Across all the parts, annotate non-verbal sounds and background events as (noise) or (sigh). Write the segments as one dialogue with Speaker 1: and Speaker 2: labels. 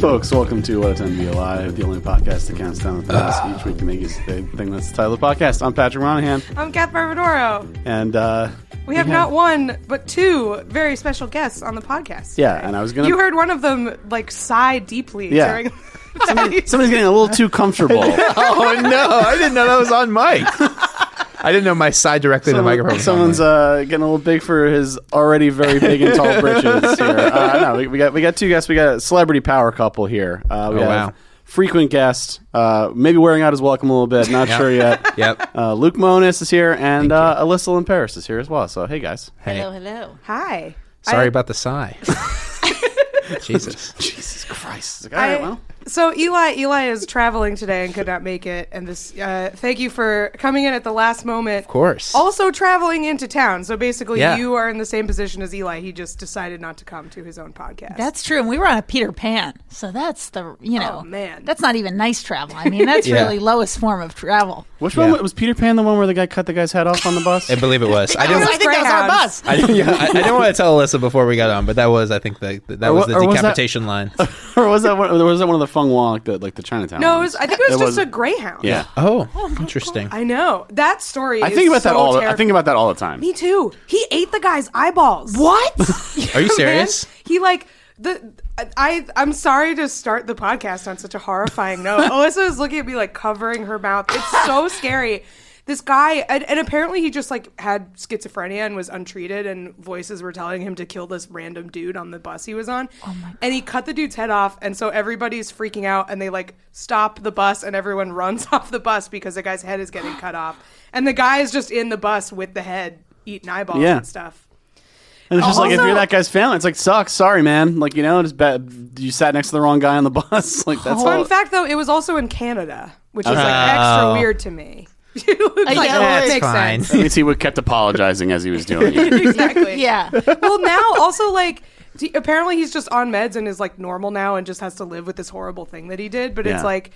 Speaker 1: Folks, welcome to What a Time to Be Alive, the only podcast that counts down the
Speaker 2: Ah.
Speaker 1: past each week to make you say the thing that's the title of the podcast. I'm Patrick Monahan,
Speaker 3: I'm Kath Barbadoro.
Speaker 1: and uh,
Speaker 3: We have not one, but two very special guests on the podcast.
Speaker 1: Yeah, and I was gonna-
Speaker 3: You heard one of them like sigh deeply
Speaker 1: Yeah. (laughs)
Speaker 3: during. (laughs)
Speaker 1: Somebody's getting a little too
Speaker 2: (laughs)
Speaker 1: comfortable.
Speaker 2: Oh no! I didn't know that was on mic. I didn't know my side directly to the microphone. was on
Speaker 1: Someone's
Speaker 2: mic.
Speaker 1: uh, getting a little big for his already very big and tall
Speaker 2: (laughs)
Speaker 1: britches here. Uh, no, we, we got we got two guests. We got a celebrity power couple here. Uh, we
Speaker 2: Oh,
Speaker 1: have
Speaker 2: wow.
Speaker 1: frequent guest, uh, maybe wearing out his welcome a little bit. Not sure yet.
Speaker 2: (laughs) Yep.
Speaker 1: Uh, Luke Monis is here, and uh, Alyssa Lynn Paris is here as well. So hey guys,
Speaker 2: Hey,
Speaker 3: Hi.
Speaker 2: sorry
Speaker 3: I-
Speaker 2: about the sigh. Jesus.
Speaker 1: Jesus Christ! All
Speaker 3: I-
Speaker 1: right, well.
Speaker 3: So Eli, Eli is traveling today and could not make it. And this, uh, thank you for coming in at the last moment. Of
Speaker 2: course.
Speaker 3: Also traveling into town. So basically,
Speaker 2: Yeah.
Speaker 3: you are in the same position as Eli. He just decided not to come to his own podcast.
Speaker 4: That's true. And we were on a Peter Pan. So that's the, you know,
Speaker 3: Oh, man.
Speaker 4: That's not even nice travel. I mean, that's
Speaker 2: (laughs) Yeah.
Speaker 4: really lowest form of travel.
Speaker 1: Which one was Peter Pan? The one where the guy cut the guy's head off on the (laughs) bus?
Speaker 2: I believe it was. I
Speaker 4: I,
Speaker 2: didn't.
Speaker 3: was-
Speaker 4: think that was our
Speaker 3: Greyhounds.
Speaker 4: bus.
Speaker 2: I, didn't- yeah, I, I didn't want to tell Alyssa before we got on, but that was, I think, the, that
Speaker 1: Or
Speaker 2: was
Speaker 1: wha-
Speaker 2: the
Speaker 1: or was that-
Speaker 2: decapitation line.
Speaker 1: or was that one, or was that one of the Fung Wong, the, like the Chinatown?
Speaker 3: no, it
Speaker 1: ones?
Speaker 3: was, I think it was
Speaker 1: That
Speaker 3: just a
Speaker 1: wasn't-
Speaker 3: greyhound.
Speaker 1: Yeah,
Speaker 2: Oh, interesting.
Speaker 3: I know that story.
Speaker 1: I
Speaker 3: is
Speaker 1: think about that
Speaker 3: so
Speaker 1: all. I
Speaker 3: terrifying.
Speaker 1: think about that all the time.
Speaker 3: Me too. He ate the guy's eyeballs.
Speaker 4: What?
Speaker 2: Are
Speaker 3: (laughs)
Speaker 2: you
Speaker 3: Man,
Speaker 2: serious?
Speaker 3: he like the I I'm sorry to start the podcast on such a horrifying note. (laughs) Alyssa is looking at me like covering her mouth. It's so (laughs) scary. This guy and, and apparently he just like had schizophrenia and was untreated and voices were telling him to kill this random dude on the bus he was on. Oh my And he cut the dude's head off and so everybody's freaking out and they like stop the bus and everyone (laughs) runs off the bus because the guy's head is getting cut off. And the guy is just in the bus with the head eating eyeballs
Speaker 1: Yeah.
Speaker 3: and stuff.
Speaker 1: And it's just like if
Speaker 3: Also-
Speaker 1: you're that guy's family, it's like sucks. Sorry, man. Like you know, just bad. You sat next to the wrong guy on the (laughs) bus. Like that's
Speaker 3: Fun
Speaker 1: all.
Speaker 3: fact, though, it was also in Canada, which is like
Speaker 1: Oh.
Speaker 3: extra weird to me. (laughs) It looks like,
Speaker 4: yeah,
Speaker 3: oh,
Speaker 4: that's
Speaker 3: it makes
Speaker 2: fine.
Speaker 3: sense.
Speaker 1: At least he would kept apologizing as he was doing
Speaker 3: (laughs)
Speaker 1: it.
Speaker 4: (laughs)
Speaker 3: exactly.
Speaker 4: yeah.
Speaker 3: Well, now also like d- apparently he's just on meds and is like normal now and just has to live with this horrible thing that he did. But
Speaker 1: Yeah.
Speaker 3: it's like,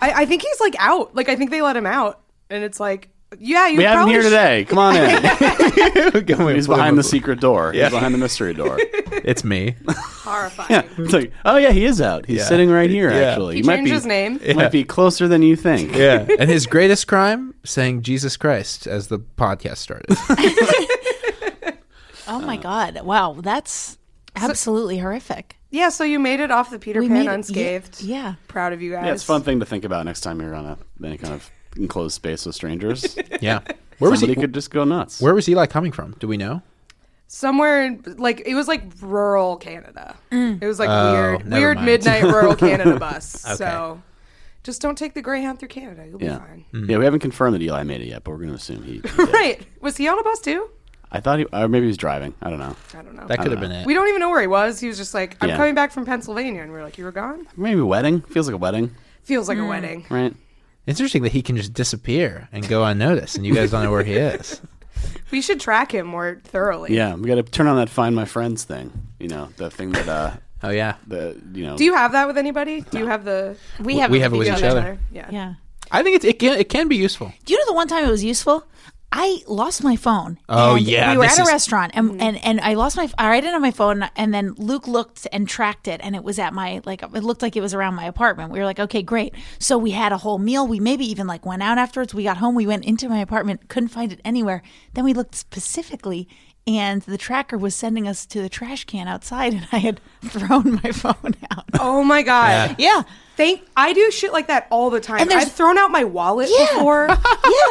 Speaker 3: I, I think he's like out. Like I think they let him out, and it's like, yeah, you
Speaker 1: We have him
Speaker 3: probably
Speaker 1: here
Speaker 3: sh-
Speaker 1: today. Come on in.
Speaker 2: He's
Speaker 3: (laughs)
Speaker 1: He's behind the secret door. He's behind the mystery (laughs) door.
Speaker 2: (laughs) It's me.
Speaker 3: Horrifying.
Speaker 1: Yeah. It's like, oh yeah, he is out. He's
Speaker 2: Yeah.
Speaker 1: sitting right here.
Speaker 2: Yeah.
Speaker 1: Actually,
Speaker 3: He
Speaker 1: might
Speaker 3: changed
Speaker 1: be-
Speaker 3: his name.
Speaker 1: Might be closer than you think.
Speaker 2: Yeah. And his greatest crime, saying Jesus Christ as the podcast started. (laughs)
Speaker 4: Oh my God. Wow. That's absolutely horrific.
Speaker 3: (laughs) Yeah, so you made it off the Peter
Speaker 4: We
Speaker 3: Pan
Speaker 4: made it-
Speaker 3: unscathed.
Speaker 4: yeah, yeah.
Speaker 3: proud of you guys.
Speaker 1: Yeah, it's a fun thing to think about next time you're on a any kind of enclosed space with
Speaker 3: (laughs)
Speaker 1: strangers.
Speaker 2: Yeah. Where was
Speaker 1: Somebody
Speaker 2: he?
Speaker 1: could just go nuts.
Speaker 2: Where was Eli coming from? Do we know?
Speaker 3: somewhere in like it was like rural Canada.
Speaker 4: Mm.
Speaker 3: It was like weird,
Speaker 2: Oh, never
Speaker 3: weird
Speaker 2: mind.
Speaker 3: midnight rural
Speaker 2: (laughs)
Speaker 3: Canada bus. So just don't take the Greyhound through Canada. You'll
Speaker 1: yeah.
Speaker 3: be fine.
Speaker 1: Yeah, we haven't confirmed that Eli made it yet, but we're going to assume he. he did.
Speaker 3: Right? Was he on a bus too?
Speaker 1: I thought he, or maybe he was driving. I don't know.
Speaker 3: I don't know.
Speaker 2: That could have been it.
Speaker 3: we don't even know where he was. He was just like, "I'm
Speaker 1: Yeah.
Speaker 3: coming back from Pennsylvania," and we were like, "You were gone."
Speaker 1: Maybe wedding feels like a wedding,
Speaker 3: Feels
Speaker 4: Mm.
Speaker 3: like a wedding.
Speaker 1: right?
Speaker 2: It's interesting that he can just disappear and go unnoticed, and you guys don't know where he is.
Speaker 3: We should track him more thoroughly.
Speaker 1: Yeah, we got to turn on that find my friends thing. You know, the thing that uh,
Speaker 2: (laughs) Oh yeah,
Speaker 1: the you know.
Speaker 3: Do you have that with anybody? Do you have the?
Speaker 4: We have,
Speaker 2: we have it with
Speaker 4: video.
Speaker 2: each other.
Speaker 3: Yeah.
Speaker 4: Yeah.
Speaker 2: I think it's, it can it can be useful.
Speaker 4: Do you know the one time it was useful? I lost my phone.
Speaker 2: Oh,
Speaker 4: and
Speaker 2: yeah,
Speaker 4: we were
Speaker 2: this
Speaker 4: at a
Speaker 2: is-
Speaker 4: restaurant, and, and and I lost my. Or I didn't have my phone, and then Luke looked and tracked it, and it was at my like. It looked like it was around my apartment. We were like, okay, great. So we had a whole meal. We maybe even like went out afterwards. We got home. We went into my apartment, couldn't find it anywhere. Then we looked specifically and the tracker was sending us to the trash can outside, and I had (laughs) thrown my phone out.
Speaker 3: Oh my god.
Speaker 4: Yeah.
Speaker 3: Thank I do shit like that all the time.
Speaker 4: And there's-
Speaker 3: I've thrown out my wallet
Speaker 4: Yeah. (laughs)
Speaker 3: before.
Speaker 4: Yeah.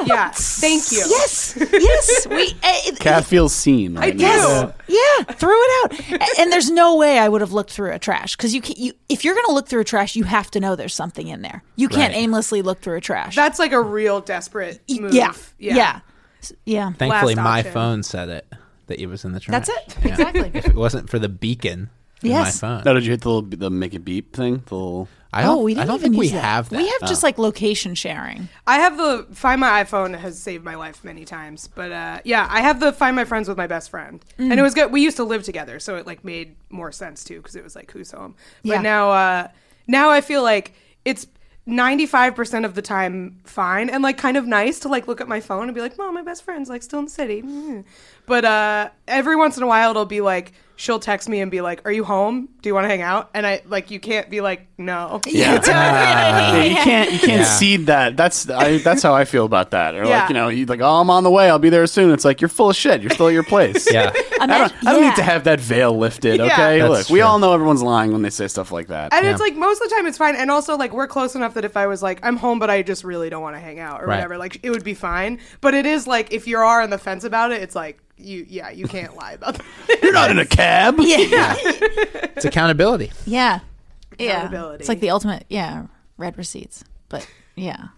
Speaker 3: yeah. Thank you.
Speaker 4: Yes. Yes. We. eh, it-
Speaker 1: Cat feels seen. Right
Speaker 3: I
Speaker 1: now.
Speaker 3: do.
Speaker 4: Yeah, threw it out. A- And there's no way I would have looked through a trash because you, can, you if you're going to look through a trash, you have to know there's something in there. You can't aimlessly look through a trash. E,
Speaker 3: That's like a real desperate move.
Speaker 4: yeah, yeah, yeah. S- yeah.
Speaker 2: Thankfully,
Speaker 3: Last
Speaker 2: my
Speaker 3: option.
Speaker 2: phone said it that it was in the trash.
Speaker 4: That's it. Exactly.
Speaker 2: If it wasn't for the beacon in
Speaker 4: Yes.
Speaker 2: my phone,
Speaker 1: Now, Oh, did you hit the little the make it beep thing? The little
Speaker 2: I don't,
Speaker 4: Oh, we didn't
Speaker 2: I don't
Speaker 4: even
Speaker 2: think we
Speaker 4: use that.
Speaker 2: have that.
Speaker 4: We have just like location sharing.
Speaker 3: I have the Find My iPhone has saved my life many times, but uh, yeah, I have the Find My Friends with my best friend,
Speaker 4: Mm.
Speaker 3: and it was good. We used to live together, so it like made more sense too because it was like who's home. But
Speaker 4: Yeah.
Speaker 3: now, uh, now I feel like it's ninety five percent of the time fine and like kind of nice to like look at my phone and be like, "Mom, my best friend's like still in the city." Mm. But uh, every once in a while, it'll be like. She'll text me and be like, "Are you home? Do you want to hang out?" And I like, you can't be like, "No."
Speaker 1: yeah. Yeah, you (laughs) can't you can't seed that. That's I, that's how I feel about that. Or
Speaker 3: Yeah.
Speaker 1: like you know, you like oh I'm on the way, I'll be there soon. It's like you're full of shit. You're still at your place.
Speaker 2: (laughs) yeah.
Speaker 4: (laughs)
Speaker 1: I don't, I don't
Speaker 4: Yeah.
Speaker 1: need to have that veil lifted.
Speaker 3: Yeah.
Speaker 1: Okay,
Speaker 2: That's
Speaker 1: look, we
Speaker 2: true.
Speaker 1: all know everyone's lying when they say stuff like that.
Speaker 3: And it's like most of the time it's fine. And also like we're close enough that if I was like I'm home but I just really don't want to hang out or
Speaker 2: Right.
Speaker 3: whatever, like it would be fine. But it is like if you are on the fence about it, it's like you yeah
Speaker 1: (laughs)
Speaker 3: you can't lie about that.
Speaker 1: You're
Speaker 3: (laughs)
Speaker 1: not in a cab.
Speaker 4: (laughs) Yeah.
Speaker 2: It's accountability.
Speaker 4: Yeah. Yeah.
Speaker 3: Accountability.
Speaker 4: It's like the ultimate. Yeah. Red receipts, but yeah.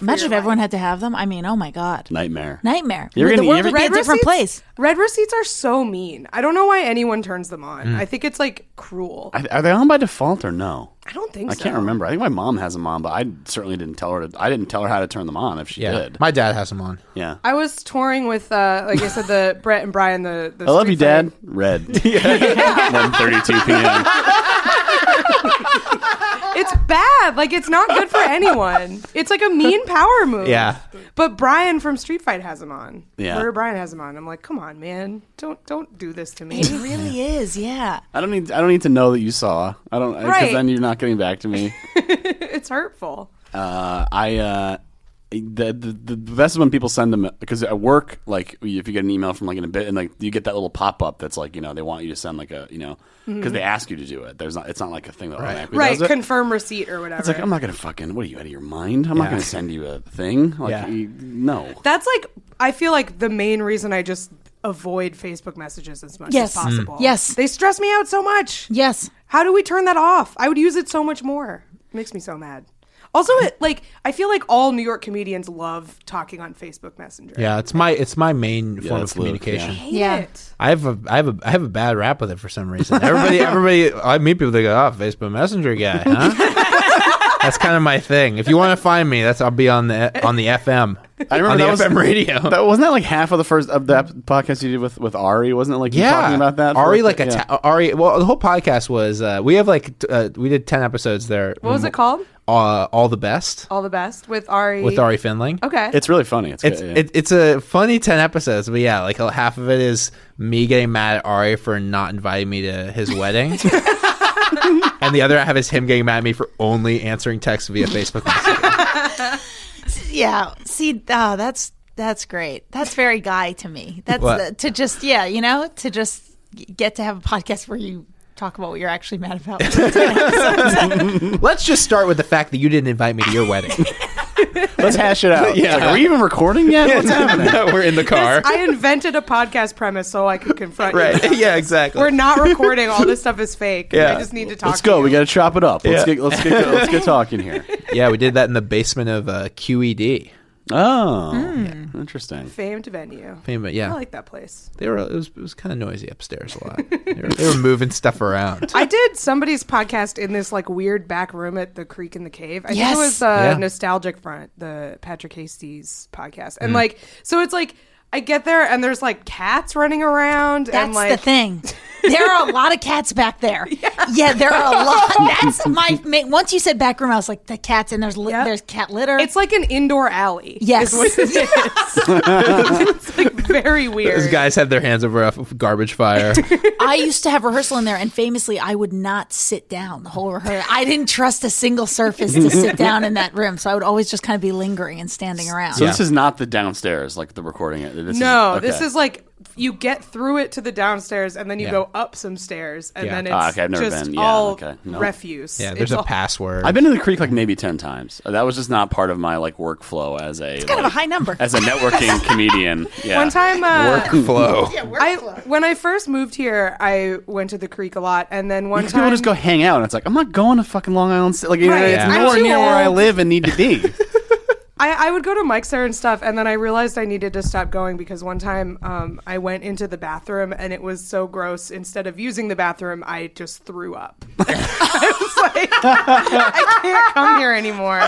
Speaker 4: Imagine if everyone had to have them. I mean, oh my god,
Speaker 1: Nightmare.
Speaker 4: nightmare.
Speaker 1: You're
Speaker 4: the
Speaker 1: gonna-
Speaker 4: world
Speaker 1: you're-
Speaker 4: would be a different place.
Speaker 3: Red receipts are so mean. I don't know why anyone turns them on. I think it's like cruel. I,
Speaker 1: Mm. I- Are they on by default or no?
Speaker 3: don't think
Speaker 1: I
Speaker 3: so.
Speaker 1: can't remember. I think my mom has them on, but I certainly didn't tell her. To, I didn't tell her how to turn them on if she
Speaker 2: (laughs) Yeah.
Speaker 1: did.
Speaker 2: My dad has them on.
Speaker 1: yeah.
Speaker 3: I was touring with uh like I said the (laughs) Brett and Brian the, the
Speaker 1: I love
Speaker 3: street
Speaker 1: you,
Speaker 3: fight.
Speaker 1: Dad. Red. (laughs) 1:32 p.m.
Speaker 3: It's bad. Like it's not good for anyone. It's like a mean power move.
Speaker 2: Yeah.
Speaker 3: But Brian from Street Fight has him on.
Speaker 1: Yeah.
Speaker 3: Murder Brian has him on. I'm like, come on, man. Don't don't do this
Speaker 1: (laughs)
Speaker 3: to (laughs) me.
Speaker 4: It really is. Yeah.
Speaker 1: I don't need. I don't need to know that you saw. I don't. Because
Speaker 3: Right.
Speaker 1: then you're not getting back to me.
Speaker 3: it's hurtful.
Speaker 1: Uh, I uh, the, the the best is when people send them because at work, like if you get an email from like in a bit, and like you get that little pop up that's like you know they want you to send like a you know because they ask you to do it. There's not. It's not like a thing that automatically
Speaker 3: Right.
Speaker 1: does it.
Speaker 3: Confirm receipt or whatever.
Speaker 1: it's like oh. I'm not gonna fucking. What are you out of your mind? I'm not
Speaker 2: Yeah.
Speaker 1: gonna send you a thing. Like
Speaker 2: Yeah.
Speaker 1: you- no.
Speaker 3: That's like I feel like the main reason I just avoid Facebook messages as much
Speaker 1: Mm.
Speaker 4: Yes.
Speaker 3: as possible.
Speaker 4: Yes.
Speaker 3: They stress me out so much.
Speaker 4: Yes.
Speaker 3: How do we turn that off? I would use it so much more. It makes me so mad. Also, it like I feel like all New York comedians love talking on Facebook Messenger.
Speaker 2: Yeah, it's my it's my main form of
Speaker 1: that's Luke,
Speaker 2: communication.
Speaker 1: yeah.
Speaker 3: Hate
Speaker 4: Yeah.
Speaker 3: it.
Speaker 2: I have a I have a I have a bad rap with it for some
Speaker 1: (laughs)
Speaker 2: reason. Everybody everybody I meet people that go, oh, Facebook Messenger guy, huh?
Speaker 1: (laughs)
Speaker 2: that's kind of my thing. If you want to find me, that's I'll be on the on the FM.
Speaker 1: I remember
Speaker 2: on the
Speaker 1: that was-
Speaker 2: FM radio.
Speaker 1: That wasn't that like half of the first of that podcast you did with with Ari. Wasn't it like you
Speaker 2: yeah,
Speaker 1: talking about that? for
Speaker 2: Ari
Speaker 1: a
Speaker 2: like
Speaker 1: bit?
Speaker 2: a
Speaker 1: Yeah.
Speaker 2: ta- Ari. Well, the whole podcast was uh, we have like t- uh, we did ten episodes there.
Speaker 3: What was it called?
Speaker 2: Uh, All the best
Speaker 3: All the best with Ari.
Speaker 2: with Ari Finling.
Speaker 3: Okay.
Speaker 1: It's really funny. It's
Speaker 2: It's
Speaker 1: good, yeah.
Speaker 2: it, it's a funny ten episodes, but yeah, like half of it is me getting mad at Ari for not inviting me to
Speaker 3: (laughs)
Speaker 2: his wedding, and the other half is him getting mad at me for only answering texts via Facebook. Messenger.
Speaker 4: Yeah. See, oh, that's that's great. That's very guy to me. That's
Speaker 2: What?
Speaker 4: the, to just yeah, you know, to just g- get to have a podcast where you talk about what you're actually mad
Speaker 3: (laughs)
Speaker 4: about.
Speaker 2: Let's just start with the fact that you didn't invite me to
Speaker 3: (laughs)
Speaker 2: your wedding.
Speaker 1: Let's hash (laughs) it out. yeah. are we even recording yet? What's happening?
Speaker 2: No, (laughs) we're in the car,
Speaker 3: I invented a podcast premise so I could confront you.
Speaker 2: right? Yeah, (laughs) exactly.
Speaker 3: We're not recording. All this stuff is fake.
Speaker 2: Yeah.
Speaker 3: I just need to talk.
Speaker 1: Let's go.
Speaker 3: To
Speaker 1: We
Speaker 3: you.
Speaker 1: got to chop it up. Let's
Speaker 2: Yeah.
Speaker 1: get let's get let's (laughs) get talking here.
Speaker 2: yeah, we did that in the basement of uh, QED.
Speaker 1: Oh, interesting.
Speaker 3: famed venue.
Speaker 2: I mean, but yeah,
Speaker 3: I like that place.
Speaker 2: they were. It was, it was kind of noisy upstairs a lot.
Speaker 3: (laughs)
Speaker 2: They were, they were moving stuff around.
Speaker 3: I did somebody's podcast in this like weird back room at the creek in the cave. I think
Speaker 4: Yes.
Speaker 3: it was uh,
Speaker 2: Yeah.
Speaker 3: Nostalgic Front, the Patrick Hastie's podcast, and like so it's like I get there and there's like cats running around
Speaker 4: That's
Speaker 3: and like
Speaker 4: the thing. There are a lot of cats
Speaker 3: (laughs)
Speaker 4: back there. Yeah, there are a lot. That's my ma- once you said back room, I was like the cats and there's li-
Speaker 3: Yep.
Speaker 4: there's cat litter.
Speaker 3: It's (laughs) like an indoor alley.
Speaker 4: Yes.
Speaker 3: is what it is. (laughs) it's like very weird.
Speaker 2: Those guys had their hands over a f- garbage
Speaker 3: (laughs)
Speaker 2: fire.
Speaker 4: I used to have rehearsal in there, and famously, I would not sit down the whole rehearsal. I didn't trust a single surface
Speaker 3: (laughs)
Speaker 4: to sit down in that room, so I would always just kind of be lingering and standing around.
Speaker 1: So this is not the downstairs, like the recording. This
Speaker 3: No,
Speaker 1: is, okay.
Speaker 3: this is like you get through it to the downstairs, and then you
Speaker 2: Yeah.
Speaker 3: go up some stairs, and
Speaker 2: Yeah.
Speaker 3: then it's
Speaker 1: Ah, okay, I've never
Speaker 3: just
Speaker 1: been. Yeah,
Speaker 3: all
Speaker 1: okay. No.
Speaker 3: refuse.
Speaker 2: Yeah, there's
Speaker 3: It's
Speaker 2: a
Speaker 3: all-
Speaker 2: password.
Speaker 1: I've been to the creek like maybe ten times. Uh, That was just not part of my like workflow as a
Speaker 4: kind of a
Speaker 1: like,
Speaker 4: high number.
Speaker 1: as a networking comedian. Yeah.
Speaker 3: One (laughs) time, uh,
Speaker 2: flow.
Speaker 3: I when I first moved here, I went to the creek a lot, and
Speaker 1: (laughs)
Speaker 3: then one
Speaker 1: people
Speaker 3: time
Speaker 1: just go hang out. and It's like I'm not going to fucking Long Island. City. Like you know,
Speaker 3: Right.
Speaker 1: it's
Speaker 2: Yeah.
Speaker 3: I'm
Speaker 1: nowhere
Speaker 3: too
Speaker 1: near where I
Speaker 3: old.
Speaker 1: live and need to be.
Speaker 3: I, I would go to Mike's there and stuff, and then I realized I needed to stop going because one time um, I went into the bathroom and it was so gross. Instead of using the bathroom, I just threw up. (laughs) I was like, I can't come here anymore.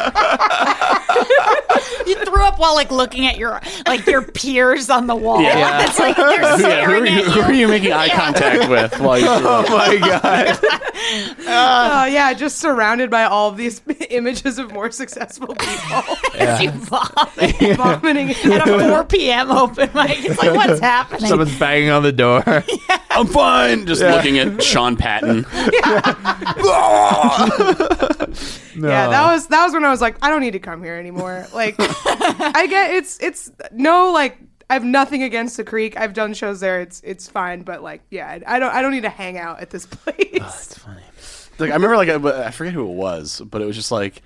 Speaker 4: You threw up while like looking at your like your peers on the wall.
Speaker 1: Yeah.
Speaker 4: (laughs)
Speaker 2: Yeah.
Speaker 4: That's like they're
Speaker 1: yeah, who, are
Speaker 4: staring
Speaker 1: you, who
Speaker 4: at
Speaker 1: are
Speaker 4: you.
Speaker 1: you making eye contact with? While you oh my god!
Speaker 3: Oh yeah, just surrounded by all of these (laughs) images of more successful people
Speaker 4: (laughs) As you vomit
Speaker 3: vomiting.
Speaker 4: at a 4 p.m. open mic. It's like what's happening?
Speaker 2: (laughs) Someone's banging on the door.
Speaker 1: I'm fine. Just looking at Sean Patton.
Speaker 3: Yeah, that was that was when I was like, I don't need to come here anymore. Like, I get it's it's no like I have nothing against the Creek. I've done shows there. It's it's fine, but like, yeah, I, I don't I don't need to hang out at this (laughs) place.
Speaker 1: like I remember like I, I forget who it was, but it was just like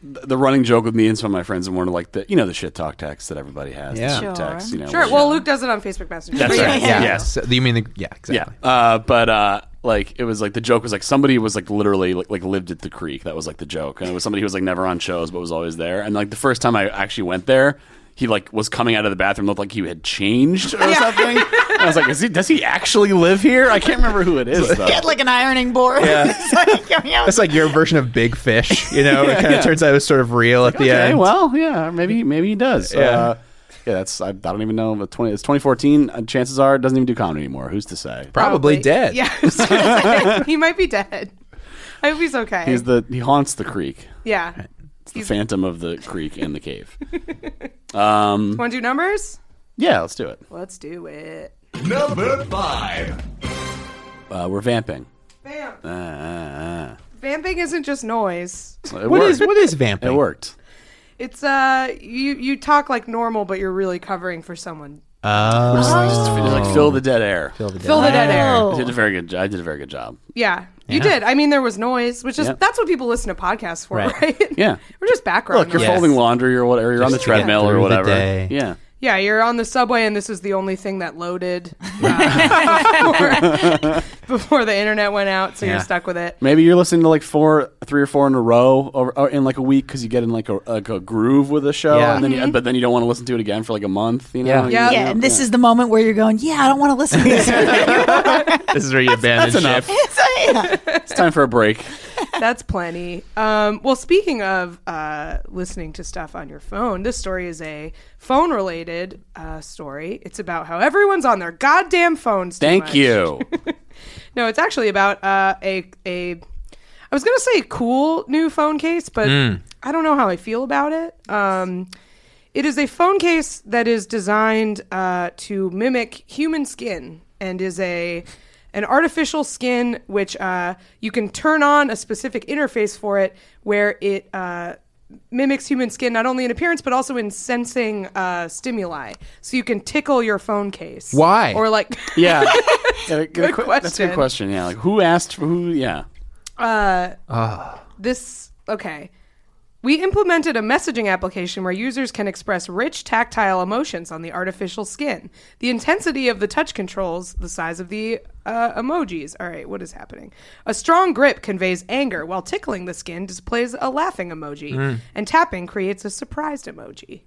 Speaker 1: th- the running joke with me and some of my friends and one of like the you know the shit talk text that everybody has.
Speaker 2: Yeah.
Speaker 1: The shit text, you know.
Speaker 3: sure.
Speaker 1: where-
Speaker 3: Well, Luke does it on Facebook Messenger.
Speaker 1: That's
Speaker 4: Yeah,
Speaker 1: right.
Speaker 4: yeah, yeah.
Speaker 1: Yes.
Speaker 2: So, you mean the yeah?
Speaker 1: Yeah.
Speaker 2: Exactly.
Speaker 1: Uh, but uh, like it was like the joke was like somebody was like literally like, like lived at the creek. That was like the joke, and it was somebody who was like never on shows but was always there. And like the first time I actually went there. He like was coming out of the bathroom looked like he had changed or something. And I was like, is he, does he actually live here? I can't remember who it is though.
Speaker 4: He had like an ironing board. (laughs) It's like, going out.
Speaker 2: That's like your version of Big Fish. You (laughs) know, it kind of turns out it was sort of real at the
Speaker 1: okay,
Speaker 2: end.
Speaker 1: well, yeah, maybe maybe he does. Yeah, uh, yeah. That's I, I don't even know. But twenty it's twenty fourteen. Uh, chances are it doesn't even do comedy anymore. Who's to say?
Speaker 2: probably dead.
Speaker 3: Yeah, I was gonna say, (laughs) he might be dead. I hope he's okay.
Speaker 1: He's the he haunts the creek.
Speaker 3: yeah.
Speaker 1: It's the phantom of the creek and the
Speaker 2: (laughs)
Speaker 1: cave.
Speaker 3: Want to Mm-hmm. do numbers?
Speaker 1: Yeah, let's do it.
Speaker 3: Let's do it.
Speaker 5: Number five.
Speaker 1: Uh, we're vamping.
Speaker 3: Vamp.
Speaker 1: Uh, uh,
Speaker 3: Vamping isn't just noise.
Speaker 1: uh. It
Speaker 2: What
Speaker 1: worked.
Speaker 2: is what is vamping?
Speaker 1: It worked.
Speaker 3: It's uh, you you talk like normal, but you're really covering for someone.
Speaker 2: Oh,
Speaker 1: Just f- like fill the dead air.
Speaker 3: Fill
Speaker 4: Oh.
Speaker 3: the dead air.
Speaker 1: I did a very good. jo- I did a very good job.
Speaker 3: Yeah, you did. I mean, there was noise, which is
Speaker 1: Yep.
Speaker 3: that's what people listen to podcasts for, right?
Speaker 2: Right.
Speaker 1: Yeah.
Speaker 3: (laughs) we're just background.
Speaker 1: Look, you're
Speaker 3: noise.
Speaker 2: Yes.
Speaker 1: folding laundry or whatever. You're on the
Speaker 2: Just to get
Speaker 1: treadmill
Speaker 2: through
Speaker 1: or
Speaker 2: the
Speaker 1: whatever.
Speaker 2: day.
Speaker 1: Yeah.
Speaker 3: yeah, you're on the subway, and this is the only thing that loaded uh, (laughs) before, before the internet went out, so
Speaker 2: Yeah.
Speaker 3: you're stuck with it.
Speaker 1: Maybe you're listening to like four, three or four in a row over, or in like a week because you get in like a, like a groove with a show,
Speaker 2: Yeah.
Speaker 1: and then you, but then you don't want to listen to it again for like a month. You know?
Speaker 2: Yeah.
Speaker 3: Mm-hmm. Yeah.
Speaker 4: yeah, and this is the moment where you're going, yeah, I don't want to listen to this.
Speaker 2: (laughs) this is where you abandon
Speaker 1: that's enough.
Speaker 2: ship.
Speaker 4: Yeah.
Speaker 1: It's time for a
Speaker 3: (laughs)
Speaker 1: break.
Speaker 3: That's plenty. Um, well, speaking of uh, listening to stuff on your phone, this story is a phone related uh, story. It's about how everyone's on their goddamn phones. too
Speaker 1: Thank
Speaker 3: much. (laughs)
Speaker 1: you.
Speaker 3: No, it's actually about uh, a a. I was gonna say cool new phone case, but I don't know how I feel about it. Um, it is a phone case that is designed uh, to mimic human skin and is a an artificial skin which uh, you can turn on a specific interface for it, where it. Uh, mimics human skin not only in appearance but also in sensing uh, stimuli so you can tickle your phone case
Speaker 2: Why?
Speaker 3: or like (laughs)
Speaker 1: Yeah. Yeah, good que- That's a
Speaker 3: question.
Speaker 1: good question. Yeah. Like who asked for who? Yeah.
Speaker 3: this okay we implemented a messaging application where users can express rich tactile emotions on the artificial skin the intensity of the touch controls the size of the uh, emojis all right what is happening a strong grip conveys anger while tickling the skin displays a laughing emoji
Speaker 1: Mm.
Speaker 3: and tapping creates a surprised emoji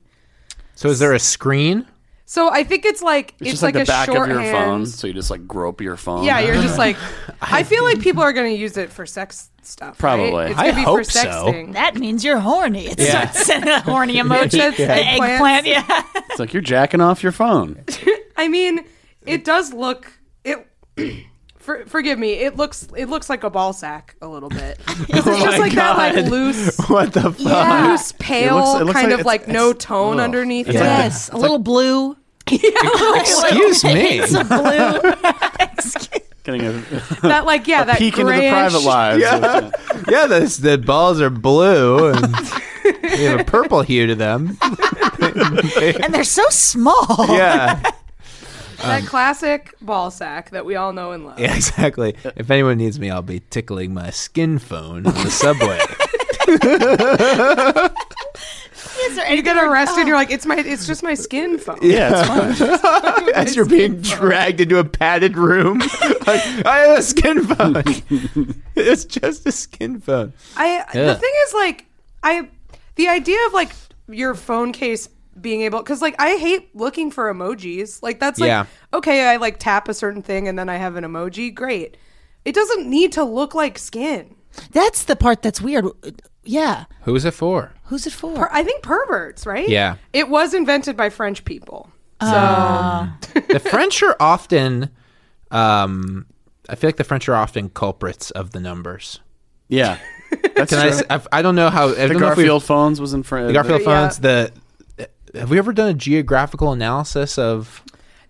Speaker 2: So is there a screen? (laughs)
Speaker 3: so i think it's like it's,
Speaker 1: It's, just like,
Speaker 3: a
Speaker 1: the back of
Speaker 3: shorthand.
Speaker 1: your phone, so you just like grope your phone.
Speaker 3: yeah you're
Speaker 1: (laughs)
Speaker 3: just like i feel like people are going to use it for sex stuff right?
Speaker 1: Probably.
Speaker 3: it's gonna
Speaker 2: I
Speaker 3: be
Speaker 2: hope
Speaker 3: for
Speaker 2: so.
Speaker 3: sexting
Speaker 4: that means you're horny. It
Speaker 2: Yeah.
Speaker 4: starts sending a horny emoji.
Speaker 3: says
Speaker 4: An
Speaker 3: eggplants.
Speaker 4: eggplant, yeah.
Speaker 1: It's like you're jacking off your
Speaker 3: (laughs)
Speaker 1: phone.
Speaker 3: I mean, it does look it. (clears throat) For, forgive me. It looks it looks like a ball sack a little
Speaker 1: (laughs)
Speaker 3: bit. 'Cause it's
Speaker 1: Oh
Speaker 3: just like that, like
Speaker 2: Oh God. (laughs)
Speaker 3: loose,
Speaker 2: What the fuck?
Speaker 3: loose, pale,
Speaker 1: It looks- it looks
Speaker 3: kind
Speaker 1: like
Speaker 3: of
Speaker 1: it's-
Speaker 3: like no
Speaker 1: it's- oh,
Speaker 3: tone
Speaker 1: ugh.
Speaker 3: underneath.
Speaker 1: It's
Speaker 3: it.
Speaker 1: like
Speaker 4: Yes, a little blue. (laughs)
Speaker 2: Excuse me.
Speaker 4: It's a blue. (laughs) Excuse-
Speaker 1: Getting a,
Speaker 3: that like yeah, that
Speaker 1: peek into the
Speaker 3: grayish-
Speaker 1: private lives.
Speaker 3: (laughs)
Speaker 2: Yeah. yeah, this, the balls are blue (laughs) and they have a (laughs) purple hue to them.
Speaker 4: (laughs) and they're so small.
Speaker 2: Yeah.
Speaker 3: that
Speaker 1: Um.
Speaker 3: classic ball sack that we all know and love.
Speaker 2: Yeah, exactly. If anyone needs me, I'll be tickling my skin phone on the subway. (laughs)
Speaker 4: Is
Speaker 3: You
Speaker 4: there anything
Speaker 3: get
Speaker 4: we're-
Speaker 3: arrested,
Speaker 4: oh.
Speaker 3: and you're like, it's my, it's just my skin phone.
Speaker 1: Yeah, it's fine.
Speaker 2: As you're being dragged into a padded room, (laughs) like, I have a skin phone. (laughs) it's just a skin phone.
Speaker 3: I
Speaker 2: Yeah.
Speaker 3: the thing is like I the idea of like your phone case being able because like I hate looking for emojis like that's like
Speaker 2: Yeah.
Speaker 3: okay I like tap a certain thing and then I have an emoji great it doesn't need to look like skin
Speaker 4: That's the part that's weird. Yeah.
Speaker 2: Who's it for?
Speaker 4: Who's it for?
Speaker 3: I think perverts right
Speaker 2: Yeah.
Speaker 3: it was invented by French people so
Speaker 2: the French are often, um, I feel like the French are often culprits of the numbers.
Speaker 1: yeah. That's
Speaker 2: Can I? s-
Speaker 1: true.
Speaker 2: I've- I don't know how.
Speaker 1: the
Speaker 2: I don't know if we've-
Speaker 1: Garfield phones was in front.
Speaker 2: the Garfield
Speaker 3: Yeah.
Speaker 2: phones. The have we ever done a geographical analysis of?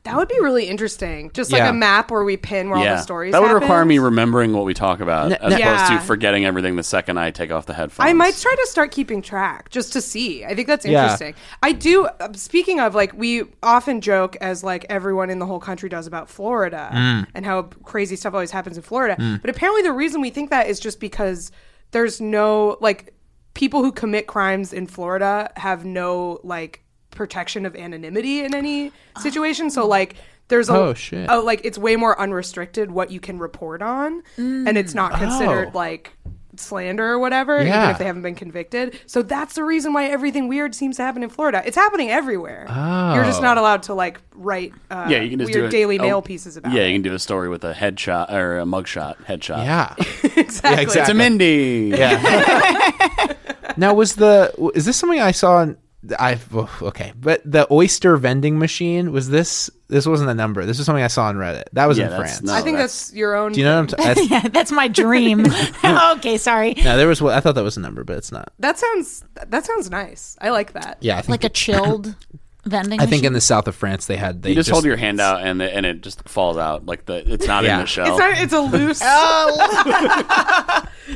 Speaker 3: that would be really interesting just like
Speaker 2: Yeah.
Speaker 3: a map where we pin where all the stories
Speaker 1: that would
Speaker 3: happen.
Speaker 1: require me remembering what we talk about, as opposed
Speaker 3: Yeah.
Speaker 1: to forgetting everything the second I take off the headphones.
Speaker 3: I might try to start keeping track just to see. I think that's
Speaker 2: Yeah.
Speaker 3: interesting. I do. uh, Speaking of, like, we often joke as like everyone in the whole country does about Florida
Speaker 2: Mm.
Speaker 3: and how crazy stuff always happens in Florida. But apparently, the reason we think that is just because there's no like people who commit crimes in Florida have no like protection of anonymity in
Speaker 2: (gasps)
Speaker 3: any situation. So like. There's a,
Speaker 2: Oh, shit.
Speaker 3: a- like it's way more unrestricted what you can report on, and it's not
Speaker 2: Oh.
Speaker 3: considered like slander or whatever, even
Speaker 2: Yeah.
Speaker 3: if they haven't been convicted. So that's the reason why everything weird seems to happen in Florida. It's happening everywhere. You're just not allowed to like write uh,
Speaker 1: Yeah, you can just do
Speaker 3: weird
Speaker 1: it-
Speaker 3: Daily
Speaker 1: oh,
Speaker 3: Mail pieces about
Speaker 1: Yeah,
Speaker 3: it.
Speaker 1: you can do a story with a headshot or a mugshot headshot.
Speaker 2: Yeah,
Speaker 3: exactly.
Speaker 2: exactly.
Speaker 1: It's a Mindy. (laughs)
Speaker 2: yeah. now was the w- is this something I saw? In, I oh, okay, but the oyster vending machine was this. This wasn't a number. This was something I saw on Reddit. That was
Speaker 1: Yeah,
Speaker 2: in
Speaker 1: that's
Speaker 2: France.
Speaker 1: not-
Speaker 3: I think
Speaker 1: Oh,
Speaker 3: that's, your own.
Speaker 2: Do you know what I'm? T-
Speaker 3: (laughs)
Speaker 4: (laughs)
Speaker 2: that's,
Speaker 4: yeah, that's my dream. (laughs) okay, sorry.
Speaker 2: no, there was. one- I thought that was a number, but it's not.
Speaker 3: that sounds that sounds nice. I like that.
Speaker 2: Yeah, I think.
Speaker 4: Like a chilled vending.
Speaker 2: I think in
Speaker 4: machine?
Speaker 2: the south of France they had. They
Speaker 1: You just, hold
Speaker 3: (laughs)
Speaker 1: your hand out and the, and it just falls out like the it's not in
Speaker 2: Yeah. Oh.
Speaker 1: the shell.
Speaker 3: It's, not, it's a loose.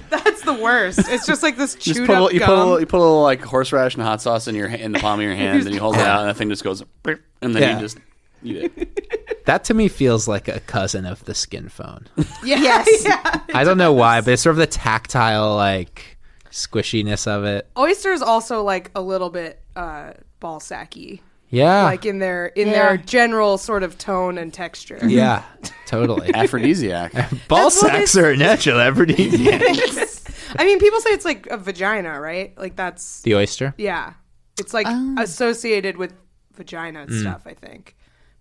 Speaker 3: That's the worst. It's just like this
Speaker 1: just
Speaker 3: chewed
Speaker 1: put a, little-
Speaker 3: up
Speaker 1: you
Speaker 3: gum.
Speaker 1: put a little, you put a little like horseradish and hot sauce in your ha- in the palm
Speaker 3: (laughs)
Speaker 1: of your hand and you hold it out and the thing just goes "Burp," and then
Speaker 2: Yeah.
Speaker 1: you just eat (laughs) it.
Speaker 2: that to me feels like a cousin of the
Speaker 1: (laughs)
Speaker 2: skin phone.
Speaker 3: yeah,
Speaker 4: Yes.
Speaker 3: yeah.
Speaker 2: I don't know why, but it's sort of the tactile like squishiness of it.
Speaker 3: Oyster is also like a little bit uh, ball sacky.
Speaker 2: Yeah.
Speaker 3: like in their in
Speaker 4: Yeah.
Speaker 3: their general sort of tone and texture. (laughs)
Speaker 2: yeah. Totally.
Speaker 1: Aphrodisiac.
Speaker 2: Ball
Speaker 3: That's what it's-
Speaker 2: sacks are a natural aphrodisiac.
Speaker 3: (laughs) I mean, people say it's like a vagina, right? Like that's
Speaker 2: (laughs) the oyster.
Speaker 3: yeah, it's like
Speaker 4: Oh.
Speaker 3: associated with vagina and stuff. I think,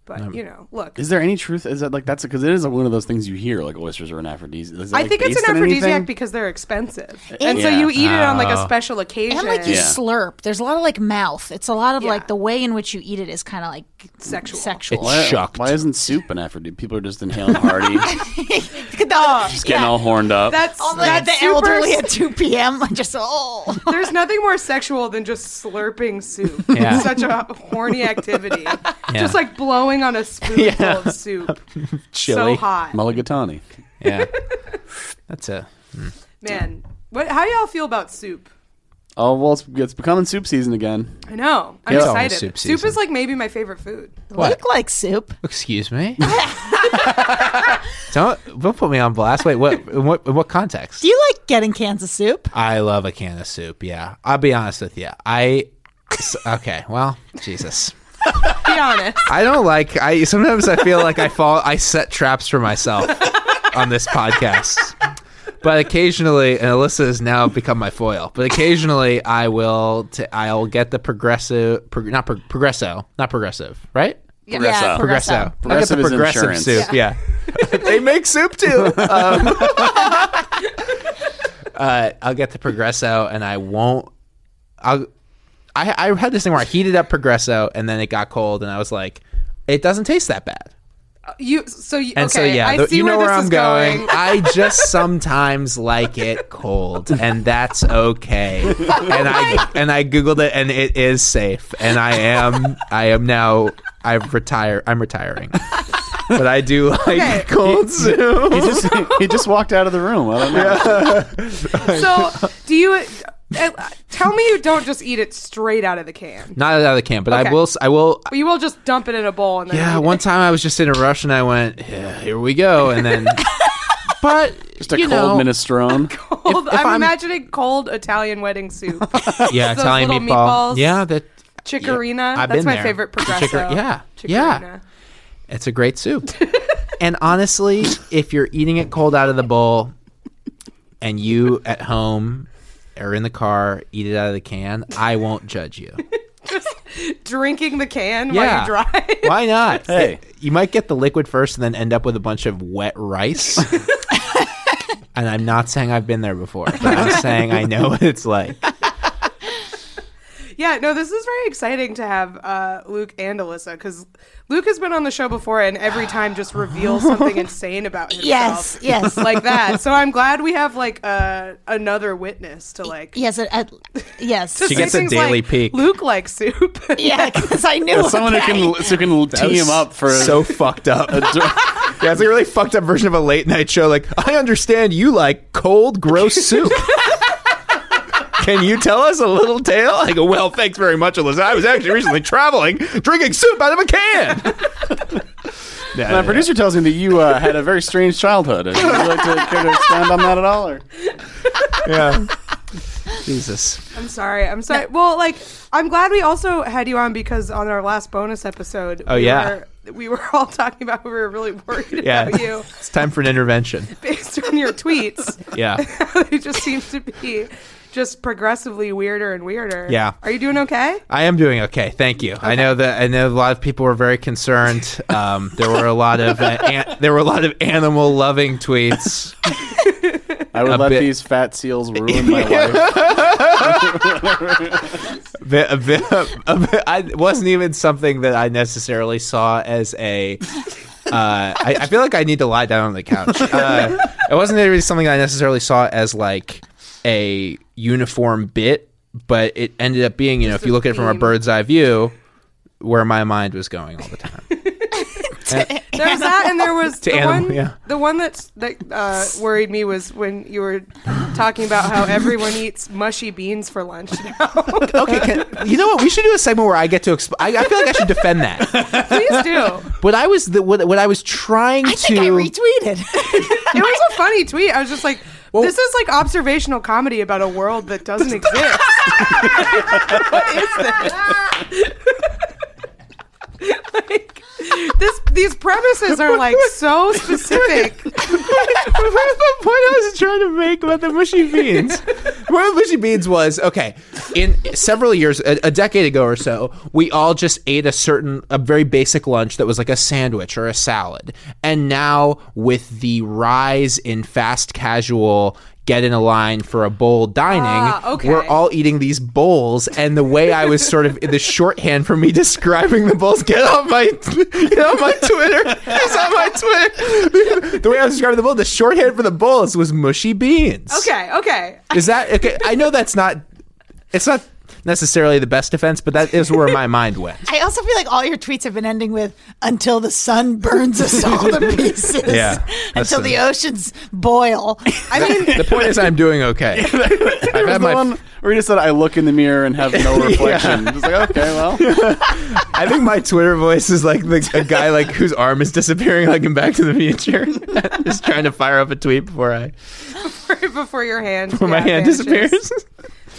Speaker 3: but you know,
Speaker 1: (laughs)
Speaker 3: look,
Speaker 1: Mm. Um, Is there any truth? Is that like that's because it is one of those things you hear like oysters are an aphrodisiac. Is that,
Speaker 3: I
Speaker 1: like,
Speaker 3: think it's
Speaker 1: based
Speaker 3: an
Speaker 1: on
Speaker 3: aphrodisiac
Speaker 1: anything?
Speaker 3: because they're expensive, and so
Speaker 1: Yeah. Oh.
Speaker 3: you eat it on like a special occasion.
Speaker 4: and like you
Speaker 1: Yeah.
Speaker 4: slurp. There's a lot of like mouth. It's a lot of
Speaker 3: Yeah.
Speaker 4: like the way in which you eat it is kind of like
Speaker 3: Sexual.
Speaker 4: Sexual.
Speaker 2: It's- Shucked.
Speaker 1: Why isn't soup an aphrodisiac? People are just inhaling
Speaker 2: (laughs)
Speaker 1: hearty,
Speaker 4: (laughs)
Speaker 1: just getting all horned up.
Speaker 3: that's
Speaker 4: All the,
Speaker 3: that's
Speaker 4: Oh, the
Speaker 3: super-
Speaker 4: elderly (laughs) at 2 p.m. Just
Speaker 1: (laughs)
Speaker 4: oh,
Speaker 3: There's nothing more sexual than just slurping soup.
Speaker 2: Yeah.
Speaker 3: It's such a
Speaker 1: (laughs)
Speaker 3: horny activity. Just like blowing on a spoonful of soup.
Speaker 2: Chili.
Speaker 3: So hot.
Speaker 1: Mulligatawny.
Speaker 4: (laughs)
Speaker 2: Yeah. That's a
Speaker 3: Man, what? How y'all feel about soup?
Speaker 1: Oh well, it's, it's becoming soup season again.
Speaker 3: I know. I'm
Speaker 2: It's always
Speaker 3: excited.
Speaker 2: soup
Speaker 3: Soup,
Speaker 2: season.
Speaker 3: is like maybe my favorite food.
Speaker 2: what?
Speaker 4: look like soup.
Speaker 2: Excuse
Speaker 4: (laughs)
Speaker 2: me. (laughs) don't don't put me on blast. Wait, what? In what? In what context?
Speaker 4: Do you like getting cans of soup?
Speaker 2: I love a can of soup. Yeah, I'll be honest with you. I s- okay. Well, Jesus.
Speaker 3: Be honest.
Speaker 2: I don't like. I sometimes I feel like I fall. I set traps for myself on this podcast. But occasionally, and Alyssa has now become my foil. But occasionally, I will. T- I'll get the progressive, prog- not pro- progresso, not progressive, right?
Speaker 1: Progresso.
Speaker 2: Progresso.
Speaker 1: Progressive is
Speaker 2: I get the progressive
Speaker 1: insurance.
Speaker 2: soup. Yeah, (laughs) they make soup (laughs) too. Um, uh, I'll get the Progresso, and I won't. I'll. I, I had this thing where I heated up Progresso, and then it got cold, and I was like, "It doesn't taste that
Speaker 3: (laughs)
Speaker 2: bad."
Speaker 3: You so you,
Speaker 2: And
Speaker 3: okay.
Speaker 2: so yeah,
Speaker 3: I
Speaker 2: th-
Speaker 3: see
Speaker 2: you know where,
Speaker 3: this
Speaker 2: I'm
Speaker 3: is
Speaker 2: going.
Speaker 3: (laughs)
Speaker 2: I just sometimes like it cold, and that's okay. And
Speaker 3: (laughs)
Speaker 2: I and I googled it, and it is safe. And I am I am now I've retired. I'm retiring, but I do like cold soup.
Speaker 1: He just he just walked out of the room. I don't know.
Speaker 3: So do you? uh, Tell me you don't just eat it straight out of the can.
Speaker 2: Not out of the can, but I
Speaker 3: Okay.
Speaker 2: will. s- I will.
Speaker 3: But you will just dump it in a bowl and then
Speaker 2: Yeah,
Speaker 3: eat
Speaker 2: one time I was just in a rush and I went, yeah, here we go, and
Speaker 3: (laughs)
Speaker 2: then, but
Speaker 1: Just a
Speaker 2: you
Speaker 1: cold
Speaker 2: know, (laughs)
Speaker 1: minestrone.
Speaker 3: it. (laughs) Cold-
Speaker 2: if
Speaker 3: I'm,
Speaker 2: I'm-
Speaker 3: imagining cold Italian wedding soup.
Speaker 2: (laughs) yeah,
Speaker 3: those
Speaker 2: Italian
Speaker 3: little
Speaker 2: meatball,
Speaker 3: meatballs.
Speaker 2: yeah, that
Speaker 3: Chicorina.
Speaker 2: I've
Speaker 3: That's
Speaker 2: been
Speaker 3: my
Speaker 2: there.
Speaker 3: favorite
Speaker 2: The
Speaker 3: progresso.
Speaker 2: chicker- yeah, yeah.
Speaker 3: Chicorina.
Speaker 2: It's a great soup. (laughs) and honestly, if you're eating it cold out of the bowl and you at home or in the car eat it out of the can, I won't judge you.
Speaker 3: Drinking the can
Speaker 2: Yeah.
Speaker 3: while you drive.
Speaker 2: Why not?
Speaker 1: Hey.
Speaker 2: You might get the liquid first and then end up with a bunch of wet rice. and I'm not saying I've been there before, but I'm saying I know what it's like.
Speaker 3: Yeah, no, this is very exciting to have uh, Luke and Alyssa because Luke has been on the show before and every time just reveals
Speaker 4: (laughs)
Speaker 3: something insane about himself.
Speaker 4: Yes, (laughs) yes.
Speaker 3: Like that. So I'm glad we have like uh, another witness to like.
Speaker 4: Yes, uh, uh, (laughs) yes.
Speaker 2: She gets a
Speaker 3: things
Speaker 2: daily
Speaker 3: like,
Speaker 2: peek.
Speaker 3: Luke likes soup. (laughs)
Speaker 4: yeah, because I knew
Speaker 1: Someone who
Speaker 4: okay.
Speaker 1: can who can tee him up for
Speaker 2: so fucked up. (laughs) Yeah, it's like a really fucked up version of a late night show. Like, I understand you like cold, gross soup. (laughs) Can you tell us a little tale? I go, well, thanks very much, Alyssa. I was actually recently traveling, drinking soup out of a can. (laughs) yeah,
Speaker 1: (laughs) My producer tells me that you uh, had a very strange childhood. Would you like to care to expand on that at all? Or?
Speaker 2: yeah. Jesus.
Speaker 3: I'm sorry. I'm sorry. Well, like, I'm glad we also had you on because on our last bonus episode.
Speaker 2: Oh,
Speaker 3: we
Speaker 2: yeah.
Speaker 3: Were, we were (laughs) all talking about we were really worried
Speaker 2: Yeah.
Speaker 3: about you
Speaker 2: It's time for an intervention.
Speaker 3: based on your tweets. (laughs)
Speaker 2: (laughs) Yeah.
Speaker 3: it just seems to be just progressively weirder and weirder.
Speaker 2: Yeah.
Speaker 3: Are you doing okay?
Speaker 2: I am doing okay. Thank you. I know that I know a lot of people were very concerned. Um, there were a lot of uh, an- there were a lot of animal loving tweets.
Speaker 1: I would
Speaker 2: A
Speaker 1: let
Speaker 2: bit.
Speaker 1: these fat seals (laughs) ruin my life.
Speaker 2: vi- vi- I wasn't even something that I necessarily saw as a. Uh, I, I feel like I need to lie down on the couch. Uh, it wasn't really something I necessarily saw as like a uniform bit, but it ended up being, you know, if you look at it from a
Speaker 3: theme.
Speaker 2: bird's eye view, where my mind was going all the time.
Speaker 3: There was that, and there
Speaker 2: (laughs)
Speaker 3: was the
Speaker 2: animal,
Speaker 3: one.
Speaker 2: yeah.
Speaker 3: The one that's, that uh, worried me was when you were talking about how everyone eats mushy beans for lunch (laughs) now.
Speaker 2: Okay, can, you know what? We should do a segment where I get to. Exp- I, I feel like I should defend that.
Speaker 3: Please do.
Speaker 2: What I was the, what, what I was trying
Speaker 4: I
Speaker 2: to.
Speaker 4: think I retweeted.
Speaker 3: It was a funny tweet. I was just like, this is like observational comedy about a world that
Speaker 2: (laughs)
Speaker 3: doesn't exist. what is this? (laughs) like, this, these premises are like so specific.
Speaker 2: (laughs) What was the point I was trying to make about the mushy beans? One of the mushy beans was okay. In several years, a, a decade ago or so, we all just ate a certain, a very basic lunch that was like a sandwich or a salad. And now, with the rise in fast casual, get in a line for a bowl dining,
Speaker 3: Ah, okay.
Speaker 2: we're all eating these bowls. And the way I was sort of the shorthand for me describing the bowls, get off my, get off my Twitter, it's on my Twitter. The way I was describing the bowl, the shorthand for the bowls was mushy beans.
Speaker 3: (laughs) Okay, okay.
Speaker 2: Is that okay? I know that's not. It's not necessarily the best defense, but that is where my mind went.
Speaker 4: I also feel like all your tweets have been ending with "until the sun burns us all to pieces."
Speaker 2: Yeah, that's
Speaker 4: (laughs) Until the
Speaker 2: a-
Speaker 4: oceans boil.
Speaker 3: I mean,
Speaker 2: The point is, I'm
Speaker 1: (laughs)
Speaker 2: doing okay. I've
Speaker 1: There's
Speaker 2: had
Speaker 1: the
Speaker 2: my.
Speaker 1: one where he just said, "I look in the mirror and have (laughs) no reflection." Just like, okay, well, (laughs)
Speaker 2: I think my Twitter voice is like the, a guy like whose arm is disappearing, like in Back to the Future, (laughs) just trying to fire up a tweet before I
Speaker 3: before your hand
Speaker 2: before my
Speaker 3: yeah,
Speaker 2: hand
Speaker 3: vanishes.
Speaker 2: disappears.
Speaker 3: (laughs)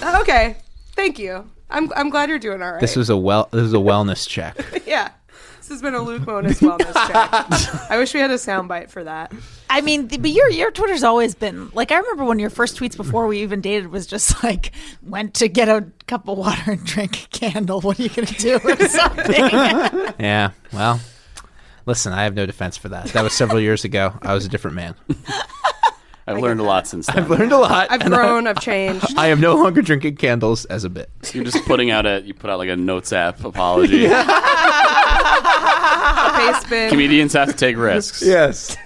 Speaker 3: Okay, thank you. I'm I'm glad you're doing all right.
Speaker 2: (laughs) This was a well. This was a wellness check.
Speaker 3: (laughs) yeah. This has been a Luke Bonus
Speaker 2: (laughs)
Speaker 3: wellness check. I wish we had a soundbite for that.
Speaker 4: I mean, th- but your your Twitter's always been like I remember one of your first tweets before we even dated was just like went to get a cup of water and drank a candle. What are you gonna do or something?
Speaker 2: Yeah. Well, listen, I have no defense for that. That was several years ago. I was a different man.
Speaker 1: I've learned a lot since then.
Speaker 2: (laughs) Learned a lot.
Speaker 3: I've
Speaker 2: and
Speaker 3: grown, I've changed.
Speaker 2: (laughs) I am no longer drinking candles as a bit.
Speaker 1: You're just putting out a you put out like a notes app
Speaker 3: (laughs)
Speaker 1: apology.
Speaker 3: Face been
Speaker 1: Comedians have to take risks.
Speaker 2: (laughs) Yes.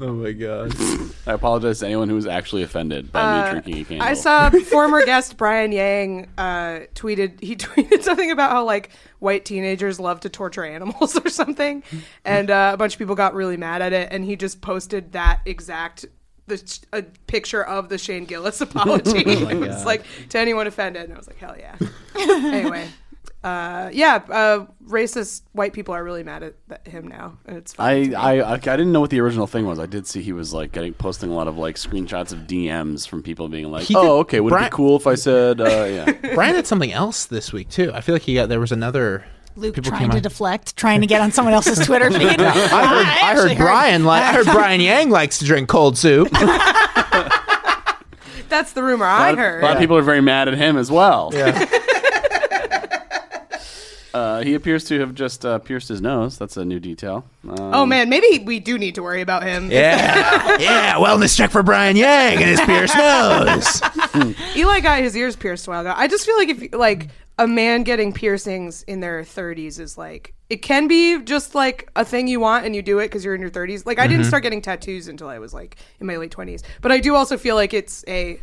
Speaker 2: oh my god.
Speaker 1: I apologize to anyone who was actually offended by me drinking a candle.
Speaker 3: Uh, I saw former guest Brian Yang uh, tweeted. He (laughs) tweeted something about how like white teenagers love to torture animals (laughs) or something, and uh, a bunch of people got really mad at it. And he just posted that exact the sh- a picture of the Shane Gillis apology. (laughs) it's like to anyone offended, and I was like, hell yeah. (laughs) anyway, uh, yeah, uh, racist white people are really mad at th- him now, and it's fine.
Speaker 1: I, I I didn't know what the original thing was. I did see he was like getting posting a lot of like screenshots of DMs from people being like,
Speaker 2: He did-
Speaker 1: "Oh, okay, would it
Speaker 2: Bri-
Speaker 1: be cool if I said, uh, yeah,
Speaker 2: Brian had something else this week too. I feel like he got there was another
Speaker 4: Luke
Speaker 2: people
Speaker 4: trying
Speaker 2: came
Speaker 4: to
Speaker 2: on-
Speaker 4: deflect, trying to get on someone else's Twitter feed. I heard,
Speaker 2: (laughs) I heard, I heard Brian like (laughs) I heard Brian Yang likes to drink cold soup.
Speaker 3: That's the rumor
Speaker 1: a
Speaker 3: I
Speaker 1: lot, of-
Speaker 3: heard.
Speaker 1: a lot of people are very mad at him as well."
Speaker 2: (laughs) Yeah.
Speaker 1: Uh, he appears to have just uh, pierced his nose. That's a new detail. Uh,
Speaker 3: Oh man, maybe we do need to worry about him.
Speaker 2: Yeah. Yeah. Wellness check for Brian Yang and his (laughs) pierced nose.
Speaker 3: Eli got his ears pierced a while ago. I just feel like if like a man getting piercings in their 30s is like it can be just like a thing you want and you do it because you're in your 30s. Like I didn't start getting tattoos until I was like in my late 20s, but I do also feel like it's a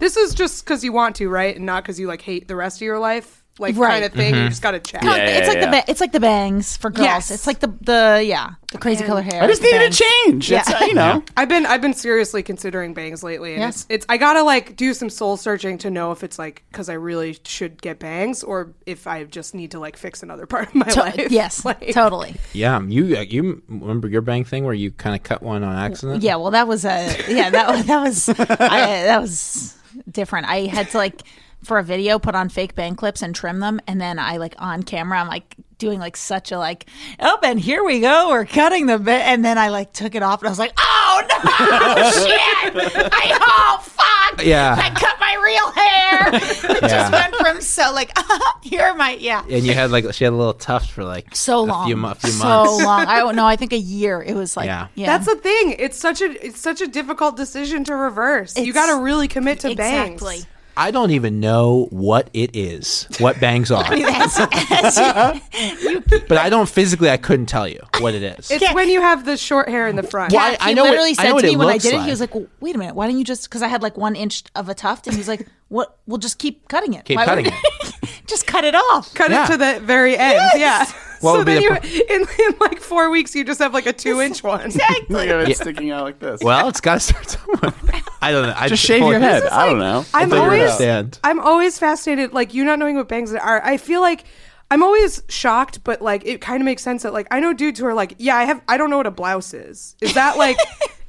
Speaker 3: this is just because you want to, right, and not because you like hate the rest of your life, like
Speaker 4: Right.
Speaker 3: kind of thing. You just got to check.
Speaker 1: Yeah, yeah,
Speaker 4: it's like
Speaker 1: yeah.
Speaker 4: the ba- it's like the bangs for girls.
Speaker 3: Yes.
Speaker 4: It's like the the yeah the crazy color hair.
Speaker 1: I just
Speaker 4: the
Speaker 1: needed a
Speaker 4: bangs.
Speaker 1: change. (laughs) It's,
Speaker 4: Yeah.
Speaker 1: uh, you know,
Speaker 3: I've been I've been seriously considering bangs lately, and
Speaker 4: Yeah.
Speaker 3: it's it's I gotta like do some soul searching to know if it's like because I really should get bangs or if I just need to like fix another part of my
Speaker 4: To-
Speaker 3: life.
Speaker 4: (laughs) yes,
Speaker 3: Like-
Speaker 4: totally.
Speaker 2: Yeah. You uh, you remember your bang thing where you kind of cut one on accident?
Speaker 4: Yeah, well, that was a yeah that was that was
Speaker 2: (laughs)
Speaker 4: I, that was different. I had to like for a video put on fake bang clips and trim them, and then I like on camera I'm like doing like such a like oh and here we go we're cutting the bit, and then I like took it off and I was like oh no (laughs) shit I oh fuck
Speaker 2: Yeah.
Speaker 4: I cut my real
Speaker 2: (laughs)
Speaker 4: hair. It
Speaker 2: Yeah.
Speaker 4: just went from so like (laughs) here are my yeah.
Speaker 2: And you had like she had a little tuft for like
Speaker 4: So
Speaker 2: a
Speaker 4: long,
Speaker 2: few, mo- a few
Speaker 4: so
Speaker 2: months.
Speaker 4: long. I don't know. I think a year. It was like
Speaker 2: Yeah.
Speaker 4: yeah.
Speaker 3: That's the thing. It's such a it's such a difficult decision to reverse. you
Speaker 4: It's-
Speaker 3: got to really commit to bangs.
Speaker 4: exactly.
Speaker 2: I don't even know what it is, what
Speaker 4: (laughs)
Speaker 2: bangs are,
Speaker 4: That's-
Speaker 2: but I don't physically. I couldn't tell you what it is.
Speaker 3: It's when you have the short hair in the front.
Speaker 2: Why-
Speaker 4: He
Speaker 2: I know what-
Speaker 4: literally
Speaker 2: I
Speaker 4: said
Speaker 2: know what
Speaker 4: to
Speaker 2: it
Speaker 4: me when I
Speaker 2: looks
Speaker 4: did it,
Speaker 2: like.
Speaker 4: he was like, well, "Wait a minute, why don't you just?" Because I had like one inch of a tuft, and he was like, "What? We'll just keep cutting it.
Speaker 2: Keep
Speaker 4: Why
Speaker 2: cutting
Speaker 4: wouldn't- (laughs) just cut it off."
Speaker 3: Cut
Speaker 2: Yeah.
Speaker 3: it to the very end. Yeah.
Speaker 2: What
Speaker 3: so
Speaker 2: would be
Speaker 3: then
Speaker 2: the
Speaker 3: you
Speaker 2: pro-
Speaker 3: in, in like four weeks you just have like a two inch one.
Speaker 2: (laughs)
Speaker 1: (laughs) Look at it sticking out like this.
Speaker 2: Well, it's got to start somewhere. I don't know. I
Speaker 1: just shave your head. I don't know.
Speaker 3: I'm
Speaker 1: Figure it
Speaker 3: always
Speaker 1: out.
Speaker 2: Understand.
Speaker 3: I'm always fascinated, like you not knowing what bangs are. I feel like I'm always shocked, but like it kind of makes sense that like I know dudes who are like, yeah, I have I don't know what a blouse is. Is that
Speaker 4: (laughs)
Speaker 3: like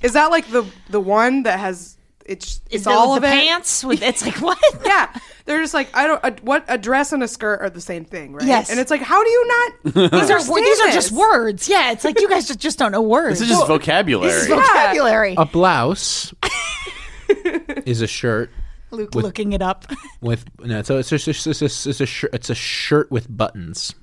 Speaker 3: is that like the the one that has it's it's
Speaker 4: The-
Speaker 3: all
Speaker 4: the
Speaker 3: of it?
Speaker 4: pants. With, it's like what?
Speaker 3: (laughs) Yeah, they're just like I don't a, what a dress and a skirt are the same thing, right?
Speaker 4: Yes.
Speaker 3: and it's like how do
Speaker 2: (laughs)
Speaker 3: you not?
Speaker 4: These are
Speaker 3: understand
Speaker 4: these are just
Speaker 3: this?
Speaker 4: words. Yeah, it's like you guys just, just don't know words.
Speaker 1: This is just vocabulary.
Speaker 4: vocabulary. (laughs)
Speaker 2: A blouse is a shirt
Speaker 4: Luke looking it up.
Speaker 2: with no. So it's just it's, it's, it's a shirt. It's a shirt with buttons.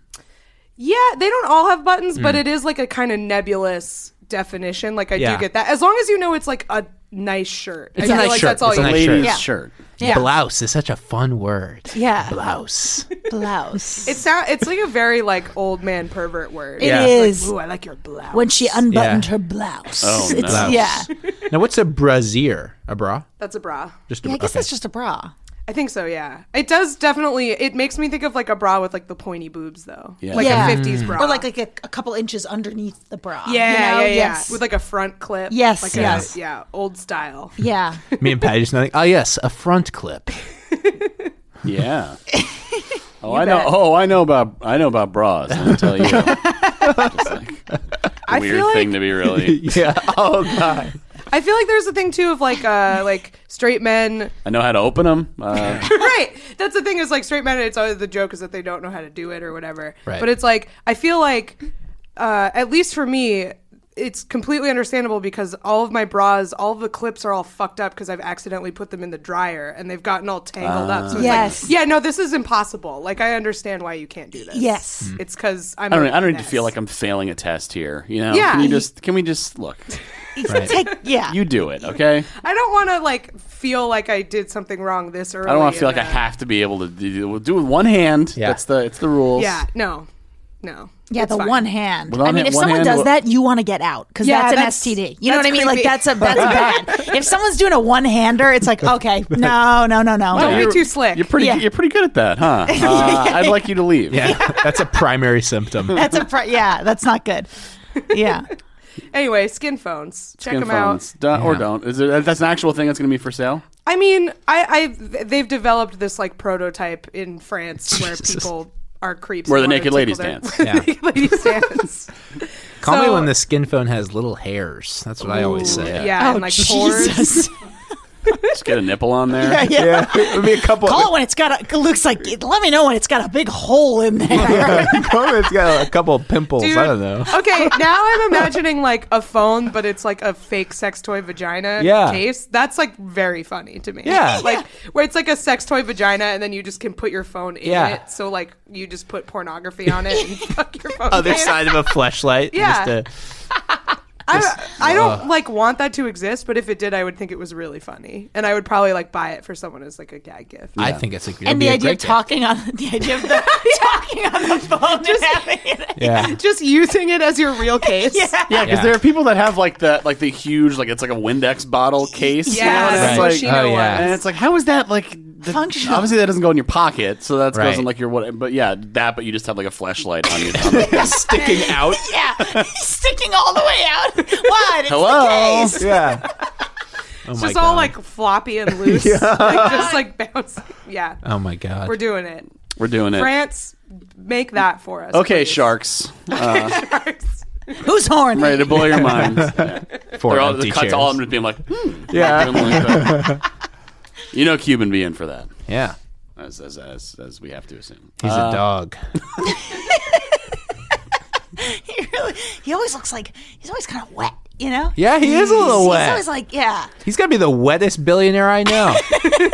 Speaker 3: Yeah, they don't all have buttons, but it is like a kind of nebulous definition. Like I
Speaker 2: Mm. Yeah.
Speaker 3: do get that as long as you know it's like a nice shirt. I
Speaker 2: It's a
Speaker 3: feel
Speaker 2: nice
Speaker 3: like
Speaker 2: shirt.
Speaker 3: That's all
Speaker 2: It's
Speaker 3: you
Speaker 2: a
Speaker 3: need.
Speaker 2: nice
Speaker 1: Ladies'
Speaker 2: Yeah.
Speaker 1: shirt.
Speaker 4: Yeah,
Speaker 2: Blouse is such a fun word.
Speaker 4: Yeah.
Speaker 2: Blouse.
Speaker 4: (laughs) blouse.
Speaker 3: It sound, it's like a very like old man pervert word.
Speaker 4: It
Speaker 2: Yeah.
Speaker 4: is.
Speaker 3: Ooh, I like your blouse.
Speaker 4: when she unbuttoned
Speaker 2: Yeah.
Speaker 4: her blouse.
Speaker 1: Oh, no.
Speaker 4: It's-
Speaker 2: Blouse.
Speaker 4: Yeah,
Speaker 2: now, what's a brasier? A bra?
Speaker 3: That's a bra.
Speaker 2: Just a
Speaker 4: yeah. I
Speaker 2: bra.
Speaker 4: guess that's just a bra.
Speaker 3: I think so. Yeah, it does definitely. It makes me think of like a bra with like the pointy boobs though.
Speaker 1: Yeah.
Speaker 3: Like
Speaker 4: Yeah.
Speaker 3: a '50s bra,
Speaker 2: Mm.
Speaker 4: or like like a, a couple inches underneath the bra.
Speaker 3: yeah,
Speaker 4: you
Speaker 3: yeah,
Speaker 4: know?
Speaker 3: yeah,
Speaker 4: Yes.
Speaker 3: with like a front clip.
Speaker 4: Yes,
Speaker 3: like
Speaker 4: yes.
Speaker 3: A, yeah, old style.
Speaker 4: yeah.
Speaker 2: Me and Patty just nothing. Oh yes, a front clip.
Speaker 3: (laughs)
Speaker 1: Yeah. Oh, I know. Oh, I know about. I know about bras. I tell
Speaker 3: (laughs)
Speaker 1: you, Just like a
Speaker 3: I
Speaker 1: weird
Speaker 3: feel
Speaker 1: thing
Speaker 3: like
Speaker 1: to be really.
Speaker 2: yeah. (laughs) Oh god.
Speaker 3: I feel like there's a thing too of like (laughs) uh like straight men.
Speaker 1: (laughs) I know how to open them. Uh,
Speaker 3: (laughs) right. That's the thing is like straight men. It's always the joke is that they don't know how to do it or whatever.
Speaker 2: Right.
Speaker 3: But it's like I feel like, uh, at least for me, it's completely understandable because all of my bras, all of the clips are all fucked up because I've accidentally put them in the dryer and they've gotten all tangled up. So it's
Speaker 4: Yes.
Speaker 3: Like, yeah. No, this is impossible. Like I understand why you can't do this.
Speaker 4: Yes. Mm.
Speaker 3: It's because I'm.
Speaker 1: I
Speaker 3: (laughs)
Speaker 1: don't. e,
Speaker 3: a
Speaker 1: I don't need to
Speaker 3: mess.
Speaker 1: feel like I'm failing a test here. You know.
Speaker 3: Yeah.
Speaker 1: Can you just? Can we just look?
Speaker 4: (laughs) Take, yeah.
Speaker 1: You do it, okay?
Speaker 3: I don't want to like feel like I did something wrong this early.
Speaker 1: I don't want to
Speaker 3: in
Speaker 1: feel like I
Speaker 3: the-
Speaker 1: have to be able to do, do it with one hand.
Speaker 2: Yeah.
Speaker 1: That's the. It's the rules.
Speaker 3: Yeah. No. No.
Speaker 4: yeah,
Speaker 3: It's
Speaker 4: the
Speaker 3: fine.
Speaker 4: one hand.
Speaker 1: With one
Speaker 4: I mean,
Speaker 1: hand-
Speaker 4: if
Speaker 1: one
Speaker 4: someone
Speaker 1: hand
Speaker 4: does
Speaker 1: will-
Speaker 4: that, you want to get out because
Speaker 3: Yeah,
Speaker 4: that's an
Speaker 3: that's-
Speaker 4: STD. You know what
Speaker 3: that's
Speaker 4: I mean?
Speaker 3: creepy.
Speaker 4: Like that's a that's bad. If someone's doing a one hander, it's like okay, no, no, no, no. (laughs)
Speaker 3: Don't be
Speaker 4: no.
Speaker 1: You're-
Speaker 3: too slick.
Speaker 1: You're pretty.
Speaker 4: Yeah.
Speaker 1: You're pretty good at that,
Speaker 3: (laughs)
Speaker 1: huh? Uh, I'd like you to leave.
Speaker 2: Yeah. That's a primary symptom.
Speaker 4: That's a pr- (laughs) yeah. That's not good. Yeah.
Speaker 3: Anyway, skin phones. Check
Speaker 1: Skin
Speaker 3: them
Speaker 1: phones.
Speaker 3: out.
Speaker 1: Do- Or
Speaker 2: Yeah.
Speaker 1: don't. Is there, that's an actual thing that's going to be for sale?
Speaker 3: I mean, I, I they've developed this like prototype in France where people are creeps.
Speaker 1: Where
Speaker 3: and
Speaker 1: the
Speaker 3: want to
Speaker 1: naked ladies
Speaker 3: tickle their-
Speaker 1: dance.
Speaker 3: where (laughs) the
Speaker 2: Yeah.
Speaker 3: naked
Speaker 1: (laughs)
Speaker 3: ladies dance.
Speaker 2: Call me
Speaker 3: So-
Speaker 2: when the skin phone has little hairs. That's what I always say.
Speaker 3: Yeah,
Speaker 4: Oh,
Speaker 3: and like pores.
Speaker 4: Jesus.
Speaker 1: Just get a nipple on
Speaker 3: (laughs)
Speaker 1: there. (laughs)
Speaker 2: Yeah, it would be a couple.
Speaker 4: (laughs) Call
Speaker 2: (laughs)
Speaker 4: it when it's got a. it Looks like. It, let me know when it's got a big hole in (laughs) there.
Speaker 2: Call it, it's got a couple pimples. I
Speaker 3: (laughs)
Speaker 2: don't know. (laughs)
Speaker 3: okay, now I'm imagining like a phone, but it's like a fake sex toy vagina
Speaker 2: Yeah.
Speaker 3: case. That's like very funny to me.
Speaker 2: Yeah.
Speaker 3: Like where it's like a sex toy vagina and then you just can put your phone in
Speaker 2: Yeah.
Speaker 3: it. So like you just put pornography on it and (laughs) fuck your phone.
Speaker 2: Other
Speaker 3: in.
Speaker 2: side of a flashlight.
Speaker 3: Yeah.
Speaker 2: Just a,
Speaker 3: I, I don't like want that to exist, but if it did, I would think it was really funny. And I would probably like buy it for someone as like a gag gift.
Speaker 2: I think it's a good
Speaker 4: and the idea of talking on the idea of (laughs) the, talking on the phone and having it. (laughs)
Speaker 3: (laughs)
Speaker 2: Yeah.
Speaker 3: (laughs) Just using it as your real case. yeah.
Speaker 1: Yeah, because
Speaker 2: Yeah.
Speaker 1: there are people that have like the like the huge like it's like a Windex bottle case. you know,
Speaker 3: Yeah,
Speaker 1: and
Speaker 3: that's
Speaker 1: it's
Speaker 2: Right.
Speaker 3: what
Speaker 1: like-
Speaker 3: she
Speaker 2: Oh,
Speaker 3: knows.
Speaker 2: yeah.
Speaker 1: And it's like, how is that like the,
Speaker 4: Functional.
Speaker 1: Obviously, that doesn't go in your pocket, so that
Speaker 2: Right.
Speaker 1: goes in like your what? But yeah, that. But you just have like a flashlight on (laughs) your. on the-
Speaker 2: sticking out.
Speaker 4: (laughs) Yeah, sticking all the way out. What? It's
Speaker 1: Hello.
Speaker 4: The case.
Speaker 2: Yeah. Oh
Speaker 3: It's
Speaker 2: my
Speaker 3: just all
Speaker 2: God.
Speaker 3: like floppy
Speaker 2: (laughs)
Speaker 3: and loose. Like, just like (laughs) bouncing. Yeah.
Speaker 2: Oh my god.
Speaker 3: We're doing it.
Speaker 1: We're doing it.
Speaker 3: France, make that for us.
Speaker 1: okay,
Speaker 3: please.
Speaker 1: sharks.
Speaker 3: Sharks.
Speaker 4: Who's horny?
Speaker 1: Ready to
Speaker 2: (laughs)
Speaker 1: blow your minds. Yeah.
Speaker 2: Four
Speaker 1: They're all
Speaker 2: empty
Speaker 1: the cuts.
Speaker 2: chairs.
Speaker 1: All of them just being like, hmm,
Speaker 2: Yeah.
Speaker 1: doing
Speaker 2: (laughs)
Speaker 1: like that. you know, Cuban be in for that,
Speaker 2: yeah.
Speaker 1: as as as, as we have to assume.
Speaker 2: He's a dog.
Speaker 4: (laughs) He, really, he always looks like he's always kind of wet. You know?
Speaker 2: (laughs) Yeah, he is a
Speaker 4: He's-
Speaker 2: little
Speaker 4: He's
Speaker 2: wet.
Speaker 4: always like, yeah.
Speaker 2: He's gonna be the wettest billionaire I know.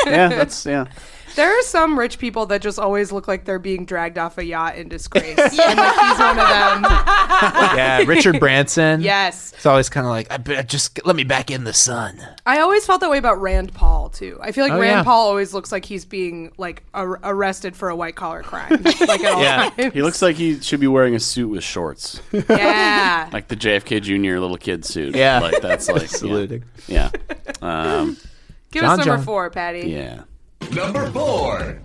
Speaker 1: yeah, that's yeah.
Speaker 3: (laughs) There are some rich people that just always look like they're being dragged off a yacht in disgrace. And like, he's one of them.
Speaker 2: (laughs)
Speaker 3: (laughs)
Speaker 2: yeah, Richard Branson.
Speaker 3: Yes.
Speaker 2: It's always kind of like I, be- I just let me back in the sun.
Speaker 3: I always felt that way about Rand Paul too. I feel like
Speaker 2: Oh,
Speaker 3: Rand
Speaker 2: yeah.
Speaker 3: Paul always looks like he's being like ar- arrested for a white collar crime. (laughs) like at all
Speaker 2: Yeah.
Speaker 3: times.
Speaker 1: He looks like he should be wearing a suit with shorts,
Speaker 2: (laughs)
Speaker 3: Yeah.
Speaker 1: like the JFK Jr. little kid suit.
Speaker 2: Yeah.
Speaker 1: like that's
Speaker 2: (laughs)
Speaker 1: like yeah.
Speaker 2: Saluting.
Speaker 1: Yeah. Um,
Speaker 3: Give
Speaker 2: John
Speaker 3: us number
Speaker 2: John.
Speaker 3: four, Patty.
Speaker 1: yeah.
Speaker 5: Number four.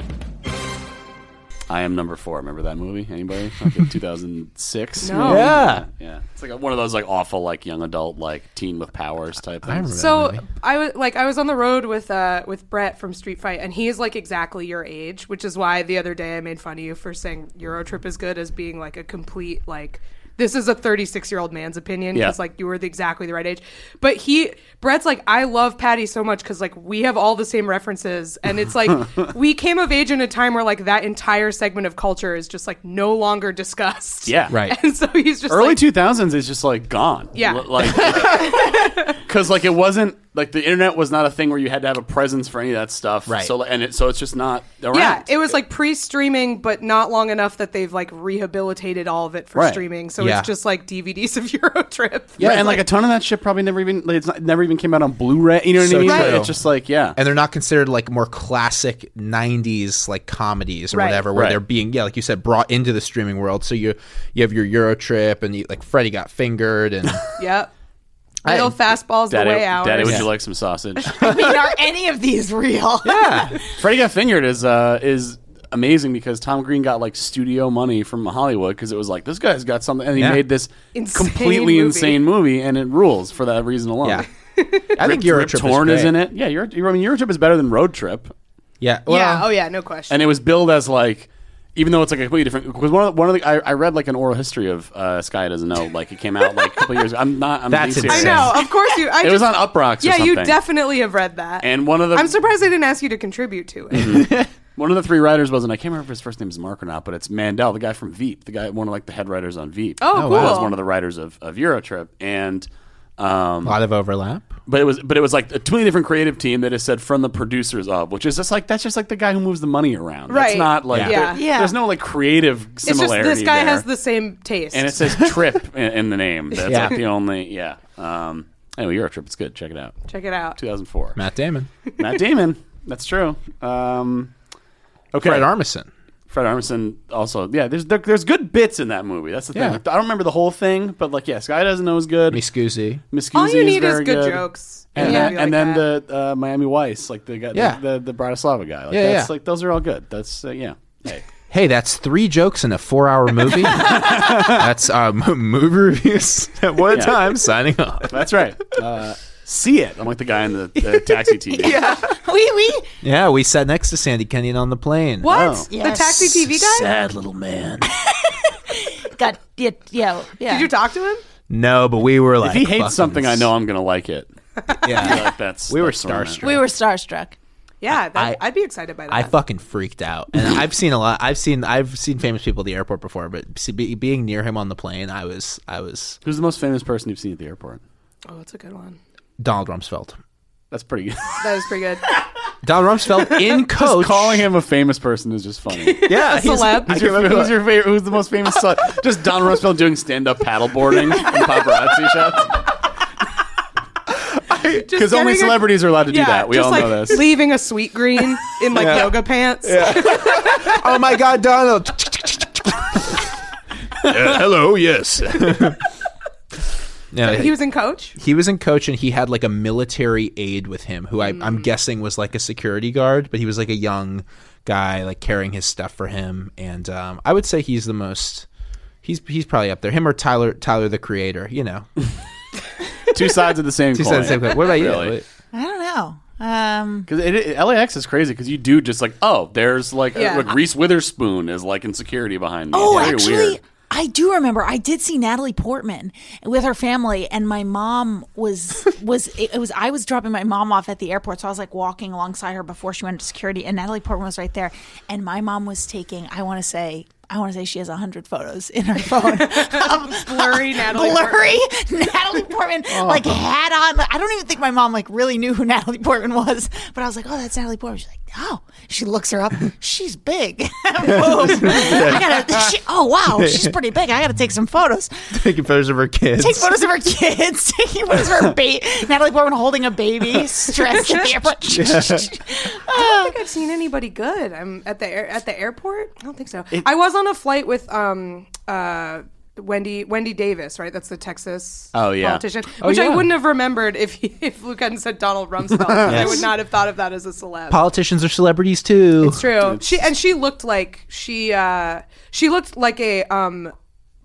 Speaker 1: I am number four. Remember that movie? Anybody?
Speaker 2: (laughs)
Speaker 1: Like two thousand six.
Speaker 3: No.
Speaker 2: Yeah.
Speaker 1: Yeah. It's like one of those like awful like young adult like teen with powers type
Speaker 2: I remember
Speaker 1: things.
Speaker 3: So
Speaker 2: that movie.
Speaker 3: I was like I was on the road with uh with Brett from Street Fight and he's like exactly your age, which is why the other day I made fun of you for saying Eurotrip is good as being like a complete like this is a 36 year old man's opinion because
Speaker 1: Yeah.
Speaker 3: like you were the, exactly the right age. But he Brett's like I love Patty so much because like we have all the same references and it's
Speaker 1: (laughs)
Speaker 3: like we came of age in a time where like that entire segment of culture is just like no longer discussed.
Speaker 1: Yeah.
Speaker 2: Right.
Speaker 3: (laughs) And so he's just
Speaker 1: Early
Speaker 3: like,
Speaker 1: two thousands is just like gone.
Speaker 3: Yeah.
Speaker 1: L-
Speaker 3: (laughs)
Speaker 1: like because like it wasn't like the internet was not a thing where you had to have a presence for any of that stuff.
Speaker 2: Right.
Speaker 1: So and it, so it's just not around.
Speaker 3: Yeah, it was like pre-streaming, but not long enough that they've like rehabilitated all of it for
Speaker 1: Right.
Speaker 3: streaming. So
Speaker 2: Yeah.
Speaker 3: it's just like DVDs of (laughs) Eurotrip.
Speaker 1: Yeah, and like a ton of that shit probably never even like, it's not, never even came out on Blu-ray. You know what
Speaker 2: So
Speaker 1: I mean?
Speaker 2: true.
Speaker 1: It's just like yeah,
Speaker 2: And they're not considered like more classic '90s like comedies or
Speaker 3: Right.
Speaker 2: whatever, where
Speaker 1: Right.
Speaker 2: they're being yeah, like you said, brought into the streaming world. So you you have your Euro trip and you, like Freddie got fingered
Speaker 3: (laughs)
Speaker 2: and
Speaker 3: (laughs) Yep. Real fastballs the
Speaker 1: Daddy,
Speaker 3: way out.
Speaker 1: Daddy, would
Speaker 2: Yeah.
Speaker 1: you like some
Speaker 3: (laughs)
Speaker 1: sausage? (laughs)
Speaker 4: I mean,
Speaker 2: (laughs)
Speaker 4: are any of these real?
Speaker 2: yeah,
Speaker 1: Freddie Got Fingered is uh, is amazing because Tom Green got like studio money from Hollywood because it was like this guy's got something, and he
Speaker 2: Yeah.
Speaker 1: made this
Speaker 3: Insane
Speaker 1: completely
Speaker 3: movie.
Speaker 1: insane movie, and it rules for that reason alone.
Speaker 2: yeah.
Speaker 3: (laughs)
Speaker 2: I think Euro
Speaker 1: Rip
Speaker 2: trip
Speaker 1: Torn
Speaker 2: is,
Speaker 1: is,
Speaker 2: great.
Speaker 1: in it. Yeah, Euro, I mean Euro Trip is better than Road Trip,
Speaker 2: Yeah,
Speaker 3: yeah.
Speaker 2: well,
Speaker 3: Oh yeah. No question.
Speaker 1: and it was billed as like. Even though it's like a completely different, because one of the, one of the I, I read like an oral history of uh, Sky doesn't know like it came out like a couple years. ago. I'm not. I'm
Speaker 2: That's
Speaker 1: being
Speaker 2: insane.
Speaker 3: I
Speaker 1: serious.
Speaker 3: know. Of course you. I
Speaker 1: It
Speaker 3: just,
Speaker 1: was on Uproxx. Or
Speaker 3: Yeah, you
Speaker 1: something.
Speaker 3: definitely have read that.
Speaker 1: And one of Mm-hmm. the
Speaker 3: I'm surprised I didn't ask you to contribute to it. (laughs)
Speaker 1: One of the three writers wasn't. I can't remember if his first name is Mark or not, but it's Mandel, the guy from Veep, the guy one of like the head writers on Veep.
Speaker 3: Oh, Oh, wow.
Speaker 1: was
Speaker 3: cool.
Speaker 1: one of the writers of, of Eurotrip, and um,
Speaker 2: a lot of overlap.
Speaker 1: but it was but it was like a totally different creative team that is said from the producers of, which is just like that's just like the guy who moves the money around.
Speaker 3: Right.
Speaker 1: It's not like
Speaker 3: Yeah.
Speaker 1: there-
Speaker 4: Yeah.
Speaker 1: There's no like creative
Speaker 3: It's just
Speaker 1: similarity.
Speaker 3: this guy
Speaker 1: there.
Speaker 3: has the same taste.
Speaker 1: and it says
Speaker 3: (laughs)
Speaker 1: Trip in, in the name. That's
Speaker 2: Yeah.
Speaker 1: like the only yeah. Um, anyway, Eurotrip, it's good. Check it out.
Speaker 3: Check it out.
Speaker 1: 2004.
Speaker 2: Matt Damon,
Speaker 1: Matt Damon. That's true. Um, okay.
Speaker 2: Fred Armisen.
Speaker 1: Fred Armisen also, yeah. There's there, there's good bits in that movie. That's the
Speaker 2: Yeah.
Speaker 1: thing. Like, I don't remember the whole thing, but like, yeah, Sky doesn't know is good.
Speaker 2: Miss Guzzi.
Speaker 1: Miss
Speaker 3: All you
Speaker 1: Guzzi
Speaker 3: need is
Speaker 1: very
Speaker 3: good, jokes.
Speaker 1: and,
Speaker 3: Yeah.
Speaker 1: then, and then the oh. uh, Miami Weiss, like the guy,
Speaker 2: Yeah.
Speaker 1: the, the, the Bratislava guy. Like,
Speaker 2: Yeah,
Speaker 1: that's
Speaker 2: yeah.
Speaker 1: like those are all good. That's uh, yeah. Hey,
Speaker 2: hey, that's three jokes in a four-hour movie. (laughs) that's uh, m- movie reviews (laughs) at one
Speaker 1: Yeah.
Speaker 2: time. Signing off.
Speaker 1: That's right. Uh, see it. I'm like the guy in the,
Speaker 3: (laughs)
Speaker 1: the taxi TV. yeah.
Speaker 4: (laughs) we we
Speaker 2: Yeah, we sat next to Sandy Kenyon on the plane.
Speaker 3: What?
Speaker 4: Yes.
Speaker 3: The taxi TV guy?
Speaker 1: Sad little
Speaker 2: (laughs)
Speaker 1: man.
Speaker 4: got yeah yeah. yeah.
Speaker 3: Did you talk to him?
Speaker 2: No, but we were like,
Speaker 1: If he hates
Speaker 2: fucking-
Speaker 1: something, I know I'm gonna like it.
Speaker 2: Yeah,
Speaker 1: Like that's
Speaker 2: (laughs) we were
Speaker 1: that's where I'm at.
Speaker 2: starstruck.
Speaker 4: we were starstruck.
Speaker 3: Yeah, that,
Speaker 2: I-
Speaker 3: I, would be excited by that.
Speaker 2: I fucking freaked out, and (laughs) I've seen a lot. I've seen I've seen famous people at the airport before, but see, be, being near him on the plane, I was I was
Speaker 1: Who's the most famous person you've seen at the airport?
Speaker 3: oh, that's a good one.
Speaker 2: Donald Rumsfeld.
Speaker 1: That's pretty good.
Speaker 2: (laughs)
Speaker 3: That was pretty good.
Speaker 2: Donald (laughs) Rumsfeld in coach.
Speaker 1: Calling him a famous person is just funny.
Speaker 2: yeah, he's-
Speaker 3: celeb.
Speaker 1: Who's your, who's your favorite? Who's the most famous? Son? (laughs) Just Don Rumsfeld doing stand-up paddleboarding and paparazzi (laughs) shots. Because
Speaker 3: getting
Speaker 1: only
Speaker 3: a-
Speaker 1: celebrities are allowed (laughs) to do that. We
Speaker 3: just
Speaker 1: all
Speaker 3: like
Speaker 1: know this.
Speaker 3: leaving a sweet green in like yoga pants.
Speaker 2: oh my god, Donald.
Speaker 5: Uh, hello, yes.
Speaker 2: Yeah,
Speaker 3: He was in coach.
Speaker 2: he was in coach and he had like a military aide with him who I, i'm
Speaker 3: Mm.
Speaker 2: guessing was like a security guard but he was like a young guy like carrying his stuff for him and um, i would say he's the most he's he's probably up there him or tyler tyler the creator you know
Speaker 1: (laughs) Two sides of the same
Speaker 2: Two
Speaker 1: coin.
Speaker 2: sides of the same coin. what about you
Speaker 1: Really?
Speaker 4: I don't know. Um,
Speaker 1: Because it, it- LAX is crazy because you do just like oh there's like, a-
Speaker 3: Yeah.
Speaker 1: like Reese Witherspoon is like in security behind me.
Speaker 4: oh,
Speaker 1: Very
Speaker 4: actually,
Speaker 1: weird.
Speaker 4: I do remember. I did see Natalie Portman with her family, and my mom
Speaker 1: (laughs)
Speaker 4: was was it, it was I was dropping my mom off at the airport, so I was like walking alongside her before she went to security, and Natalie Portman was right there, and my mom was taking. I want to say. I want to say she has hundred photos in
Speaker 1: (laughs)
Speaker 4: her phone of (laughs)
Speaker 3: Blurry Natalie Oh.
Speaker 4: blurry (laughs) Natalie Portman, like hat on. I don't even think my mom like really knew who (laughs) Natalie Portman was, but I was like, oh, that's Natalie Portman. She's like, oh, she looks her up. She's big. (laughs) Boom. I gotta. She, oh wow, she's pretty big. I gotta take some photos.
Speaker 2: taking photos of her kids
Speaker 4: Take photos of her kids. (laughs) Taking photos of her baby. Natalie Portman holding
Speaker 3: (laughs)
Speaker 4: a baby, stressed at the airport. (laughs)
Speaker 3: I don't think I've seen anybody good. I'm at the air, at the airport. I don't think so. I was on a flight with um uh Wendy Wendy Davis, right? That's the Texas
Speaker 1: Oh, yeah.
Speaker 3: politician, which
Speaker 2: yeah.
Speaker 3: I wouldn't have remembered if he, (laughs) if Luke hadn't said
Speaker 1: (laughs)
Speaker 3: Donald Rumsfeld. I would not have thought of that as a celeb.
Speaker 2: (laughs) politicians are celebrities too
Speaker 3: It's true. she and she looked like she uh she looked like a um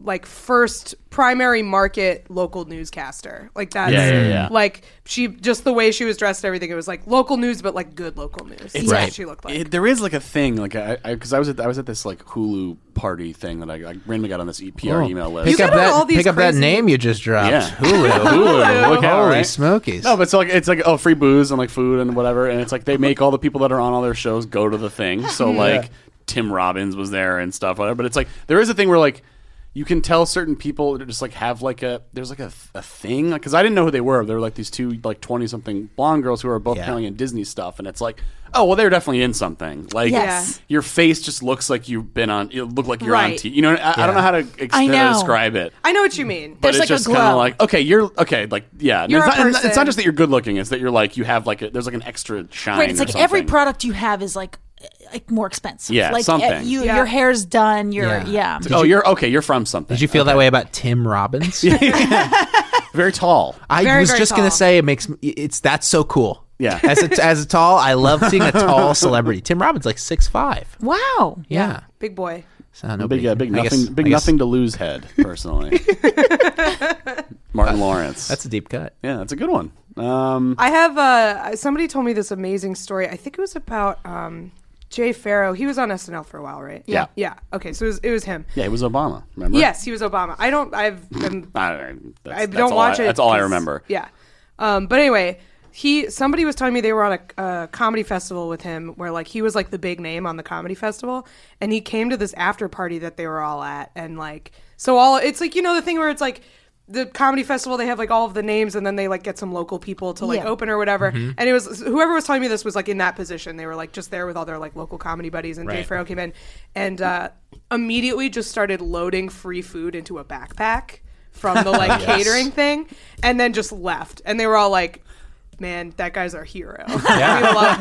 Speaker 3: like first primary market local newscaster. Like that's
Speaker 1: Yeah, yeah, yeah.
Speaker 3: like she just the way she was dressed and everything, it was like local news but like good local news. That's
Speaker 2: Right.
Speaker 3: what she looked like.
Speaker 1: It, there is like a thing like I because I, was at I was at this like Hulu party thing that I, I randomly got on this EPR
Speaker 2: Oh.
Speaker 1: email list.
Speaker 2: pick
Speaker 3: You
Speaker 2: up
Speaker 3: got all
Speaker 2: that
Speaker 3: these
Speaker 2: pick up that
Speaker 3: crazy-
Speaker 2: name you just dropped
Speaker 1: Yeah.
Speaker 2: hulu
Speaker 1: (laughs) Hulu, look out,
Speaker 2: holy
Speaker 1: right?
Speaker 2: smokies
Speaker 1: No, but it's like it's like oh, free booze and like food and whatever, and it's like they make all the people that are on all their shows go to the thing. So like Tim Robbins was there and stuff, whatever. But it's like there is a thing where like you can tell certain people that just like have like a there's like a, a thing because I didn't know who they were. They were like these two like twenty something blonde girls who are both
Speaker 2: Yeah.
Speaker 1: apparently in Disney stuff, and it's like oh well they're definitely in something. Like
Speaker 4: Yes.
Speaker 1: your face just looks like you've been on. You look like you're on
Speaker 3: Right.
Speaker 1: T. You know I, I don't know how to, ex-
Speaker 4: I know.
Speaker 1: describe it
Speaker 3: I know what you mean.
Speaker 1: but
Speaker 4: There's
Speaker 1: it's
Speaker 4: like a
Speaker 1: just kind
Speaker 4: glow.
Speaker 1: of like okay, you're okay, like yeah.
Speaker 3: You're
Speaker 1: it's, not, it's
Speaker 3: a
Speaker 1: not- it's
Speaker 3: person.
Speaker 1: not just that you're good looking; it's that you're like you have like a, there's like an extra shine.
Speaker 4: Right, it's
Speaker 1: or
Speaker 4: like every
Speaker 1: something.
Speaker 4: product you have is like like more expensive.
Speaker 1: Yeah,
Speaker 4: like eh,
Speaker 1: something.
Speaker 4: You,
Speaker 3: Yeah.
Speaker 4: Your hair's done. Your yeah.
Speaker 2: Yeah.
Speaker 1: Oh, you're okay. You're from something.
Speaker 2: did you feel that way about
Speaker 1: (laughs)
Speaker 2: tim robbins
Speaker 1: very tall?
Speaker 2: I
Speaker 3: Very,
Speaker 2: was
Speaker 3: very
Speaker 2: just gonna
Speaker 3: tall.
Speaker 2: say it makes me- it's that's so cool.
Speaker 1: Yeah.
Speaker 2: as a, as a tall, I love seeing
Speaker 1: (laughs)
Speaker 2: a tall celebrity. Tim Robbins like six five.
Speaker 4: Wow.
Speaker 2: Yeah,
Speaker 3: Big boy.
Speaker 2: so no
Speaker 1: Big, uh, big
Speaker 2: I
Speaker 1: nothing,
Speaker 2: guess-
Speaker 1: big
Speaker 2: I guess
Speaker 1: nothing to lose head. Personally, Martin Lawrence.
Speaker 2: That's a deep cut.
Speaker 1: yeah, that's a good one. Um,
Speaker 3: I have uh somebody told me this amazing story. I think it was about um Jay Farrow. He was on SNL for a while, right?
Speaker 1: Yeah.
Speaker 3: Yeah. Okay, so it was, it was him.
Speaker 1: yeah, it was Obama. Remember?
Speaker 3: Yes, he was Obama. I don't I've I'm
Speaker 1: I, don't- that's,
Speaker 3: I
Speaker 1: that's
Speaker 3: don't
Speaker 1: all
Speaker 3: watch
Speaker 1: I-
Speaker 3: it.
Speaker 1: That's all I
Speaker 3: 'cause-
Speaker 1: remember.
Speaker 3: Yeah. Um, but anyway, he somebody was telling me they were on a, a comedy festival with him where like he was like the big name on the comedy festival and he came to this after party that they were all at and like so all it's like you know the thing where it's like the comedy festival they have like all of the names and then they like get some local people to like
Speaker 4: Yeah.
Speaker 3: open or whatever and it was whoever was telling me this was like in that position they were like just there with all their like local comedy buddies and Jay
Speaker 2: Right.
Speaker 3: Farrow came in and uh, immediately just started loading free food into a backpack from the
Speaker 2: (laughs)
Speaker 3: like catering thing and then just left and they were all like man that guy's our hero (laughs) we love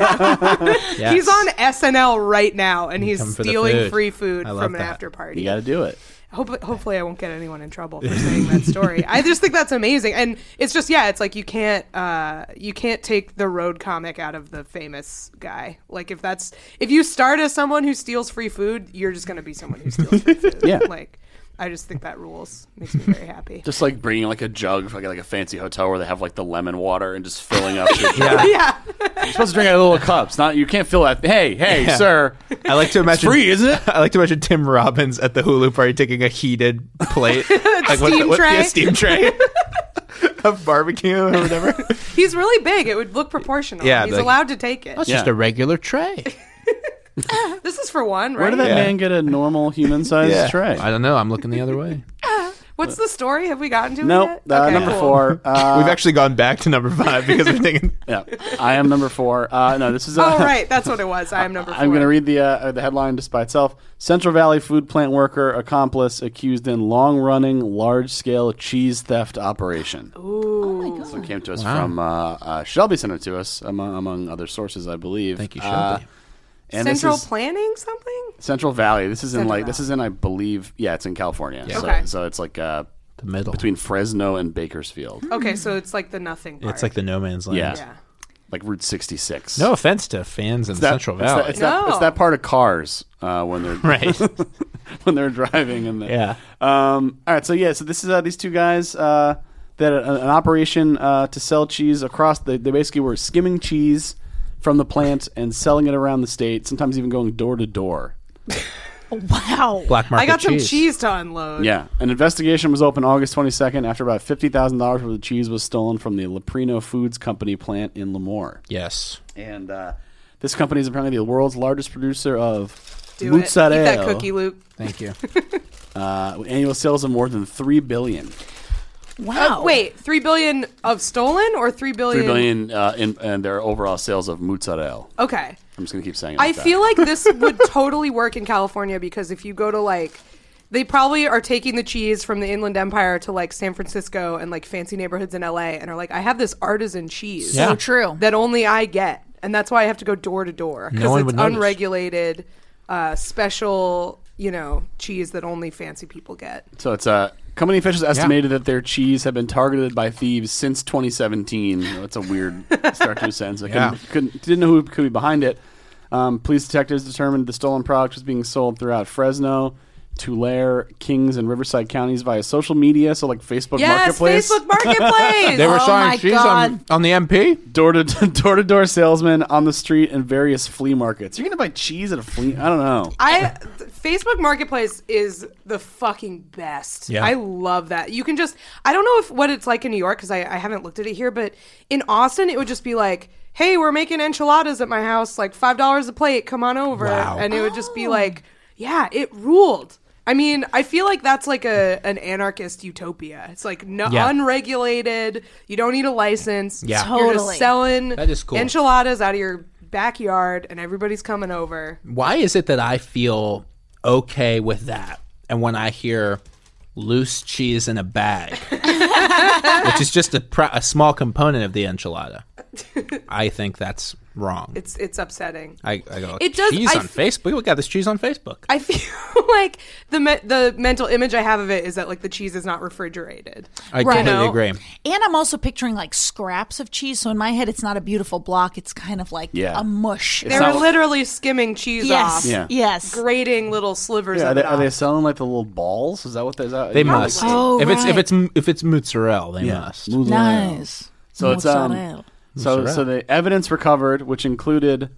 Speaker 3: him.
Speaker 2: (laughs) Yes.
Speaker 3: he's on snl right now and he's
Speaker 2: come for the
Speaker 3: stealing
Speaker 2: food.
Speaker 3: free food
Speaker 2: I love
Speaker 3: from an
Speaker 2: that.
Speaker 3: after party
Speaker 1: You got to do it.
Speaker 3: hope, hopefully I won't get anyone in
Speaker 1: (laughs)
Speaker 3: trouble for saying that story. I just think that's amazing, and it's just yeah, it's like you can't uh, you can't take the road comic out of the famous guy. Like if that's if you start as someone who steals free food, you're just gonna be someone who
Speaker 1: (laughs)
Speaker 3: steals free food.
Speaker 1: Yeah.
Speaker 3: like I just think that rules. Makes me very happy.
Speaker 1: Just like bringing like a jug from like, like a fancy hotel where they have like the lemon water and just filling up. Your jug.
Speaker 3: (laughs) yeah,
Speaker 1: You're supposed to drink out of little cups. Not you can't fill that. Hey, hey,
Speaker 2: Yeah. (laughs)
Speaker 1: sir.
Speaker 2: I like to imagine
Speaker 1: free, isn't it?
Speaker 2: (laughs) I like to imagine Tim Robbins at the Hulu party taking a heated plate, like
Speaker 3: (laughs)
Speaker 2: what-
Speaker 3: Steam
Speaker 2: what- yeah,
Speaker 3: tray.
Speaker 1: (laughs)
Speaker 2: steam tray of barbecue or whatever.
Speaker 3: he's really big. It would look proportional.
Speaker 2: Yeah,
Speaker 3: he's
Speaker 2: like-
Speaker 3: allowed to take it.
Speaker 2: That's
Speaker 1: Yeah.
Speaker 2: just a regular tray.
Speaker 3: This is for one,
Speaker 1: Where
Speaker 3: right?
Speaker 1: did that
Speaker 2: Yeah.
Speaker 1: man get a normal human sized tray?
Speaker 2: I don't know. I'm looking the other way.
Speaker 3: What's the story? Have we gotten to it
Speaker 1: Nope.
Speaker 3: yet?
Speaker 1: Uh,
Speaker 3: Okay,
Speaker 1: number (laughs)
Speaker 3: cool.
Speaker 1: four. Uh,
Speaker 2: We've actually gone back to number five because
Speaker 1: (laughs)
Speaker 2: we're thinking.
Speaker 1: yeah, I am number four. Uh, no, this is. Uh, (laughs)
Speaker 3: Oh right, that's what it was. I am number. 4
Speaker 1: I'm going to read the uh, uh, the headline just by itself. Central Valley food plant worker accomplice accused in long running large scale cheese theft operation.
Speaker 4: Oh my
Speaker 1: It
Speaker 4: god.
Speaker 1: came to us from uh, uh, Shelby. Sent it to us among, among other sources, I believe.
Speaker 2: Thank you,
Speaker 1: Uh,
Speaker 2: Shelby.
Speaker 1: and this
Speaker 3: Central
Speaker 1: is-
Speaker 3: planning something.
Speaker 1: Central Valley. This is in
Speaker 3: Central
Speaker 1: like this is in I believe yeah, it's in California. So,
Speaker 3: Okay.
Speaker 1: so it's like uh,
Speaker 2: the middle.
Speaker 1: between Fresno and Bakersfield,
Speaker 3: Okay, so it's like the nothing part.
Speaker 2: it's like the no man's land.
Speaker 1: Yeah.
Speaker 3: yeah.
Speaker 1: like Route 66.
Speaker 2: No offense to fans in
Speaker 1: That-
Speaker 2: Central
Speaker 1: it's that-
Speaker 2: Valley.
Speaker 1: It's that, it's, that,
Speaker 3: No.
Speaker 1: part of cars uh, when they're
Speaker 2: (laughs) right.
Speaker 1: (laughs) when they're driving and the,
Speaker 2: Yeah.
Speaker 1: Um, all right, so yeah, so this is uh, these two guys uh, that had an, an operation uh, to sell cheese across. The, they basically were skimming cheese from the plant and selling it around the state. Sometimes even going door to door.
Speaker 4: Wow.
Speaker 2: Black market
Speaker 3: I got some
Speaker 2: cheese.
Speaker 3: cheese. to unload.
Speaker 1: Yeah, an investigation was open August 22nd after about fifty thousand dollars worth of cheese was stolen from the Leprino Foods Company plant in Lemoore.
Speaker 2: Yes.
Speaker 1: And uh, this company is apparently the world's largest producer of
Speaker 3: Do it. Eat that
Speaker 1: mozzarella.
Speaker 3: cookie loop.
Speaker 2: Thank you.
Speaker 1: uh, with annual sales of more than three billion.
Speaker 4: Wow.
Speaker 3: Oh, Wait, three billion of stolen or three billion?
Speaker 1: Three billion uh, in and their overall sales of mozzarella.
Speaker 3: Okay.
Speaker 1: I'm just gonna keep saying. it
Speaker 3: I
Speaker 1: like that.
Speaker 3: feel like this would totally work in California because if you go to like they probably are taking the cheese from the Inland Empire to like San Francisco and like fancy neighborhoods in LA and are like, I have this artisan cheese.
Speaker 2: Yeah.
Speaker 4: So true.
Speaker 3: that only I get, and that's why I have to go door to door because
Speaker 2: No one
Speaker 3: it's
Speaker 2: would notice.
Speaker 3: unregulated, uh, special, you know, cheese that only fancy people get.
Speaker 1: so. It's uh, company officials estimated that their cheese had been targeted by thieves since 2017. You know, That's a
Speaker 3: (laughs)
Speaker 1: weird start to a sentence. I couldn't,
Speaker 2: Yeah.
Speaker 1: couldn't didn't know who could be behind it. Um, police detectives determined the stolen product was being sold throughout Fresno. Tulare, Kings, and Riverside counties via social media, so like Facebook
Speaker 3: Yes,
Speaker 1: Marketplace.
Speaker 3: Facebook Marketplace.
Speaker 2: They were
Speaker 4: Oh
Speaker 2: selling
Speaker 4: my
Speaker 2: cheese on,
Speaker 4: God.
Speaker 2: on the MP.
Speaker 1: door to (laughs) door to door salesmen on the street and various flea markets. You're gonna buy cheese at a flea? I don't know.
Speaker 3: I Facebook Marketplace is the fucking best.
Speaker 2: Yeah.
Speaker 3: I love that. You can just I don't know if what it's like in New York because I, I haven't looked at it here, but in Austin it would just be like, hey, we're making enchiladas at my house, like five dollars a plate. Come on over,
Speaker 2: Wow.
Speaker 3: and it would just be like, yeah, it ruled. I mean, I feel like that's like a an anarchist utopia. It's like no,
Speaker 2: Yeah.
Speaker 3: unregulated. You don't need a license.
Speaker 2: Yeah.
Speaker 3: You're just
Speaker 4: Totally.
Speaker 3: selling
Speaker 2: That is cool.
Speaker 3: enchiladas out of your backyard, and everybody's coming over.
Speaker 2: why is it that I feel okay with that? And when I hear loose cheese in a bag, which is just a, pro- a small component of the enchilada, I think that's wrong.
Speaker 3: It's it's upsetting.
Speaker 2: I, I go,
Speaker 3: It does-
Speaker 2: cheese
Speaker 3: I
Speaker 2: on
Speaker 3: f-
Speaker 2: Facebook? We got this cheese on Facebook.
Speaker 3: I (laughs) feel like the me- the mental image I have of it is that like the cheese is not refrigerated.
Speaker 2: I
Speaker 4: Right.
Speaker 2: completely
Speaker 3: No.
Speaker 2: agree.
Speaker 4: And I'm also picturing like scraps of cheese. So in my head, it's not a beautiful block. It's kind of like
Speaker 1: Yeah.
Speaker 4: a mush.
Speaker 3: They're
Speaker 1: not-
Speaker 3: literally skimming cheese
Speaker 4: yes.
Speaker 3: off,
Speaker 1: Yeah.
Speaker 4: Yes.
Speaker 3: grating little slivers
Speaker 1: Yeah, are,
Speaker 3: of
Speaker 1: they,
Speaker 3: it
Speaker 1: are they
Speaker 3: off.
Speaker 1: selling like the little balls? Is that what they? Is that,
Speaker 2: They must.
Speaker 4: Oh,
Speaker 2: if it's if
Speaker 4: right.
Speaker 2: it's m- if it's mozzarella, they must.
Speaker 3: Oh,
Speaker 1: Mozzarella.
Speaker 4: Nice.
Speaker 1: So it's um,
Speaker 4: Mozzarella.
Speaker 1: so so the evidence recovered, which included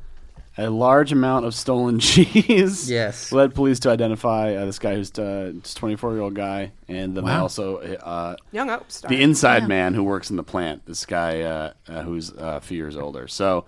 Speaker 1: a large amount of stolen (laughs) cheese,
Speaker 2: Yes.
Speaker 1: led police to identify uh, this guy who's uh, just twenty four year old guy, and then they
Speaker 2: Wow.
Speaker 1: also uh,
Speaker 3: Young upstart.
Speaker 1: the inside man who works in the plant. This guy uh, uh, who's uh, a few years older. So.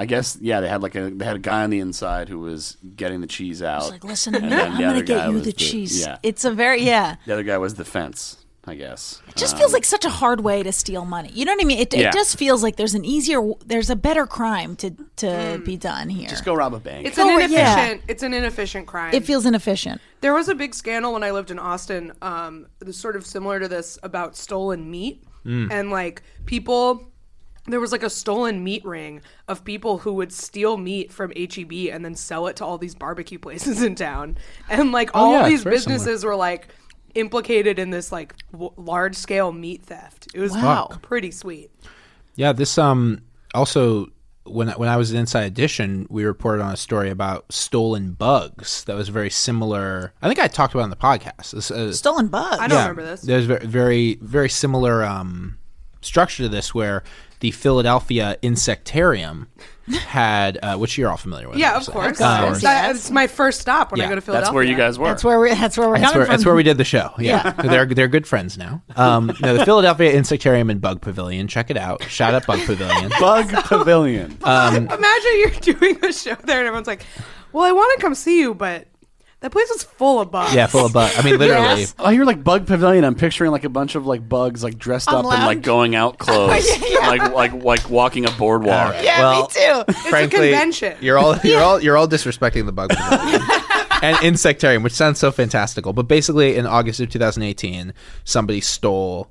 Speaker 1: I guess yeah, they had like a they had a guy on the inside who was getting the cheese out.
Speaker 4: It's like, listen to
Speaker 1: And
Speaker 4: me.
Speaker 1: then
Speaker 4: I'm
Speaker 1: the
Speaker 4: gonna
Speaker 1: other guy
Speaker 4: get you
Speaker 1: was
Speaker 4: the cheese.
Speaker 1: Yeah,
Speaker 4: It's a very yeah.
Speaker 1: the other guy was the fence, I guess.
Speaker 4: It just feels like such a hard way to steal money. You know what I mean? It,
Speaker 1: Yeah.
Speaker 4: it just feels like there's an easier, there's a better crime to to be done here.
Speaker 1: Just go rob a bank.
Speaker 3: it's an
Speaker 4: Oh, yeah.
Speaker 3: inefficient. It's an inefficient crime.
Speaker 4: it feels inefficient.
Speaker 3: There was a big scandal when I lived in Austin, um, that's sort of similar to this about stolen meat
Speaker 2: Mm.
Speaker 3: and like people. There was like a stolen meat ring of people who would steal meat from E HEB and then sell it to all these barbecue (laughs) places in town, and like all
Speaker 2: Oh, yeah, it's
Speaker 3: these
Speaker 2: very similar.
Speaker 3: businesses were like, implicated in this like w- large scale meat theft. It was
Speaker 4: Wow.
Speaker 3: pretty sweet.
Speaker 2: Yeah, this um also when I- when I was at Inside Edition, we reported on a story about stolen bugs that was very similar. I think I talked about it on the podcast. This, uh,
Speaker 4: Stolen bugs.
Speaker 3: I don't remember this.
Speaker 2: There's very very very similar um, structure to this where the Philadelphia
Speaker 3: (laughs)
Speaker 2: Insectarium had uh, which you're all familiar with.
Speaker 3: yeah, of
Speaker 2: obviously.
Speaker 3: course.
Speaker 4: course,
Speaker 3: It's- that-
Speaker 4: yes.
Speaker 3: It's my first stop when I
Speaker 2: Yeah,
Speaker 3: go to Philadelphia.
Speaker 1: That's where you guys were.
Speaker 4: That's where we. That's where we're
Speaker 2: That's
Speaker 4: coming
Speaker 2: where,
Speaker 4: from.
Speaker 2: that's where we did
Speaker 3: (laughs)
Speaker 2: the show. Yeah, they're they're good friends now. Um, no, the Philadelphia Insectarium and Bug Pavilion. Check it out. Shout out Bug
Speaker 3: (laughs)
Speaker 2: Pavilion.
Speaker 1: (laughs)
Speaker 4: (laughs)
Speaker 1: Bug Pavilion.
Speaker 2: Um,
Speaker 3: Imagine you're doing a show there and everyone's like, "Well, I want to come see you, but that place is full of bugs."
Speaker 2: Yeah, full of bugs. I mean, literally.
Speaker 4: Yes.
Speaker 1: I hear like Bug Pavilion. I'm picturing like a bunch of like bugs like dressed up in like
Speaker 4: lounge.
Speaker 1: going
Speaker 4: (laughs)
Speaker 1: out clothes, like like like walking a boardwalk.
Speaker 4: Yeah,
Speaker 2: Well-
Speaker 4: me too.
Speaker 3: It's a convention.
Speaker 2: You're all you're all you're all disrespecting the bug Pavilion. and insectarium, which sounds so fantastical. But basically, in August of 2018, somebody stole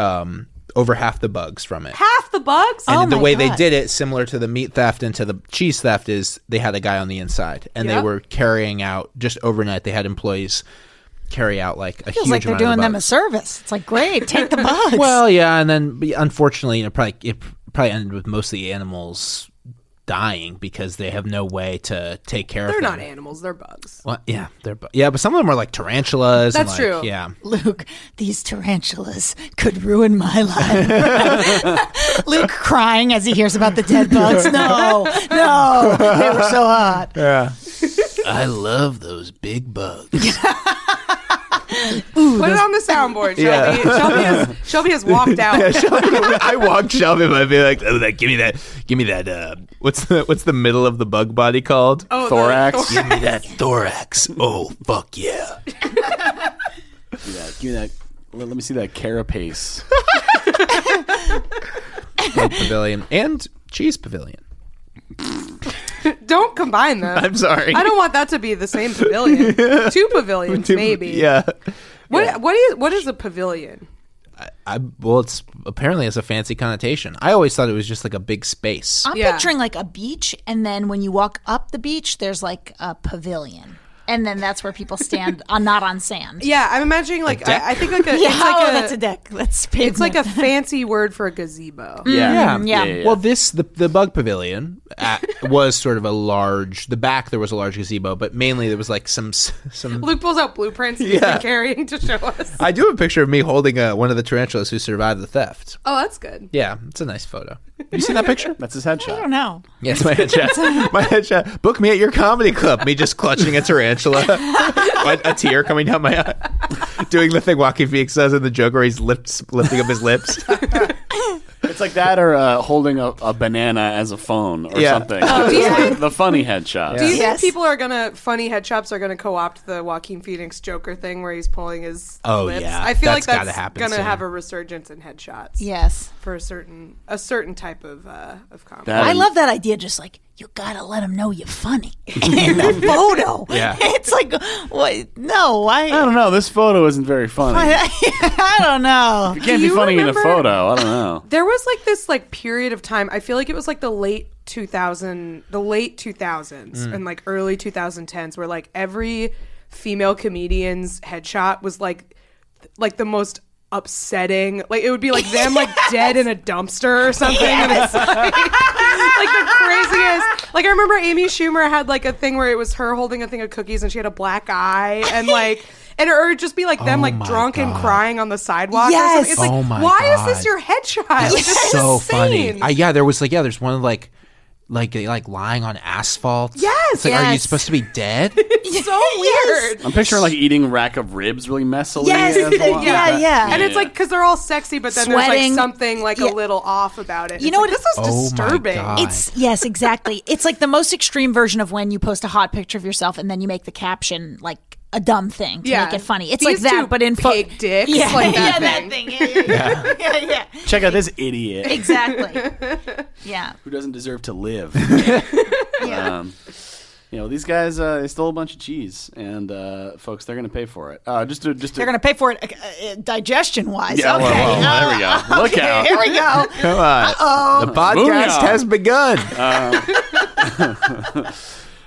Speaker 2: um, over half the bugs from it.
Speaker 3: Half the bugs.
Speaker 4: Oh
Speaker 2: And the
Speaker 4: my
Speaker 2: way they
Speaker 4: God.
Speaker 2: did it, similar to the meat theft and to the cheese theft, is they had a guy on the inside, and
Speaker 3: Yep.
Speaker 2: they were carrying out just overnight. They had employees carry out like a
Speaker 4: Feels
Speaker 2: huge
Speaker 4: like they're
Speaker 2: amount of
Speaker 4: doing
Speaker 2: the
Speaker 4: them a
Speaker 2: bugs.
Speaker 4: service. It's like great, take the bugs.
Speaker 2: Well, yeah, and then but unfortunately, you know, probably it probably ended with most of the animals dying because they have no way to take care
Speaker 3: They're
Speaker 2: of them.
Speaker 3: not animals. They're bugs.
Speaker 2: Well, yeah, they're bu- yeah, but some of them are like tarantulas. and,
Speaker 3: That's
Speaker 2: like-
Speaker 3: true.
Speaker 2: Yeah,
Speaker 4: Luke, these tarantulas could ruin my life. (laughs) Luke crying as he hears about the dead (laughs) bugs. No, no, they were so hot.
Speaker 2: (laughs) I love those
Speaker 3: (laughs)
Speaker 2: big bugs. (laughs)
Speaker 3: Put it on the soundboard, Shelby. Shelby, has, Shelby has
Speaker 2: (laughs)
Speaker 3: walked out.
Speaker 2: I walk Shelby and I'd be like, oh, that, give me that, give me that. Uh, what's the what's the middle of the bug body called?
Speaker 3: Oh, the
Speaker 1: Thorax.
Speaker 3: thorax.
Speaker 2: Give me that thorax. Oh, fuck yeah.
Speaker 1: Yeah, give me that. Let, let me see that carapace.
Speaker 2: Bug pavilion and cheese pavilion.
Speaker 3: Don't combine them.
Speaker 2: I'm sorry.
Speaker 3: I
Speaker 2: (laughs)
Speaker 3: don't want that to be the same pavilion. Two pavilions, maybe.
Speaker 2: Yeah.
Speaker 3: What what is what is a pavilion?
Speaker 2: I, well, it's apparently has a fancy connotation. I always thought it was just like a big space.
Speaker 4: I'm
Speaker 3: Yeah.
Speaker 4: picturing like a beach, and then when you walk up the beach, there's like a pavilion, and then that's where people stand, (laughs) uh, not on sand.
Speaker 3: Yeah, I'm imagining like
Speaker 2: deck?
Speaker 3: I, I think like (laughs) a
Speaker 4: Yeah,
Speaker 3: it's like
Speaker 4: oh,
Speaker 3: a,
Speaker 4: that's a deck. That's pavement.
Speaker 3: it's like a fancy word for a gazebo.
Speaker 1: (laughs) Yeah.
Speaker 4: Mm, yeah.
Speaker 2: Well, this the the bug pavilion uh (laughs) was sort of a large. The back there was a large gazebo, but mainly there was like some s- some.
Speaker 3: Luke pulls out blueprints he's been
Speaker 2: Yeah.
Speaker 3: carrying to show us.
Speaker 2: I do have a picture of me holding uh, one of the tarantulas who survived the theft.
Speaker 3: Oh, that's good.
Speaker 2: Yeah, it's a nice photo. You seen that (laughs) picture?
Speaker 1: That's his
Speaker 4: I
Speaker 1: headshot.
Speaker 4: don't know.
Speaker 2: Yeah, it's my headshot. (laughs) my headshot. Book me at your comedy club. Me just clutching a tarantula, (laughs) a, a tear coming down my eye, (laughs) doing the thing Joaquin Phoenix does in the joke where he's lips lifting up his lips.
Speaker 1: It's like that or uh, holding a, a banana as a phone or
Speaker 2: Yeah.
Speaker 1: something.
Speaker 4: Oh,
Speaker 3: do you
Speaker 1: Just like
Speaker 3: think-
Speaker 1: the funny headshot.
Speaker 3: Do you
Speaker 4: Yes.
Speaker 3: think people are gonna funny head shops are gonna co-opt the Joaquin Phoenix Joker thing where he's pulling his
Speaker 2: Oh,
Speaker 3: lips?
Speaker 2: yeah.
Speaker 3: I feel
Speaker 2: That's
Speaker 3: like
Speaker 2: gotta
Speaker 3: that's
Speaker 2: happen
Speaker 3: gonna
Speaker 2: soon.
Speaker 3: have a resurgence in headshots
Speaker 4: Yes,
Speaker 3: for a certain a certain type of uh, of comedy.
Speaker 1: That
Speaker 4: I
Speaker 1: and-
Speaker 4: love that idea. Just like you gotta let them know you're funny (laughs) in the photo.
Speaker 2: Yeah.
Speaker 4: it's like what? No, why?
Speaker 1: I don't know. This photo isn't very funny.
Speaker 4: (laughs) I don't know.
Speaker 1: it can't
Speaker 3: Do
Speaker 1: be
Speaker 3: you
Speaker 1: funny
Speaker 3: remember-
Speaker 1: in a photo. I don't know.
Speaker 3: there was like this like period of time i feel like it was like the late 2000 the late 2000s
Speaker 2: Mm.
Speaker 3: and like early 2010s where like every female comedian's headshot was like th- like the most upsetting like it would be like them
Speaker 2: (laughs)
Speaker 3: like dead in a dumpster or something and it's like, like the craziest like i remember amy schumer had like a thing where it was her holding a thing of cookies and she had a black eye and
Speaker 2: (laughs)
Speaker 3: like and or it'd just be like them
Speaker 2: Oh
Speaker 3: like
Speaker 2: my
Speaker 3: drunk and
Speaker 2: God.
Speaker 3: crying on the sidewalk
Speaker 4: Yes.
Speaker 3: or something. it's like
Speaker 2: Oh my
Speaker 3: why is
Speaker 2: God.
Speaker 3: this your headshot like,
Speaker 2: It's
Speaker 3: this is
Speaker 2: so
Speaker 3: insane.
Speaker 2: funny. I, yeah, there was like yeah, there's one like like like lying on asphalt.
Speaker 3: Yes,
Speaker 2: It's like, are you
Speaker 4: yes.
Speaker 2: supposed to be dead?
Speaker 3: (laughs) It's so weird.
Speaker 1: I'm picturing like eating a rack of ribs really messily.
Speaker 4: Yes,
Speaker 1: as well.
Speaker 4: (laughs) yeah, yeah.
Speaker 3: And it's like because they're all sexy, but then there's
Speaker 4: Sweating.
Speaker 3: like something like a
Speaker 4: Yeah.
Speaker 3: little off about it.
Speaker 4: You
Speaker 3: It's
Speaker 4: know
Speaker 3: like,
Speaker 4: what-
Speaker 3: This is
Speaker 2: Oh my
Speaker 3: disturbing.
Speaker 2: God.
Speaker 4: It's yes, exactly. It's like the most extreme version of when you post a hot picture of yourself and then you make the caption like a dumb thing to
Speaker 3: Yeah.
Speaker 4: make it funny. It's
Speaker 3: These
Speaker 4: like that,
Speaker 3: two
Speaker 4: but in fo-
Speaker 3: pig dicks,
Speaker 4: Yeah,
Speaker 3: like
Speaker 4: (laughs) yeah,
Speaker 3: that
Speaker 4: that thing. Yeah, yeah, yeah, (laughs) yeah, yeah.
Speaker 1: Check out this idiot
Speaker 4: exactly.
Speaker 3: (laughs)
Speaker 4: Yeah,
Speaker 1: who doesn't deserve to (laughs) live. Um, you know these guys uh, they stole a bunch of cheese, and uh, folks, they're going to pay for it. Uh, just to just to,
Speaker 4: they're gonna pay for it uh, uh, digestion wise.
Speaker 1: Yeah,
Speaker 4: okay,
Speaker 1: well, well,
Speaker 4: uh,
Speaker 1: there we go. Look
Speaker 4: (laughs) okay,
Speaker 1: out.
Speaker 4: Here we go.
Speaker 2: Come
Speaker 3: Oh.
Speaker 2: on. The
Speaker 3: (laughs)
Speaker 1: Moving on.
Speaker 2: podcast has begun.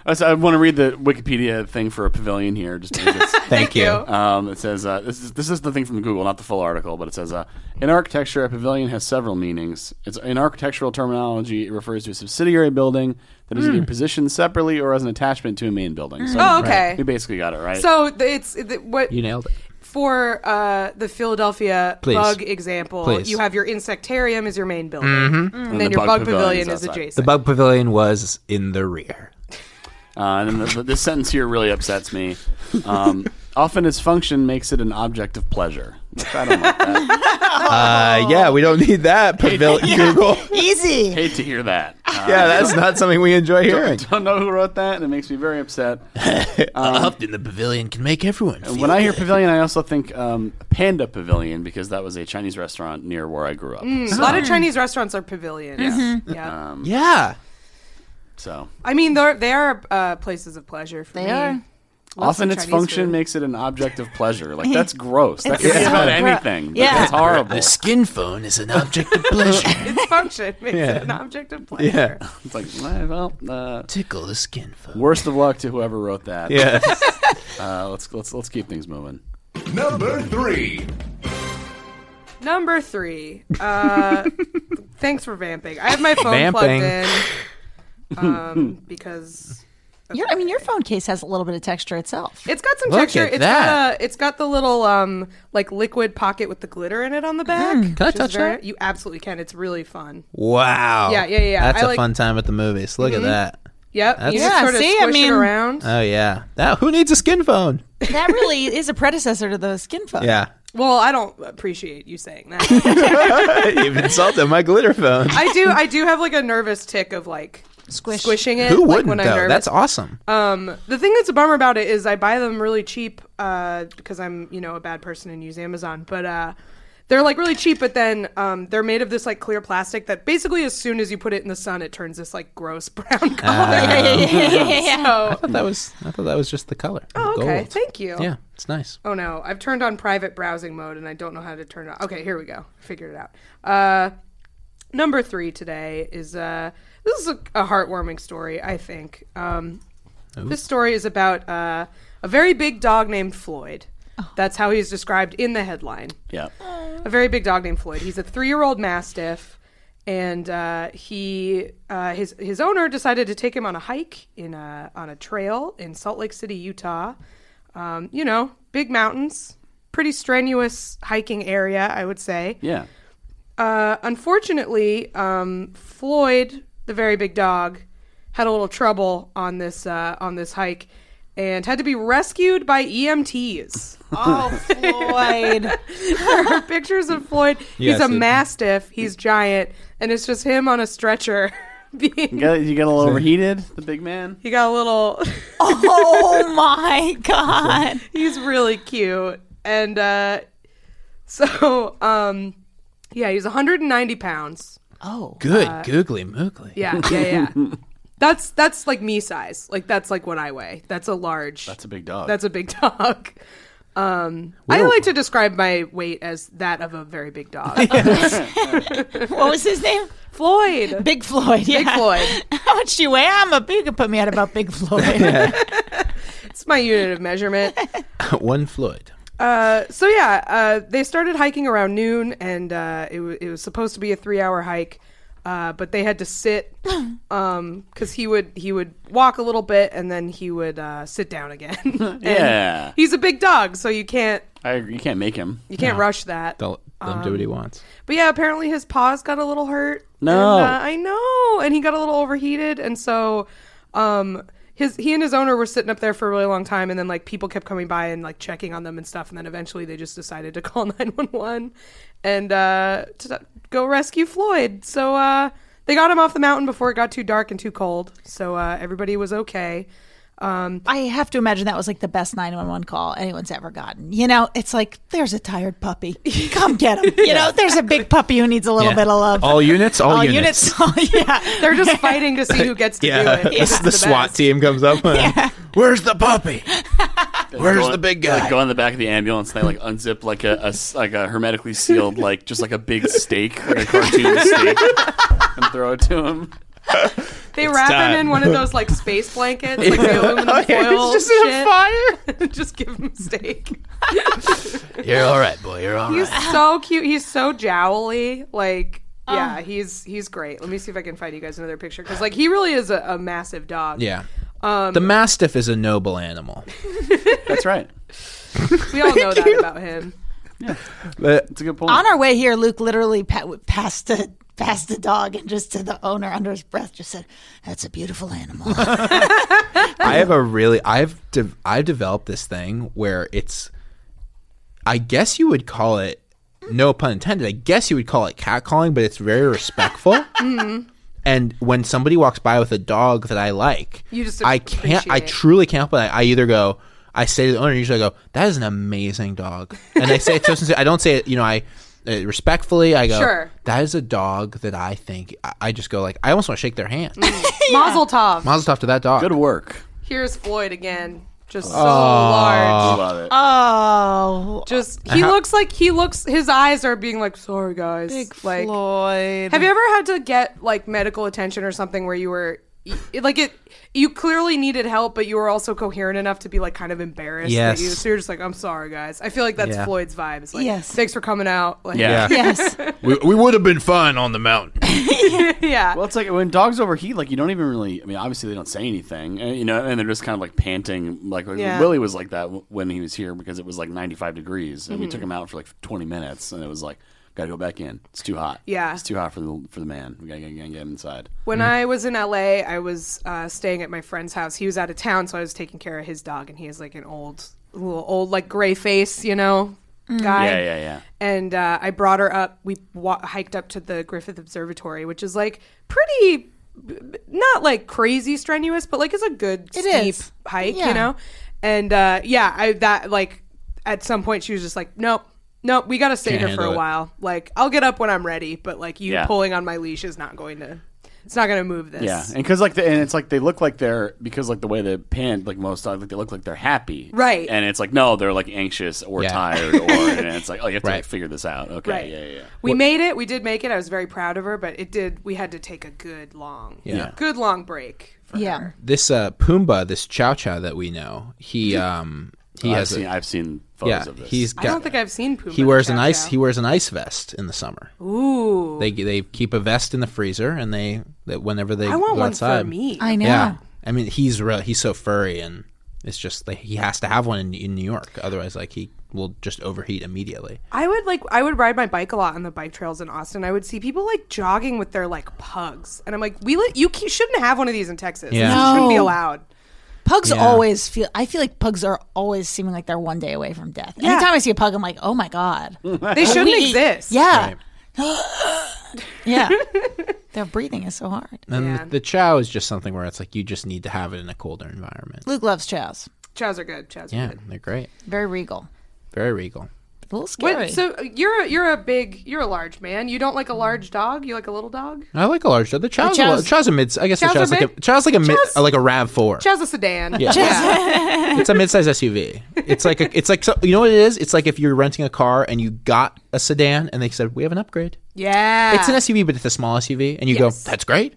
Speaker 1: I, s- I want to read the Wikipedia thing for a pavilion here. Just because
Speaker 3: (laughs)
Speaker 1: it's,
Speaker 2: Thank you.
Speaker 1: Um, it says uh, this is this is the thing from Google, not the full article, but it says uh, in architecture, a pavilion has several meanings. It's in architectural terminology, it refers to a subsidiary building that is either positioned separately or as an attachment to a main building. So
Speaker 3: Hmm. Oh, okay.
Speaker 1: we basically got it right.
Speaker 3: So th- it's th- what
Speaker 2: You nailed it.
Speaker 3: for uh, the Philadelphia
Speaker 2: Please.
Speaker 3: bug example.
Speaker 2: Please.
Speaker 3: You have your insectarium is your main building, and, then
Speaker 1: the
Speaker 3: your
Speaker 1: bug
Speaker 3: bug
Speaker 1: pavilion
Speaker 3: pavilion,
Speaker 1: is
Speaker 3: is
Speaker 1: outside.
Speaker 2: The
Speaker 3: adjacent.
Speaker 2: bug pavilion was in the rear.
Speaker 1: Uh, and then the, this sentence here really upsets me. Um,
Speaker 3: (laughs)
Speaker 1: often, its function makes it an object of pleasure. Which I don't like
Speaker 3: (laughs)
Speaker 1: that.
Speaker 3: Oh.
Speaker 2: Uh, yeah, we don't need that
Speaker 1: (laughs)
Speaker 2: pavilion Google.
Speaker 4: Easy.
Speaker 1: Hate to hear that. Uh,
Speaker 2: (laughs) Yeah, that's not something we enjoy hearing. Um,
Speaker 1: don't know who wrote that, and it makes me very upset.
Speaker 2: Up in the pavilion can make everyone.
Speaker 1: And when I hear pavilion, I also think um, Panda Pavilion because that was a Chinese restaurant near where I grew up.
Speaker 3: A lot of Chinese restaurants are pavilions. Yeah,
Speaker 2: yeah,
Speaker 1: So
Speaker 3: I mean they're they are uh, places of pleasure for
Speaker 4: They
Speaker 3: me.
Speaker 4: are.
Speaker 3: Lots
Speaker 1: often
Speaker 3: of
Speaker 1: its
Speaker 3: Chinese
Speaker 1: function
Speaker 3: food.
Speaker 1: makes it an object of pleasure.
Speaker 3: (laughs)
Speaker 1: Like that's gross. That
Speaker 4: It's
Speaker 1: could be
Speaker 4: so
Speaker 1: about
Speaker 4: gross.
Speaker 1: anything.
Speaker 4: Yeah.
Speaker 1: that's horrible.
Speaker 2: skin phone is an object (laughs) of pleasure.
Speaker 3: its function makes
Speaker 2: Yeah.
Speaker 3: it an object of pleasure.
Speaker 2: yeah,
Speaker 1: It's like well, uh,
Speaker 2: tickle the skin phone.
Speaker 1: worst of luck to whoever wrote that.
Speaker 2: Yeah,
Speaker 1: Uh, let's let's let's keep things moving.
Speaker 5: Number three.
Speaker 3: Number three. Uh, thanks for vamping. I have my phone
Speaker 2: Vamping.
Speaker 3: plugged in um, because
Speaker 4: Your, I mean, your phone case has a little bit of texture itself.
Speaker 3: It's got some
Speaker 2: Look
Speaker 3: texture.
Speaker 2: at
Speaker 3: It's
Speaker 2: that.
Speaker 3: got a, it's got the little um like liquid pocket with the glitter in it on the back.
Speaker 2: Hmm, Can I
Speaker 3: which is
Speaker 2: touch
Speaker 3: very-
Speaker 2: that?
Speaker 3: You absolutely can. It's really fun.
Speaker 2: wow.
Speaker 3: Yeah, yeah, yeah.
Speaker 2: That's
Speaker 3: I
Speaker 2: a
Speaker 3: like- Mm-hmm.
Speaker 2: fun time at the movies. Look at that.
Speaker 3: Yep. you
Speaker 2: That's-
Speaker 3: just
Speaker 4: Yeah,
Speaker 3: sort of
Speaker 4: see, I
Speaker 3: squish
Speaker 4: mean-
Speaker 3: it around.
Speaker 2: Oh yeah, that who needs a
Speaker 3: (laughs)
Speaker 2: skin phone?
Speaker 4: That really is a predecessor to the skin phone.
Speaker 2: Yeah, (laughs)
Speaker 3: well, I don't appreciate you saying that.
Speaker 2: you've insulted my glitter phone.
Speaker 3: I do. I do have like a nervous tick of like
Speaker 4: Squish.
Speaker 3: squishing it.
Speaker 2: Who
Speaker 3: like,
Speaker 2: wouldn't
Speaker 3: when I'm
Speaker 2: though?
Speaker 3: nervous.
Speaker 2: That's awesome.
Speaker 3: Um, the thing that's a bummer about it is I buy them really cheap because I'm you know a bad person and use Amazon, but uh, they're like really cheap. But then um, they're made of this like clear plastic that basically as soon as you put it in the sun, it turns this like gross (laughs) brown color.
Speaker 2: Ah.
Speaker 4: Yeah, yeah, yeah, yeah, yeah, (laughs) yeah.
Speaker 3: (laughs)
Speaker 2: I thought that was I thought that was just the color.
Speaker 3: Oh, okay,
Speaker 2: Gold.
Speaker 3: thank you.
Speaker 2: Yeah, it's nice.
Speaker 3: Oh no, I've turned on private browsing mode and I don't know how to turn it on. Okay, here we go. Figured it out. Uh, number three today is uh, this is a, a heartwarming story, I think. Um, this story is about uh, a very big dog named Floyd. That's how he's described in the headline.
Speaker 1: Yeah.
Speaker 3: A very big dog named Floyd. He's a three-year-old mastiff, and uh, he uh, his his owner decided to take him on a hike in a, on a trail in Salt Lake City, Utah. Um, you know, big mountains, pretty strenuous hiking area, I would say.
Speaker 1: Yeah.
Speaker 3: Uh, unfortunately, um, Floyd, the very big dog, had a little trouble on this uh, on this hike, and had to be rescued by E EMTs.
Speaker 4: Oh, Floyd.
Speaker 3: there are (laughs) pictures of Floyd.
Speaker 2: Yes,
Speaker 3: he's a
Speaker 2: it-
Speaker 3: mastiff. He's giant, and it's just him on a stretcher. (laughs)
Speaker 1: You
Speaker 3: Being,
Speaker 1: got, you got a little overheated, the big man.
Speaker 3: he got a little. (laughs)
Speaker 4: oh my God.
Speaker 3: he's really cute, and uh, (laughs) so um, yeah, he's 190 pounds.
Speaker 4: Oh.
Speaker 2: Good googly moogly.
Speaker 3: Yeah, yeah,
Speaker 1: (laughs)
Speaker 3: yeah. that's that's like me size. Like that's like what I weigh. That's a large.
Speaker 1: That's a big dog.
Speaker 3: That's a big dog. Um, I
Speaker 2: Whoa.
Speaker 3: like to describe my weight as that of a very big dog.
Speaker 1: (laughs)
Speaker 4: What was his name?
Speaker 3: Floyd.
Speaker 4: Big Floyd. Yeah.
Speaker 3: Big Floyd.
Speaker 4: (laughs) How much do you weigh? I'm a. You can put me out about Big Floyd.
Speaker 3: It's my unit of measurement.
Speaker 2: (laughs) One Floyd.
Speaker 3: Uh, so yeah, uh, they started hiking around noon, and uh, it, w- it was supposed to be a three-hour hike, uh, but they had to sit because he would he would walk a little bit, and then he would uh, sit down again. (laughs) And
Speaker 1: Yeah.
Speaker 3: he's a big dog, so you can't
Speaker 1: I, you can't make him.
Speaker 3: you can't rush that.
Speaker 2: They'll, let him do
Speaker 3: Um,
Speaker 2: what he wants.
Speaker 3: But yeah, apparently his paws got a little hurt.
Speaker 1: No.
Speaker 3: and, uh, I know, and he got a little overheated, and so um, his he and his owner were sitting up there for a really long time, and then like people kept coming by and like checking on them and stuff, and then eventually they just decided to (laughs) call nine one one and uh, to go rescue Floyd. So uh, they got him off the mountain before it got too dark and too cold, so uh, everybody was okay.
Speaker 4: I have to imagine that was like the best 911 call anyone's ever gotten. You know, it's like there's a tired puppy. Come get him. You know, there's a big puppy who needs a
Speaker 3: oh,
Speaker 4: little
Speaker 2: Yeah.
Speaker 4: bit of love.
Speaker 2: All units, all,
Speaker 4: All
Speaker 2: units.
Speaker 4: units. (laughs) yeah.
Speaker 3: They're just fighting to see who gets to
Speaker 2: (laughs) Yeah, (laughs)
Speaker 3: do it.
Speaker 2: This is
Speaker 3: It's
Speaker 2: the, SWAT
Speaker 3: best.
Speaker 2: team
Speaker 3: (laughs)
Speaker 2: comes up. and, Where's the puppy? Where's
Speaker 1: Go-
Speaker 2: the big
Speaker 1: they,
Speaker 2: guy? (laughs)
Speaker 1: Like, go in the back of the ambulance. and They like unzip like a, a s- like a hermetically sealed like
Speaker 2: (laughs)
Speaker 1: just like a big steak, like a cartoon steak, and throw it to him.
Speaker 3: They wrap him
Speaker 2: time.
Speaker 3: in one of those
Speaker 2: (laughs)
Speaker 3: like space blankets, like the aluminum foil
Speaker 2: Oh, just in a
Speaker 3: shit. (laughs)
Speaker 2: fire.
Speaker 3: just give him steak.
Speaker 2: You're all right, boy. You're all
Speaker 3: (laughs) He's
Speaker 2: right.
Speaker 3: so cute. He's so jowly. Like, yeah, he's he's great. Let me see if I can find you guys another picture because like he really is a, a massive dog.
Speaker 2: Yeah. the mastiff is a noble animal.
Speaker 1: That's right.
Speaker 3: we all know that about (laughs) him.
Speaker 1: That's a good point.
Speaker 4: (laughs) On our way here, Luke literally pa- passed the passed the dog and just to the owner under his breath just said, "That's a beautiful animal."
Speaker 2: I have a really I've de- I've developed this thing where it's I guess you would call it no pun intended. I guess you would call it catcalling, but it's
Speaker 3: (laughs)
Speaker 2: very respectful.
Speaker 3: Mm-hmm.
Speaker 2: And when somebody walks by with a dog that I like,
Speaker 3: You just
Speaker 2: I can't I
Speaker 3: appreciate it.
Speaker 2: truly can't help it. I, I either go I say to the owner usually I go that is an amazing dog. And I say
Speaker 3: (laughs)
Speaker 2: it so sincerely. I don't say it, you know, I uh, respectfully I go
Speaker 3: Sure.
Speaker 2: that is a dog that I think I, I just go like I almost want to shake their hand.
Speaker 3: Mm-hmm. Mazel tov.
Speaker 2: Mazel tov to that dog.
Speaker 1: good work.
Speaker 3: Here's Floyd again. Just so
Speaker 1: I
Speaker 3: large.
Speaker 1: love it.
Speaker 4: oh,
Speaker 3: Just he looks like he looks. His eyes are being like, sorry guys. like,
Speaker 4: Floyd.
Speaker 3: have you ever had to get like medical attention or something where you were? it- Like it, you clearly needed help, but you were also coherent enough to be like kind of embarrassed.
Speaker 2: Yes.
Speaker 3: That you, so you're just like, "I'm sorry, guys." I feel like that's
Speaker 2: Yeah.
Speaker 3: Floyd's vibes. Like,
Speaker 4: Yes.
Speaker 3: thanks for coming out. Like,
Speaker 1: yeah.
Speaker 4: yes.
Speaker 2: (laughs) we, we would have been fine on the mountain.
Speaker 3: (laughs) yeah.
Speaker 1: Well, it's like when dogs overheat, like you don't even really. I mean, obviously they don't say anything, and, you know, and they're just kind of like panting. Like
Speaker 3: Yeah.
Speaker 1: Willie was like that w- when he was here because it was like 95 degrees, and
Speaker 3: Mm-hmm.
Speaker 1: we took him out for like 20 minutes, and it was like, gotta go back in. It's too hot.
Speaker 3: Yeah.
Speaker 1: it's too hot for the for the man. We gotta, get- gotta get him inside.
Speaker 3: When
Speaker 2: Mm-hmm.
Speaker 3: I was in LA, I was uh, staying at my friend's house. He was out of town, so I was taking care of his dog, and he has like an old, little old like gray face, you know, guy.
Speaker 1: Yeah, yeah, yeah.
Speaker 3: And uh, I brought her up. We wa- hiked up to the Griffith Observatory, which is like pretty, b- b- not like crazy strenuous, but like it's a good steep
Speaker 4: is.
Speaker 3: hike,
Speaker 4: Yeah.
Speaker 3: you know. And uh, yeah, I that like at some point she was just like, nope. Nope, we gotta stay
Speaker 2: Can't
Speaker 3: here for a
Speaker 2: handle it.
Speaker 3: while. Like, I'll get up when I'm ready, but like you
Speaker 1: Yeah.
Speaker 3: pulling on my leash is not going to it's not going to move this.
Speaker 1: Yeah, and because like the, and it's like they look like they're because like the way they pant like most dogs like they look like they're happy,
Speaker 3: Right.
Speaker 1: And it's like no, they're like anxious or
Speaker 2: Yeah.
Speaker 1: tired,
Speaker 2: (laughs)
Speaker 1: or and it's like oh, you have to like,
Speaker 2: Right.
Speaker 1: figure this out. Okay,
Speaker 3: Right.
Speaker 1: yeah, yeah, yeah.
Speaker 3: We made it. We did make it. I was very proud of her, but it did. We had to take a good long,
Speaker 2: Yeah.
Speaker 3: good long break. For
Speaker 4: Yeah.
Speaker 3: her.
Speaker 2: This uh, Pumbaa, this Chow Chow that we know, he
Speaker 3: Mm-hmm.
Speaker 2: um he
Speaker 1: I've
Speaker 2: has
Speaker 1: seen
Speaker 2: a,
Speaker 1: I've seen photos
Speaker 2: yeah
Speaker 1: of this.
Speaker 2: he's
Speaker 3: I don't
Speaker 2: got
Speaker 3: think I've seen Puma.
Speaker 2: he wears
Speaker 3: the
Speaker 2: an
Speaker 3: Chow
Speaker 2: ice
Speaker 3: Chow.
Speaker 2: he wears an ice vest in the summer.
Speaker 3: Ooh,
Speaker 2: They they keep a vest in the freezer and they that whenever they
Speaker 3: I want
Speaker 2: go
Speaker 3: one
Speaker 2: outside.
Speaker 3: for me.
Speaker 4: I know.
Speaker 2: Yeah, I mean he's real he's so furry and it's just like he has to have one in, in New York otherwise like he will just overheat immediately.
Speaker 3: I would like. I would ride my bike a lot on the bike trails in Austin. I would see people like jogging with their like pugs, and I'm like, we let you ke- shouldn't have one of these in Texas.
Speaker 2: Yeah.
Speaker 3: This shouldn't be
Speaker 4: No.
Speaker 3: allowed.
Speaker 4: Pugs
Speaker 2: Yeah.
Speaker 4: always feel. I feel like pugs are always seeming like they're one day away from death. Anytime I see a pug, I'm like, oh my god,
Speaker 3: (laughs) They shouldn't
Speaker 4: We-
Speaker 3: exist.
Speaker 4: Yeah, (gasps) yeah. Their breathing is so hard.
Speaker 2: And
Speaker 3: Yeah.
Speaker 2: the, the Chow is just something where it's like you just need to have it in a colder environment.
Speaker 4: Luke loves chows.
Speaker 3: Chows are good. Chows are
Speaker 2: Yeah,
Speaker 3: good.
Speaker 2: they're great,
Speaker 4: Very regal.
Speaker 2: very regal.
Speaker 4: A little scary.
Speaker 3: What, so uh, you're a, you're a big you're a large man. You don't like a large dog. You like a little dog.
Speaker 2: I like a large dog. The chow's,
Speaker 4: chow's-
Speaker 2: a, chow's a mid. I guess
Speaker 3: Chow's
Speaker 2: the chow's
Speaker 3: are
Speaker 2: like a
Speaker 3: big.
Speaker 2: chow's like a mid,
Speaker 3: Chow's-
Speaker 2: uh, like a Rav Four.
Speaker 3: Chow's a sedan.
Speaker 2: Yeah.
Speaker 3: (laughs)
Speaker 2: It's a mid-sized SUV. It's like a, it's like so, you know what it is. It's like if you're renting a car and you got a sedan and they said we have an upgrade.
Speaker 3: Yeah.
Speaker 2: It's an SUV, but it's a small SUV, and you go,
Speaker 3: (laughs)
Speaker 2: that's great.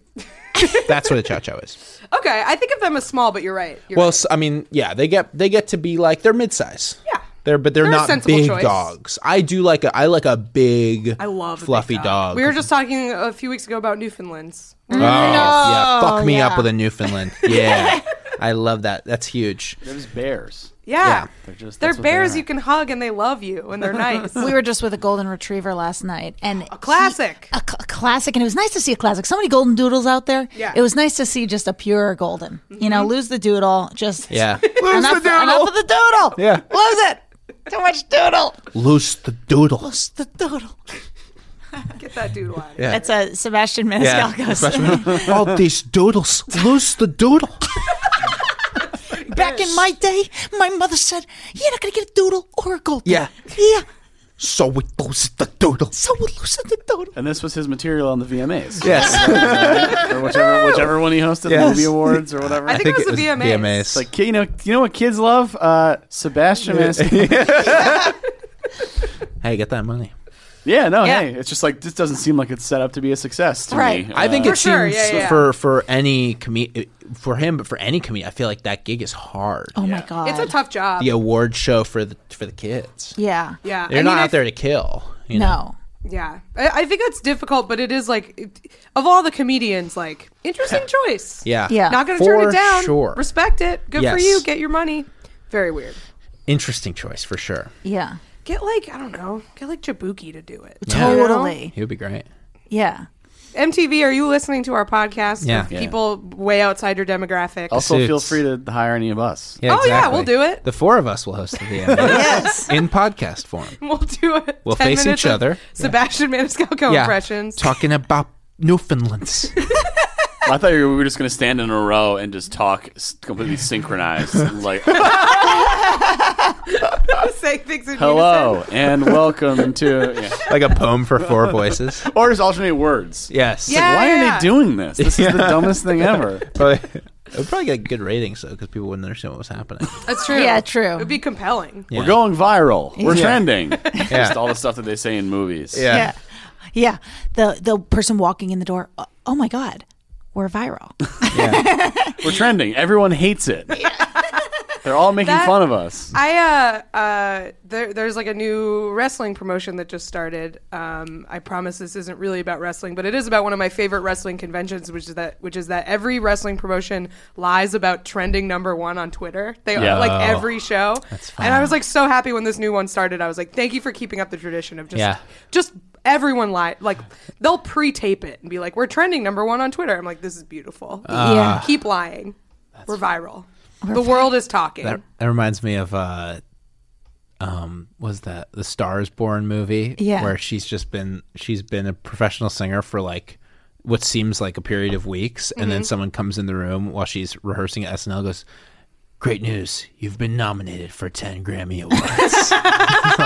Speaker 2: that's what a chow chow is.
Speaker 3: Okay, I think of them as small, but you're right. You're
Speaker 2: Well,
Speaker 3: right.
Speaker 2: s I I mean, yeah, they get they get to be like they're mid-size.
Speaker 3: Yeah.
Speaker 2: They're but they're,
Speaker 3: They're a
Speaker 2: not
Speaker 3: sensible
Speaker 2: big
Speaker 3: choice.
Speaker 2: dogs. I do like a I like a big
Speaker 3: I love a big
Speaker 2: fluffy
Speaker 3: dog.
Speaker 2: dog.
Speaker 3: We were just talking a few weeks ago about Newfoundlands.
Speaker 2: Oh, yeah, fuck me
Speaker 4: yeah.
Speaker 2: up with a Newfoundland.
Speaker 3: (laughs)
Speaker 2: Yeah. I love that. That's huge.
Speaker 1: There's bears.
Speaker 3: Yeah.
Speaker 2: Yeah.
Speaker 3: They're,
Speaker 1: just- that's what they
Speaker 3: bears
Speaker 1: are.
Speaker 3: you can hug and they love you
Speaker 2: (laughs)
Speaker 3: and they're nice.
Speaker 4: we were just with a golden retriever last night, and a
Speaker 2: (laughs)
Speaker 3: classic.
Speaker 4: a, cl- a classic, and it was nice to see a classic. So many golden doodles out there.
Speaker 3: Yeah.
Speaker 4: it was nice to see just a pure golden. You know, lose the doodle, just
Speaker 2: (laughs) Yeah.
Speaker 4: enough, enough of Mm-hmm. the doodle.
Speaker 2: Yeah.
Speaker 4: lose it. Too much doodle.
Speaker 2: Loose the doodle.
Speaker 4: Lose the doodle.
Speaker 3: Get that dude out.
Speaker 2: Yeah.
Speaker 4: That's a Sebastian
Speaker 2: Yeah.
Speaker 4: Maniscalco's.
Speaker 2: All these doodles. Loose the (laughs) doodle.
Speaker 4: Back in my day, my mother said, "You're not gonna get a doodle or a golden."
Speaker 2: Yeah.
Speaker 4: yeah.
Speaker 2: So we lose the doodle.
Speaker 4: So we lose the doodle.
Speaker 1: And this was his material on the VMAs. (laughs)
Speaker 2: Yes.
Speaker 1: uh, or whichever, whichever one he hosted
Speaker 2: Yes.
Speaker 1: the movie awards or whatever.
Speaker 3: I think, it was the VMAs.
Speaker 2: VMAs.
Speaker 1: like you know, you know what kids
Speaker 2: (laughs)
Speaker 1: love? Uh, Sebastian Maniscalco.
Speaker 2: hey, get that money.
Speaker 1: Yeah, no,
Speaker 4: Yeah.
Speaker 1: hey, it's just like this doesn't seem like it's set up to be a success. To
Speaker 4: Right.
Speaker 1: me.
Speaker 2: I think
Speaker 1: Uh,
Speaker 2: it
Speaker 3: sure,
Speaker 2: seems
Speaker 3: yeah, yeah.
Speaker 2: for for any comed for him, but for any comedian, I feel like that gig is hard.
Speaker 4: Oh my god,
Speaker 3: It's a tough job.
Speaker 2: The award show for the for the kids.
Speaker 4: Yeah,
Speaker 3: Yeah.
Speaker 2: They're
Speaker 3: I mean,
Speaker 2: not
Speaker 3: I
Speaker 2: out
Speaker 3: f-
Speaker 2: there to kill. You know?
Speaker 4: No,
Speaker 3: Yeah, I, I think that's difficult, but it is like it, of all the comedians, like
Speaker 2: (laughs)
Speaker 3: interesting choice.
Speaker 2: Yeah.
Speaker 4: Yeah.
Speaker 3: not gonna
Speaker 2: For
Speaker 3: turn it down.
Speaker 2: sure.
Speaker 3: respect it. Good for
Speaker 2: Yes.
Speaker 3: you. Get your money. Very weird.
Speaker 2: Interesting choice for sure.
Speaker 4: yeah,
Speaker 3: Get like I don't know. Get like Jabuki to do it.
Speaker 2: (laughs)
Speaker 4: totally,
Speaker 2: He would be great.
Speaker 4: yeah.
Speaker 3: MTV, are you listening to our podcast?
Speaker 2: Yeah.
Speaker 3: With People way outside your demographic.
Speaker 1: also feel
Speaker 2: Suits.
Speaker 1: free to hire any of us.
Speaker 3: Oh, yeah, we'll do it.
Speaker 2: The four of us will host the
Speaker 3: (laughs)
Speaker 2: VMAs
Speaker 4: Yes,
Speaker 2: in podcast form.
Speaker 3: (laughs) We'll do it.
Speaker 2: We'll face each other.
Speaker 3: Sebastian Maniscalco
Speaker 2: Yeah,
Speaker 3: impressions.
Speaker 2: talking about Newfoundlands.
Speaker 1: I thought we were just going to stand in a row and just talk s- completely
Speaker 2: (laughs)
Speaker 1: synchronized, like
Speaker 3: (laughs) Say things in
Speaker 1: "Hello"
Speaker 2: (laughs)
Speaker 1: and "Welcome to," yeah.
Speaker 2: like a poem for four voices.
Speaker 1: or just alternate words.
Speaker 2: Yes.
Speaker 3: Yeah.
Speaker 1: Why are
Speaker 3: yeah.
Speaker 1: they doing this? This
Speaker 2: (laughs)
Speaker 1: is the dumbest thing ever.
Speaker 2: Probably, it would probably get good ratings though, because people wouldn't understand what was happening.
Speaker 3: That's true.
Speaker 4: Yeah, true.
Speaker 3: It'd be compelling.
Speaker 2: Yeah.
Speaker 1: We're going viral. We're
Speaker 2: (laughs) Yeah.
Speaker 1: trending. Just all the stuff that they say in movies.
Speaker 4: yeah, yeah. The the person walking in the door. "Oh, Oh my god, we're viral.
Speaker 1: We're trending. Everyone hates it. (laughs) They're all making
Speaker 3: That-
Speaker 1: fun of us.
Speaker 3: I uh uh there, there's like a new wrestling promotion that just started. Um, I promise this isn't really about wrestling, but it is about one of my favorite wrestling conventions, which is that which is that every wrestling promotion lies about trending number one on Twitter. They
Speaker 1: Yeah.
Speaker 3: like
Speaker 2: Oh.
Speaker 3: every show,
Speaker 2: That's
Speaker 3: and I
Speaker 2: fun.
Speaker 3: was like so happy when this new one started. I was like, thank you for keeping up the tradition of just
Speaker 2: Yeah.
Speaker 3: just everyone lie like they'll pre-tape it and be like, we're trending number one on Twitter. I'm like, this is beautiful.
Speaker 4: Yeah.
Speaker 3: keep lying. We're viral. the world is talking.
Speaker 2: That, that reminds me of uh, um, was that the Stars Born movie?
Speaker 4: Yeah.
Speaker 2: where she's just been she's been a professional singer for like what seems like a period of weeks, and then someone comes in the room while she's rehearsing at SNL goes. Great news! You've been nominated for ten Grammy awards. (laughs)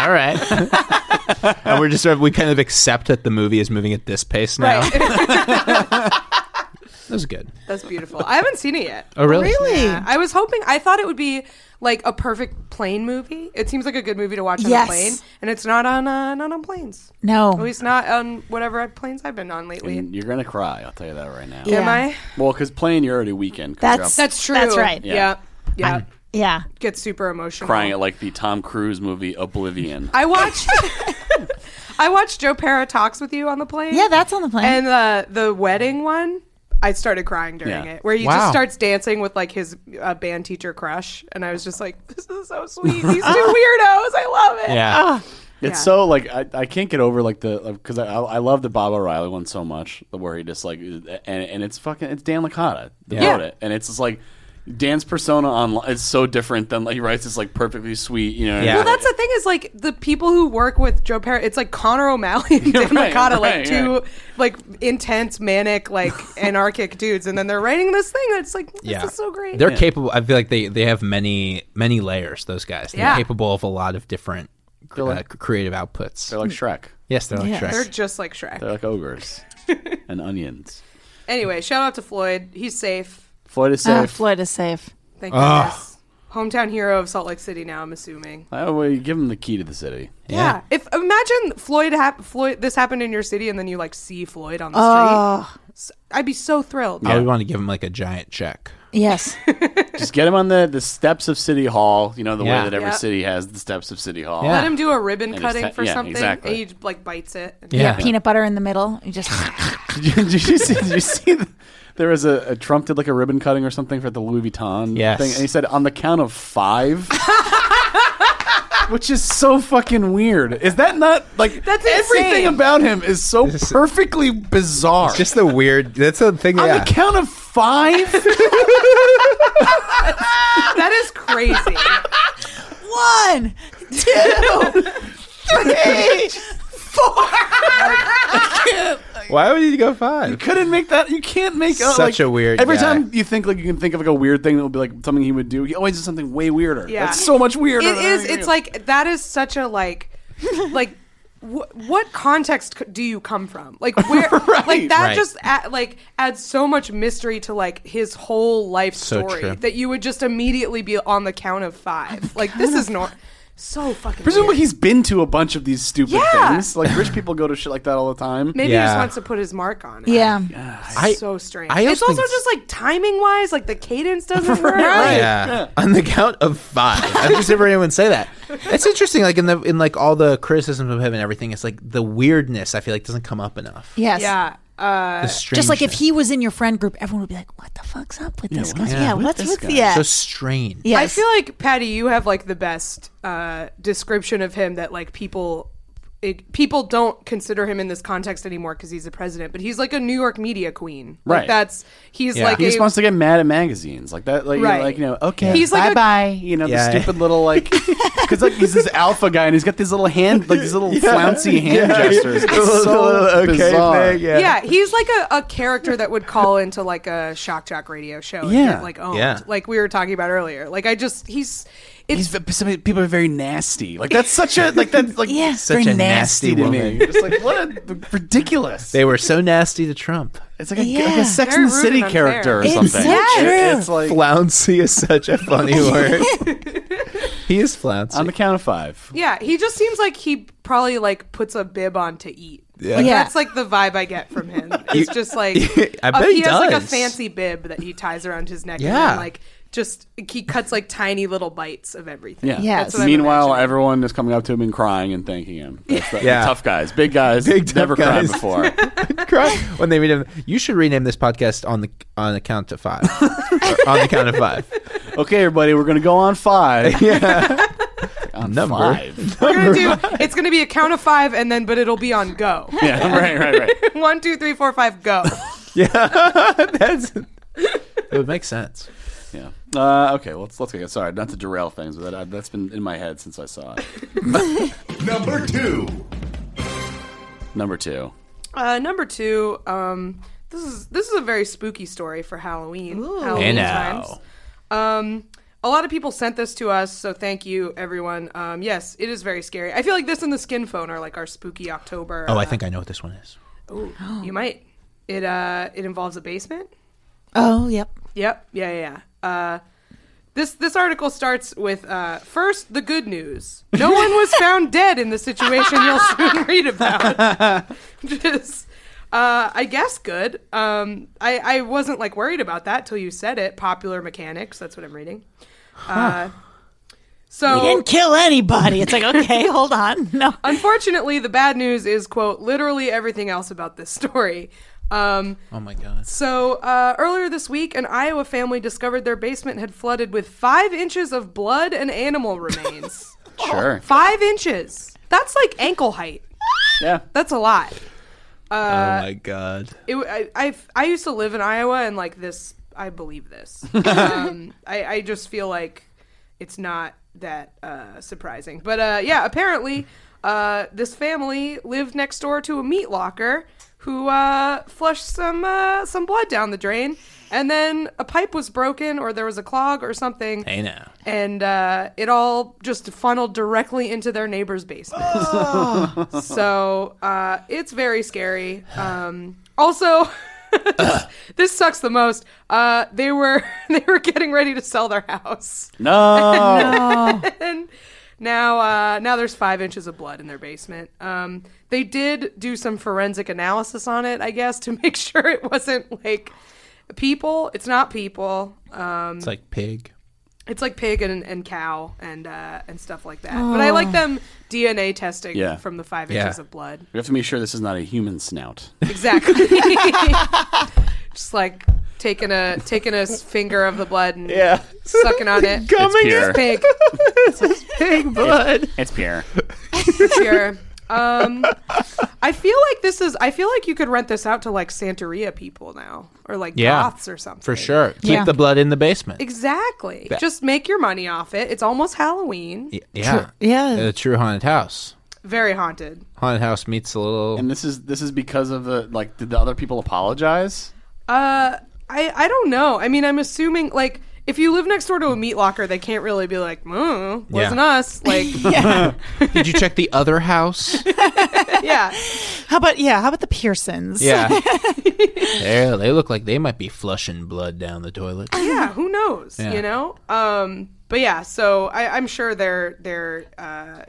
Speaker 2: All right, (laughs) and we're just sort of, we kind of accept that the movie is moving at this pace now.
Speaker 3: Right.
Speaker 2: That was good.
Speaker 3: (laughs) That's beautiful. I haven't seen it yet.
Speaker 2: Oh, really?
Speaker 4: Really?
Speaker 3: Yeah. I was hoping. I thought it would be like a perfect plane movie. It seems like a good movie to watch on
Speaker 4: Yes.
Speaker 3: a plane, and it's not on uh, not on planes.
Speaker 4: No.
Speaker 3: At least not on whatever planes I've been on lately.
Speaker 1: And you're gonna cry. I'll tell you that right now.
Speaker 4: Yeah.
Speaker 3: Am I?
Speaker 1: Well, because playing, you're already weekend. 'cause
Speaker 4: That's-
Speaker 1: you're up
Speaker 3: That's true.
Speaker 4: That's right.
Speaker 3: Yeah.
Speaker 1: Yeah.
Speaker 3: Yeah.
Speaker 4: Yeah,
Speaker 3: Get super
Speaker 1: (laughs)
Speaker 3: emotional.
Speaker 1: crying at like the Tom Cruise movie Oblivion.
Speaker 3: I watched. (laughs) I watched Joe Para talks with you on the plane.
Speaker 4: yeah. That's on the
Speaker 1: Uh-huh.
Speaker 4: plane.
Speaker 3: and the the wedding one. I started crying during
Speaker 1: Yeah.
Speaker 3: it, where he
Speaker 2: Wow.
Speaker 3: just starts dancing with like his uh, band teacher crush, and I was just like, "This
Speaker 1: (laughs)
Speaker 3: is so sweet. These two weirdos. I love it."
Speaker 2: Yeah.
Speaker 1: It's so like I, I can't get over like the because I I love the Bob O'Reilly one so much where he just like and and it's fucking it's Dan Licata that
Speaker 2: Yeah.
Speaker 1: wrote it and it's just like Dan's persona online is so different than like he writes this like perfectly sweet you know
Speaker 2: Yeah.
Speaker 3: Well, that's the thing is like the people who work with Joe Perry, it's like Connor O'Malley
Speaker 1: (laughs)
Speaker 3: and Dan
Speaker 1: Right,
Speaker 3: Licata, like
Speaker 1: right,
Speaker 3: two
Speaker 1: right.
Speaker 3: like intense,
Speaker 1: (laughs)
Speaker 3: manic, like anarchic dudes, and then they're writing this thing that's like, this
Speaker 2: yeah.
Speaker 3: is so great.
Speaker 2: They're capable. I feel like they they have many many layers. Those guys. They're
Speaker 3: Yeah.
Speaker 2: capable of a lot of different uh, creative outputs.
Speaker 1: they're like Shrek
Speaker 2: yes, they're like
Speaker 4: Yeah.
Speaker 2: Shrek.
Speaker 3: They're just like Shrek.
Speaker 1: they're like
Speaker 3: (laughs)
Speaker 1: ogres and onions.
Speaker 3: Anyway, shout out to Floyd. He's safe.
Speaker 1: Floyd is
Speaker 4: Ah,
Speaker 1: safe.
Speaker 4: Floyd is safe.
Speaker 3: Thank goodness. Hometown hero of Salt Lake City now, I'm assuming.
Speaker 1: Oh, well, you give him the key to the city.
Speaker 3: Yeah. If imagine Floyd hap- Floyd this happened in your city and then you like see Floyd on the street. S- I'd be so thrilled.
Speaker 2: I would want Oh, to give him like a giant check.
Speaker 4: Yes.
Speaker 1: Just get him on the, the steps of City Hall. You know the
Speaker 2: Yeah.
Speaker 1: way that every
Speaker 3: Yeah.
Speaker 1: city has the steps of City Hall.
Speaker 2: Yeah.
Speaker 3: Let him do a ribbon
Speaker 1: his
Speaker 3: cutting
Speaker 1: ta-
Speaker 3: for
Speaker 1: yeah,
Speaker 3: something.
Speaker 1: exactly.
Speaker 3: And he like bites it.
Speaker 2: Yeah.
Speaker 4: Peanut butter in the middle. You just
Speaker 1: did, you, (laughs) did you see? Did you see? The, there was a, a Trump did like a ribbon cutting or something for the Louis Vuitton
Speaker 2: Yes.
Speaker 1: thing, and he said on the count of
Speaker 2: (laughs)
Speaker 1: five, which is so fucking weird. Is that not like
Speaker 3: That's
Speaker 1: everything
Speaker 3: insane.
Speaker 1: about him is so
Speaker 2: This is-
Speaker 1: perfectly bizarre?
Speaker 2: Just the weird. That's the thing.
Speaker 1: on
Speaker 2: Yeah.
Speaker 1: the count of five.
Speaker 3: (laughs) That is crazy.
Speaker 4: one, (laughs) two, three, four.
Speaker 2: Why would you go five?
Speaker 1: couldn't make that. You can't make up,
Speaker 2: Such
Speaker 1: like,
Speaker 2: a weird
Speaker 1: Every
Speaker 2: guy.
Speaker 1: time you think like you can think of like a weird thing that would be like something he would do, he always does something way weirder.
Speaker 3: Yeah.
Speaker 1: that's so much weirder.
Speaker 3: it
Speaker 1: than
Speaker 3: is.
Speaker 1: anything else.
Speaker 3: It's like that is such a like, like, wh- what context c- do you come from? Like where? Like that
Speaker 2: Right.
Speaker 3: just add, like adds so much mystery to like his whole life
Speaker 2: So
Speaker 3: story
Speaker 2: true.
Speaker 3: that you would just immediately be on the count of five. Like this is not So fucking.
Speaker 1: Presumably
Speaker 3: weird.
Speaker 1: he's been to a bunch of these stupid
Speaker 3: Yeah.
Speaker 1: things. Like rich people go to shit like that all the time.
Speaker 3: Maybe he just
Speaker 2: Yeah.
Speaker 3: wants to put his mark on it.
Speaker 4: Yeah.
Speaker 2: I-
Speaker 3: so strange.
Speaker 2: I
Speaker 3: it's
Speaker 2: also
Speaker 3: also
Speaker 2: think-
Speaker 3: just like timing wise, like the cadence
Speaker 2: (laughs)
Speaker 3: doesn't work.
Speaker 2: Yeah. on the count of five. I've just never heard anyone say that. It's interesting. Like in the in like all the criticisms of him and everything, it's like the weirdness. I feel like doesn't come up enough.
Speaker 4: Yes.
Speaker 3: Yeah. Uh,
Speaker 2: The
Speaker 4: Just like if
Speaker 2: strangeness.
Speaker 4: he was in your friend group, everyone would be like, "What the fuck's up with this guy?
Speaker 1: what's
Speaker 4: Yeah,
Speaker 1: with
Speaker 4: what's
Speaker 1: this
Speaker 4: with
Speaker 1: guy?
Speaker 4: the yeah?"
Speaker 2: so strange.
Speaker 4: yes.
Speaker 3: I feel like Patty, you have like the best uh, description of him that like people. It, people don't consider him in this context anymore because he's the president, but he's like a New York media queen. Like,
Speaker 1: Right.
Speaker 3: That's he's
Speaker 2: Yeah.
Speaker 3: like
Speaker 1: He
Speaker 3: a,
Speaker 1: just wants to get mad at magazines like that, like,
Speaker 3: Right.
Speaker 1: like you know, okay,
Speaker 3: He's like a-
Speaker 1: bye bye, you know,
Speaker 2: Yeah.
Speaker 1: the stupid little
Speaker 3: (laughs)
Speaker 1: like, because like he's this alpha guy and he's got these little hand, like these little flouncy hand gestures. It's so bizarre.
Speaker 2: yeah.
Speaker 3: yeah. he's like a, a character that would call into like a shock jock radio show. And
Speaker 1: Yeah.
Speaker 3: get, like owned.
Speaker 2: Yeah.
Speaker 3: Like we were talking about earlier. Like I just he's it's
Speaker 1: He's, some people are very nasty. Like that's such a like that's like
Speaker 4: Yeah.
Speaker 1: it's very
Speaker 2: Such a
Speaker 1: nasty,
Speaker 2: nasty
Speaker 1: to
Speaker 2: woman.
Speaker 1: me. It's like what a ridiculous.
Speaker 2: They were so nasty to Trump.
Speaker 1: it's like a,
Speaker 4: Yeah.
Speaker 1: like a Sex
Speaker 3: Very
Speaker 1: and the
Speaker 3: rude
Speaker 1: City
Speaker 3: and unfair.
Speaker 1: character or
Speaker 4: It's
Speaker 1: something.
Speaker 4: so true.
Speaker 1: It's like
Speaker 2: Flouncy is such a funny word. he is flouncy.
Speaker 1: on the count of five.
Speaker 3: Yeah, he just seems like he probably like puts a bib on to eat. Yeah,
Speaker 4: Yeah.
Speaker 3: that's like the vibe I get from him. It's just like
Speaker 2: I
Speaker 3: a-
Speaker 2: bet he
Speaker 3: has like a
Speaker 2: does.
Speaker 3: fancy bib that he ties around his neck. and
Speaker 2: Yeah.
Speaker 3: then, like just he cuts like tiny little bites of everything.
Speaker 1: Yeah.
Speaker 4: Yes.
Speaker 3: That's what I'm
Speaker 1: Meanwhile,
Speaker 3: imagining.
Speaker 1: everyone is coming up to him and crying and thanking him. That's the,
Speaker 2: (laughs) Yeah.
Speaker 1: the tough guys, big guys,
Speaker 2: Big tough
Speaker 1: never
Speaker 2: guys.
Speaker 1: (laughs) cried before.
Speaker 2: Cry (laughs) when they read him. You should rename this podcast on the on the count to five. Or on the count of five.
Speaker 1: okay, everybody, we're gonna go on five. (laughs) on
Speaker 2: Number.
Speaker 1: five.
Speaker 3: we're gonna do it's gonna be a count of five and then but it'll be on go.
Speaker 1: yeah, right, right, right.
Speaker 3: (laughs) One, two, three, four, five, go. (laughs)
Speaker 2: That's it would make sense.
Speaker 1: Yeah. Uh, okay, well, let's let's get sorry, not to derail things, but that, that's been in my head since I saw it.
Speaker 5: Number two.
Speaker 1: (laughs) Number two.
Speaker 3: Uh, number two, um, this is this is a very spooky story for Halloween. Halloween
Speaker 2: Hey
Speaker 3: times. Um, a lot of people sent this to us, so thank you, everyone. Um, yes, it is very scary. I feel like this and the skin phone are like our spooky October.
Speaker 2: Oh,
Speaker 3: uh,
Speaker 2: I think I know what this one is.
Speaker 3: you might. It uh, it involves a basement.
Speaker 4: oh, yep.
Speaker 3: Yep. Yeah. Yeah. yeah. Uh, this this article starts with uh, first the good news. No
Speaker 4: (laughs)
Speaker 3: one was found dead in the situation you'll soon read about. Just. Uh, I guess good. Um, I, I wasn't like worried about that till you said it. Popular mechanics. That's what I'm reading. Uh, so
Speaker 4: He didn't kill anybody. It's like,
Speaker 3: (laughs)
Speaker 4: okay, hold on. No.
Speaker 3: Unfortunately, the bad news is quote literally everything else about this story. Um,
Speaker 2: Oh my god.
Speaker 3: so uh, earlier this week, an Iowa family discovered their basement had flooded with five inches of blood and animal remains.
Speaker 1: Sure.
Speaker 3: five inches. That's like ankle height.
Speaker 1: Yeah.
Speaker 3: That's a lot.
Speaker 2: oh my god.
Speaker 3: It, w- I, I, I used to live in Iowa, and like this, I believe this. um, I, I just feel like it's not that uh, surprising. But uh, yeah, apparently, uh, this family lived next door to a meat locker who uh, flushed some uh, some blood down the drain, and then a pipe was broken, or there was a clog, or something.
Speaker 2: Hey now.
Speaker 3: And uh, it all just funneled directly into their neighbor's basement. (laughs) so uh, it's very scary. Um, also, (laughs) this sucks the most. Uh, they were (laughs) they were getting ready to sell their house, (laughs)
Speaker 1: No.
Speaker 3: and now uh, now there's five inches of blood in their basement. Um, they did do some forensic analysis on it, I guess, to (laughs) make sure it wasn't like people. It's not people. Um,
Speaker 2: It's like pig.
Speaker 3: it's like pig and, and cow and uh, and stuff like that. But I like them DNA testing
Speaker 1: Yeah.
Speaker 3: from the five
Speaker 2: Oh. Yeah.
Speaker 3: inches of blood.
Speaker 1: we have to make sure this is not a human snout.
Speaker 2: (laughs)
Speaker 3: Exactly. Just like taking a taking a s- finger of the blood and sucking on it.
Speaker 1: Coming
Speaker 3: it's
Speaker 1: in.
Speaker 3: pig.
Speaker 2: Pig blood.
Speaker 1: It's pure.
Speaker 3: Pure. Um, I feel like this is. I feel like you could rent this out to like Santeria people now, or like
Speaker 2: Yeah.
Speaker 3: Goths or something.
Speaker 2: For sure. Keep
Speaker 4: Yeah.
Speaker 2: the blood in the basement.
Speaker 3: Exactly.
Speaker 2: That-
Speaker 3: Just make your money off it. It's almost Halloween.
Speaker 2: Y- yeah.
Speaker 4: yeah.
Speaker 2: A true haunted house.
Speaker 3: Very haunted.
Speaker 2: Haunted house meets a little
Speaker 1: And this is this is because of the like did the other people apologize?
Speaker 3: Uh, I I don't know. I mean, I'm assuming like if you live next door to a meat locker, they can't really be like, "Mm, wasn't
Speaker 2: Yeah.
Speaker 3: us." Like,
Speaker 2: Did you check the other house?
Speaker 3: yeah,
Speaker 4: How about yeah? How about the Pearsons?
Speaker 2: (laughs) yeah.
Speaker 3: (laughs)
Speaker 2: There, they look like they might be flushing blood down the toilet.
Speaker 3: yeah. Who knows?
Speaker 2: Yeah.
Speaker 3: You know. Um, But yeah, so I, I'm sure they're they're uh,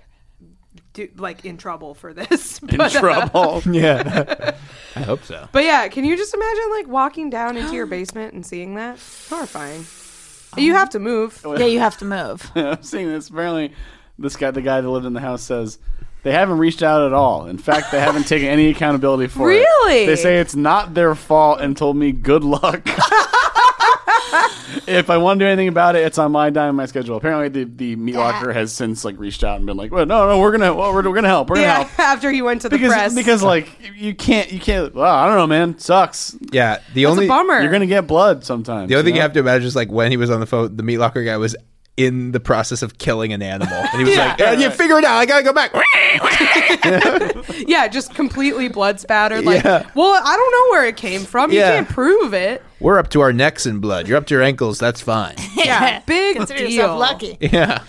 Speaker 3: do, like in trouble for this. (laughs)
Speaker 1: in
Speaker 3: But, uh,
Speaker 1: trouble.
Speaker 2: Yeah. (laughs) I hope so.
Speaker 3: but yeah, can you just imagine like walking down into your basement and seeing that? Horrifying. You have to move.
Speaker 4: (laughs) Yeah, you have to move.
Speaker 1: I'm seeing this. Apparently, this guy, the guy that lived in the house, says they haven't reached out at all. In fact, they haven't taken any accountability for it.
Speaker 3: Really?
Speaker 1: They say it's not their fault and told me good luck. (laughs) if I want to do anything about it, it's on my dime, my schedule. Apparently, the, the meat locker has since like reached out and been like, "Well, no, no, we're gonna, well, we're, we're gonna help, we're gonna
Speaker 3: Yeah, (laughs)
Speaker 1: help."
Speaker 3: after you went to the
Speaker 1: Because,
Speaker 3: press.
Speaker 1: because like you can't you can't well I don't know man sucks
Speaker 2: Yeah. The
Speaker 3: it's
Speaker 2: only
Speaker 3: a bummer.
Speaker 1: you're gonna get blood sometimes
Speaker 2: the only thing
Speaker 1: know?
Speaker 2: you have to imagine is like when he was on the phone, the meat locker guy was in the process of killing an animal, and he was like, "Yeah, "You figure it out. I gotta go back."
Speaker 3: yeah, just completely blood spattered. Like,
Speaker 2: Yeah.
Speaker 3: well, I don't know where it came from.
Speaker 2: Yeah.
Speaker 3: You can't prove it.
Speaker 2: We're up to our necks in blood. You're up to your ankles.
Speaker 3: (laughs)
Speaker 2: That's fine.
Speaker 3: Yeah, big
Speaker 4: Consider
Speaker 3: deal.
Speaker 4: yourself lucky.
Speaker 2: Yeah.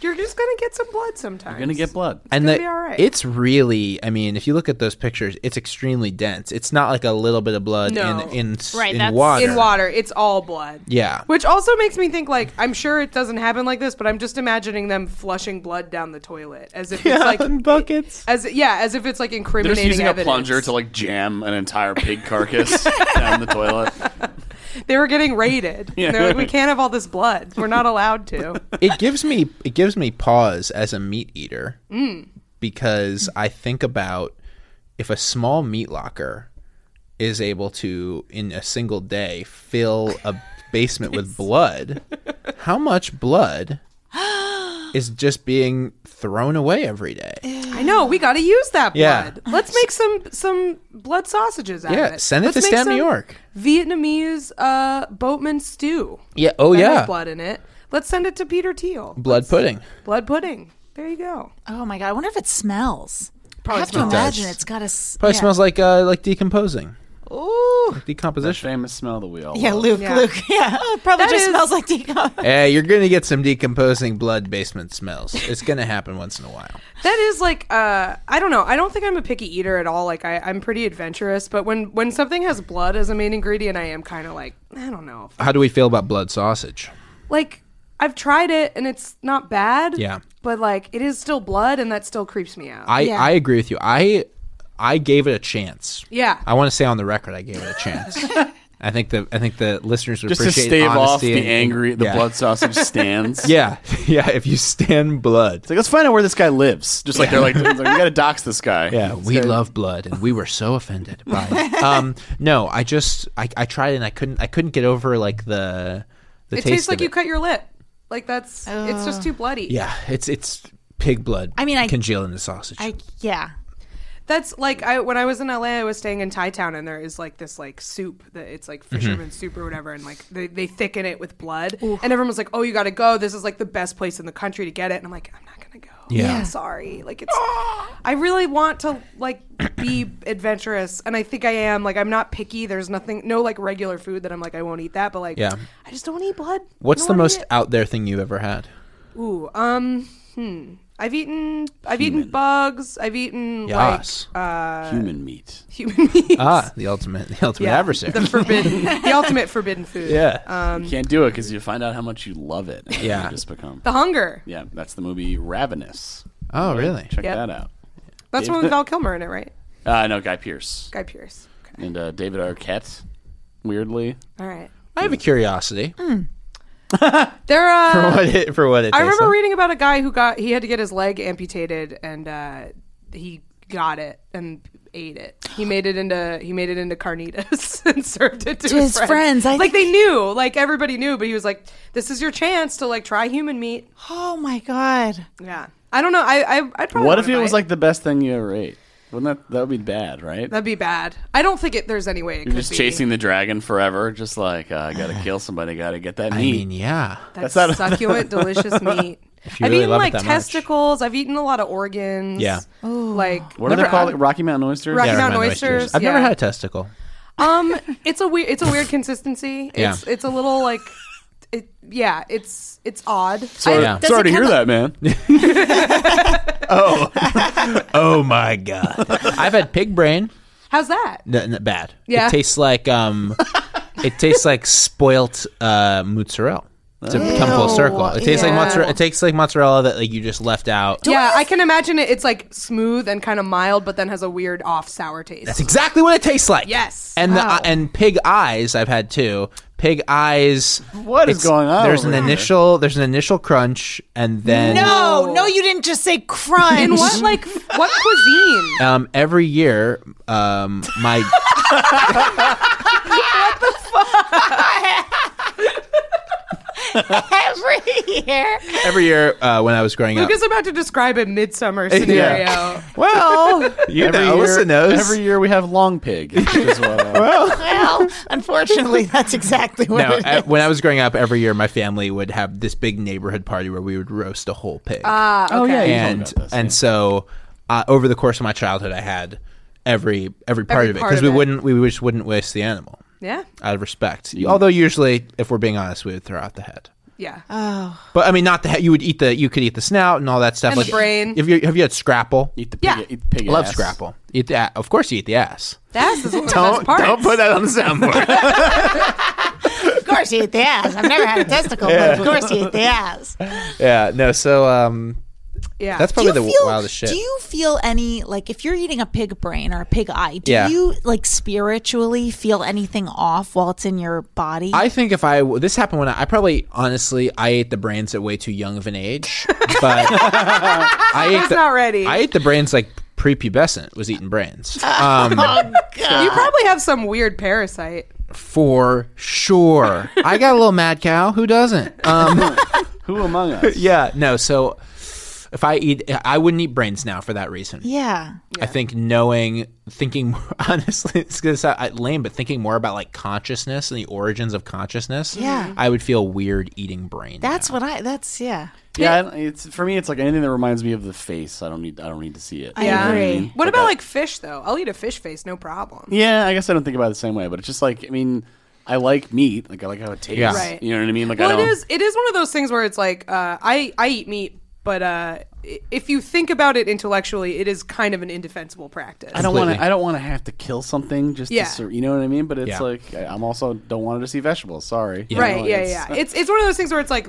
Speaker 3: You're just gonna get some blood sometimes.
Speaker 1: you're gonna get blood
Speaker 2: and
Speaker 3: gonna
Speaker 2: the-
Speaker 3: be all right.
Speaker 2: it's really i mean if you look at those pictures it's extremely dense it's not like a little bit of blood
Speaker 3: No.
Speaker 2: in in, s-
Speaker 4: Right,
Speaker 2: in
Speaker 4: that's-
Speaker 2: water
Speaker 3: in water. It's all blood.
Speaker 2: yeah
Speaker 3: Which also makes me think like I'm sure it doesn't happen like this, but I'm just imagining them flushing blood down the toilet as if it's
Speaker 2: (laughs)
Speaker 3: like
Speaker 2: buckets
Speaker 3: as yeah, as if it's like
Speaker 1: They're
Speaker 3: incriminating
Speaker 1: just using
Speaker 3: evidence.
Speaker 1: a plunger to like jam an entire pig carcass (laughs) down the toilet.
Speaker 3: They were getting raided.
Speaker 1: (laughs) Yeah.
Speaker 3: And they're like, we can't have all this blood. We're not allowed to.
Speaker 2: it gives me it gives me pause as a meat eater because i think about if a small meat locker is able to in a single day fill a basement with blood how much blood is just being thrown away every day
Speaker 3: I know. We got to use that
Speaker 2: Yeah.
Speaker 3: blood. Let's make some some blood sausages out
Speaker 2: Yeah,
Speaker 3: of it.
Speaker 2: send it
Speaker 3: Let's
Speaker 2: to
Speaker 3: make
Speaker 2: Stan, New
Speaker 3: some
Speaker 2: York.
Speaker 3: Vietnamese uh, boatman stew.
Speaker 2: yeah oh
Speaker 3: That has
Speaker 2: yeah
Speaker 3: blood in it. Let's send it to Peter Thiel.
Speaker 2: blood pudding
Speaker 3: Blood pudding. There you go.
Speaker 4: Oh my god, I wonder if it smells. I have
Speaker 2: smells.
Speaker 4: to imagine
Speaker 2: It does.
Speaker 4: it's got a s-
Speaker 2: Probably
Speaker 4: yeah.
Speaker 2: smells like uh, like decomposing,
Speaker 4: Ooh.
Speaker 2: decomposition.
Speaker 1: Famous smell that we all
Speaker 4: Yeah,
Speaker 1: love.
Speaker 4: Luke,
Speaker 3: Yeah.
Speaker 4: Luke. (laughs) Yeah, it probably
Speaker 3: That
Speaker 4: just
Speaker 3: is-
Speaker 4: smells like decom.
Speaker 2: Hey, Eh, you're gonna get some decomposing blood basement smells. It's gonna happen once in a while.
Speaker 3: That is like uh, I don't know. I don't think I'm a picky eater at all. Like I, I'm pretty adventurous, but when when something has blood as a main ingredient, I am kind of like I don't know.
Speaker 2: How do we feel about blood sausage?
Speaker 3: Like I've tried it and it's not bad.
Speaker 2: Yeah.
Speaker 3: But like it is still blood, and that still creeps me out.
Speaker 2: I
Speaker 4: Yeah.
Speaker 2: I agree with you. I I gave it a chance.
Speaker 3: Yeah.
Speaker 2: I want to say on the record, I gave it a
Speaker 3: (laughs)
Speaker 2: chance. I think the I think the listeners would
Speaker 1: Just to
Speaker 2: appreciate
Speaker 1: stave off
Speaker 2: honesty
Speaker 1: the
Speaker 2: and-
Speaker 1: angry, the
Speaker 2: yeah.
Speaker 1: blood sausage stands.
Speaker 2: (laughs) Yeah, yeah. If you stand blood,
Speaker 1: It's like, let's find out where this guy lives. Just like they're like, it's like, we gotta dox this guy.
Speaker 2: Yeah, Uh, we love blood, and we were so offended by
Speaker 3: (laughs)
Speaker 2: it. Um, no, I just I, I tried and I couldn't I couldn't get over like the the
Speaker 3: it
Speaker 2: taste
Speaker 3: tastes
Speaker 2: of
Speaker 3: like you
Speaker 2: it.
Speaker 3: cut your lip. Like that's it's just too bloody.
Speaker 2: Yeah, it's it's pig blood.
Speaker 4: I mean, I-
Speaker 2: congealed in the sausage.
Speaker 4: I yeah.
Speaker 3: That's like I when I was in LA, I was staying in Thai Town, and there is like this like soup that it's like
Speaker 2: Mm-hmm.
Speaker 3: fisherman's soup or whatever, and like they, they thicken it with blood, and everyone was like, "Oh, you got to go! This is like the best place in the country to get it," and I'm like, "I'm not gonna go.
Speaker 2: Yeah.
Speaker 3: I'm sorry. Like it's I really want to like be (clears throat) adventurous, and I think I am. Like I'm not picky. There's nothing, no like regular food that I'm like I won't eat that, but like
Speaker 2: Yeah.
Speaker 3: I just don't eat blood.
Speaker 2: What's
Speaker 3: I don't
Speaker 2: the
Speaker 3: wanna
Speaker 2: most
Speaker 3: eat it.
Speaker 2: out there thing you've ever had?
Speaker 3: Ooh, um, hmm. I've eaten I've eaten bugs. I've eaten
Speaker 2: Yes.
Speaker 3: like uh,
Speaker 1: human meat.
Speaker 3: human (laughs) meat.
Speaker 2: Ah, the ultimate, the ultimate adversary.
Speaker 3: The forbidden, the ultimate forbidden food.
Speaker 2: (laughs) yeah,
Speaker 1: you can't do it because you find out how much you love it. and
Speaker 2: Yeah.
Speaker 1: you just become.
Speaker 3: The hunger.
Speaker 1: Yeah, that's the movie Ravenous.
Speaker 2: Oh, really?
Speaker 1: Check
Speaker 3: Yep.
Speaker 1: that out.
Speaker 3: That's one with Val Kilmer in it, right?
Speaker 1: Uh, no, Guy Pierce
Speaker 3: Guy Pierce. Okay.
Speaker 1: and uh, David Arquette. Weirdly,
Speaker 3: All right.
Speaker 2: I have a curiosity
Speaker 3: There.
Speaker 2: for
Speaker 3: Uh,
Speaker 2: (laughs) what it for what it.
Speaker 3: Mm. I
Speaker 2: tastes
Speaker 3: remember
Speaker 2: like.
Speaker 3: reading about a guy who got he had to get his leg amputated and uh, he got it and ate it. He made it into he made it into carnitas (laughs) and served it to,
Speaker 4: To his
Speaker 3: his,
Speaker 4: friends, I
Speaker 3: like
Speaker 4: think-
Speaker 3: they knew, like everybody knew, but he was like, "This is your chance to like try human meat."
Speaker 4: Oh my god.
Speaker 3: Yeah. I don't know. I I I'd probably
Speaker 1: what
Speaker 3: wanna
Speaker 1: if it was
Speaker 3: buy
Speaker 1: like the best thing you ever ate? Wouldn't that that would be bad, right?
Speaker 3: That'd be bad. I don't think it. There's any way
Speaker 1: You're
Speaker 3: it could
Speaker 1: just
Speaker 3: be.
Speaker 1: chasing the dragon forever, just like uh, I gotta kill somebody, gotta get that
Speaker 2: I
Speaker 1: meat.
Speaker 2: mean, yeah.
Speaker 3: That's,
Speaker 1: That's not-
Speaker 3: succulent, delicious meat.
Speaker 2: you
Speaker 3: I've
Speaker 2: really
Speaker 3: eaten
Speaker 2: love it
Speaker 3: like
Speaker 2: that much.
Speaker 3: testicles. I've eaten a lot of organs. Oh.
Speaker 2: Yeah.
Speaker 3: Like
Speaker 1: what are they
Speaker 3: um,
Speaker 1: called? Like Rocky Mountain oysters.
Speaker 3: Rocky
Speaker 2: Yeah,
Speaker 3: Mountain
Speaker 2: Rocky Mountain
Speaker 3: oysters.
Speaker 2: I've never
Speaker 3: yeah.
Speaker 2: had a testicle.
Speaker 3: Um, it's a weird. It's a weird consistency.
Speaker 2: (laughs) Yeah.
Speaker 3: It's it's a little like, it. Yeah. It's it's odd.
Speaker 1: Sorry,
Speaker 2: Yeah.
Speaker 4: Does
Speaker 1: sorry to
Speaker 4: it
Speaker 1: hear that,
Speaker 4: come
Speaker 1: man.
Speaker 2: (laughs) Oh my god! (laughs) I've had pig brain.
Speaker 3: How's that?
Speaker 2: N- n- bad.
Speaker 3: Yeah. (laughs)
Speaker 2: It tastes like um, it tastes like spoilt uh, mozzarella. to come full circle. It tastes
Speaker 4: yeah.
Speaker 2: like mozzarella. It tastes like mozzarella that like you just left out.
Speaker 3: yeah, I can imagine it. It's like smooth and kind of mild, but then has a weird off sour taste.
Speaker 2: That's exactly what it tastes like.
Speaker 3: Yes.
Speaker 2: And the and pig eyes I've had too. Pig eyes.
Speaker 1: What is
Speaker 2: it's-
Speaker 1: going on
Speaker 2: There's
Speaker 1: over
Speaker 2: an
Speaker 1: here?
Speaker 2: initial. There's an initial crunch, and then
Speaker 4: No, no, you didn't just say crunch.
Speaker 3: and (laughs) what like what
Speaker 2: (laughs)
Speaker 3: cuisine?
Speaker 2: um, every year, um, my
Speaker 4: (laughs)
Speaker 3: (laughs)
Speaker 4: every year?
Speaker 2: every year uh, when I was growing up.
Speaker 3: Luke is about to describe a midsummer scenario.
Speaker 2: (laughs) Well, you
Speaker 1: Every
Speaker 2: know,
Speaker 1: year,
Speaker 2: Alyssa knows.
Speaker 1: Every year we have long pig. which is what, uh,
Speaker 4: Well, unfortunately, that's exactly what
Speaker 2: no,
Speaker 4: it
Speaker 2: I,
Speaker 4: is.
Speaker 2: when I was growing up, every year my family would have this big neighborhood party where we would roast a whole pig.
Speaker 3: Ah.
Speaker 1: oh yeah, you told me
Speaker 2: and
Speaker 1: about this,
Speaker 2: and
Speaker 1: yeah.
Speaker 2: so uh, over the course of my childhood, I had every every part
Speaker 3: Every
Speaker 2: of it
Speaker 3: part
Speaker 2: because
Speaker 3: of
Speaker 2: we
Speaker 3: it.
Speaker 2: wouldn't we just wouldn't waste the animal
Speaker 3: Yeah.
Speaker 2: out of respect. Although usually, if we're being honest, we would throw out the head.
Speaker 3: Yeah.
Speaker 2: But I mean, not the head. You would eat the you could eat the snout and all that stuff.
Speaker 3: And the brain.
Speaker 2: If you have you had scrapple,
Speaker 1: eat the pig.
Speaker 3: Yeah.
Speaker 1: Eat the pig.
Speaker 2: love
Speaker 1: ass.
Speaker 2: scrapple. Eat the a- of course you eat the ass.
Speaker 3: That's one of the best parts.
Speaker 2: that on the soundboard.
Speaker 4: Of course, you eat the ass. I've never had a testicle, but of course, you eat the ass.
Speaker 2: yeah, no. So um,
Speaker 3: yeah.
Speaker 2: that's probably the wildest shit.
Speaker 4: Do you feel any like if you're eating a pig brain or a pig eye? Do
Speaker 2: Yeah.
Speaker 4: you like spiritually feel anything off while it's in your body?
Speaker 2: I think if I w- this happened when I, I probably honestly I ate the brains at way too young of an
Speaker 3: (laughs)
Speaker 2: age, but I ate the,
Speaker 3: not ready.
Speaker 2: I ate the brains like prepubescent was eating brains um,
Speaker 3: you
Speaker 1: Uh-huh.
Speaker 3: probably have some weird parasite.
Speaker 2: for sure. I got a little mad cow. Who doesn't? Um,
Speaker 1: Who among us?
Speaker 2: yeah, no. So if I eat, I wouldn't eat brains now for that reason.
Speaker 4: yeah.
Speaker 2: I think knowing, thinking more, (laughs) honestly, it's gonna sound uh, lame, but thinking more about like consciousness and the origins of consciousness.
Speaker 4: Yeah.
Speaker 2: I would feel weird eating brain.
Speaker 4: That's what I. That's yeah.
Speaker 1: Yeah, I don't- it's for me. It's like anything that reminds me of the face. I don't need. I don't need to see it.
Speaker 4: I Yeah. agree.
Speaker 1: mean?
Speaker 3: What about like fish though? I'll eat a fish face, no problem.
Speaker 1: Yeah, I guess I don't think about it the same way, but it's just like I mean, I like meat. Like I like how it tastes.
Speaker 2: Yeah.
Speaker 3: Right.
Speaker 1: You know what I mean? Like I
Speaker 3: Well,
Speaker 1: don't.
Speaker 3: it is. It is one of those things where it's like uh, I I eat meat, but uh, i- if you think about it intellectually, it is kind of an indefensible practice.
Speaker 1: I don't want to.
Speaker 2: Completely.
Speaker 1: I don't want to have to kill something just.
Speaker 3: Yeah.
Speaker 1: To, sur- you know what I mean? But it's
Speaker 2: Yeah.
Speaker 1: like I, I'm also don't want to see vegetables. Sorry. You know,
Speaker 3: right?
Speaker 1: like,
Speaker 3: Yeah,
Speaker 1: it's-
Speaker 3: yeah. It's it's one of those things where it's like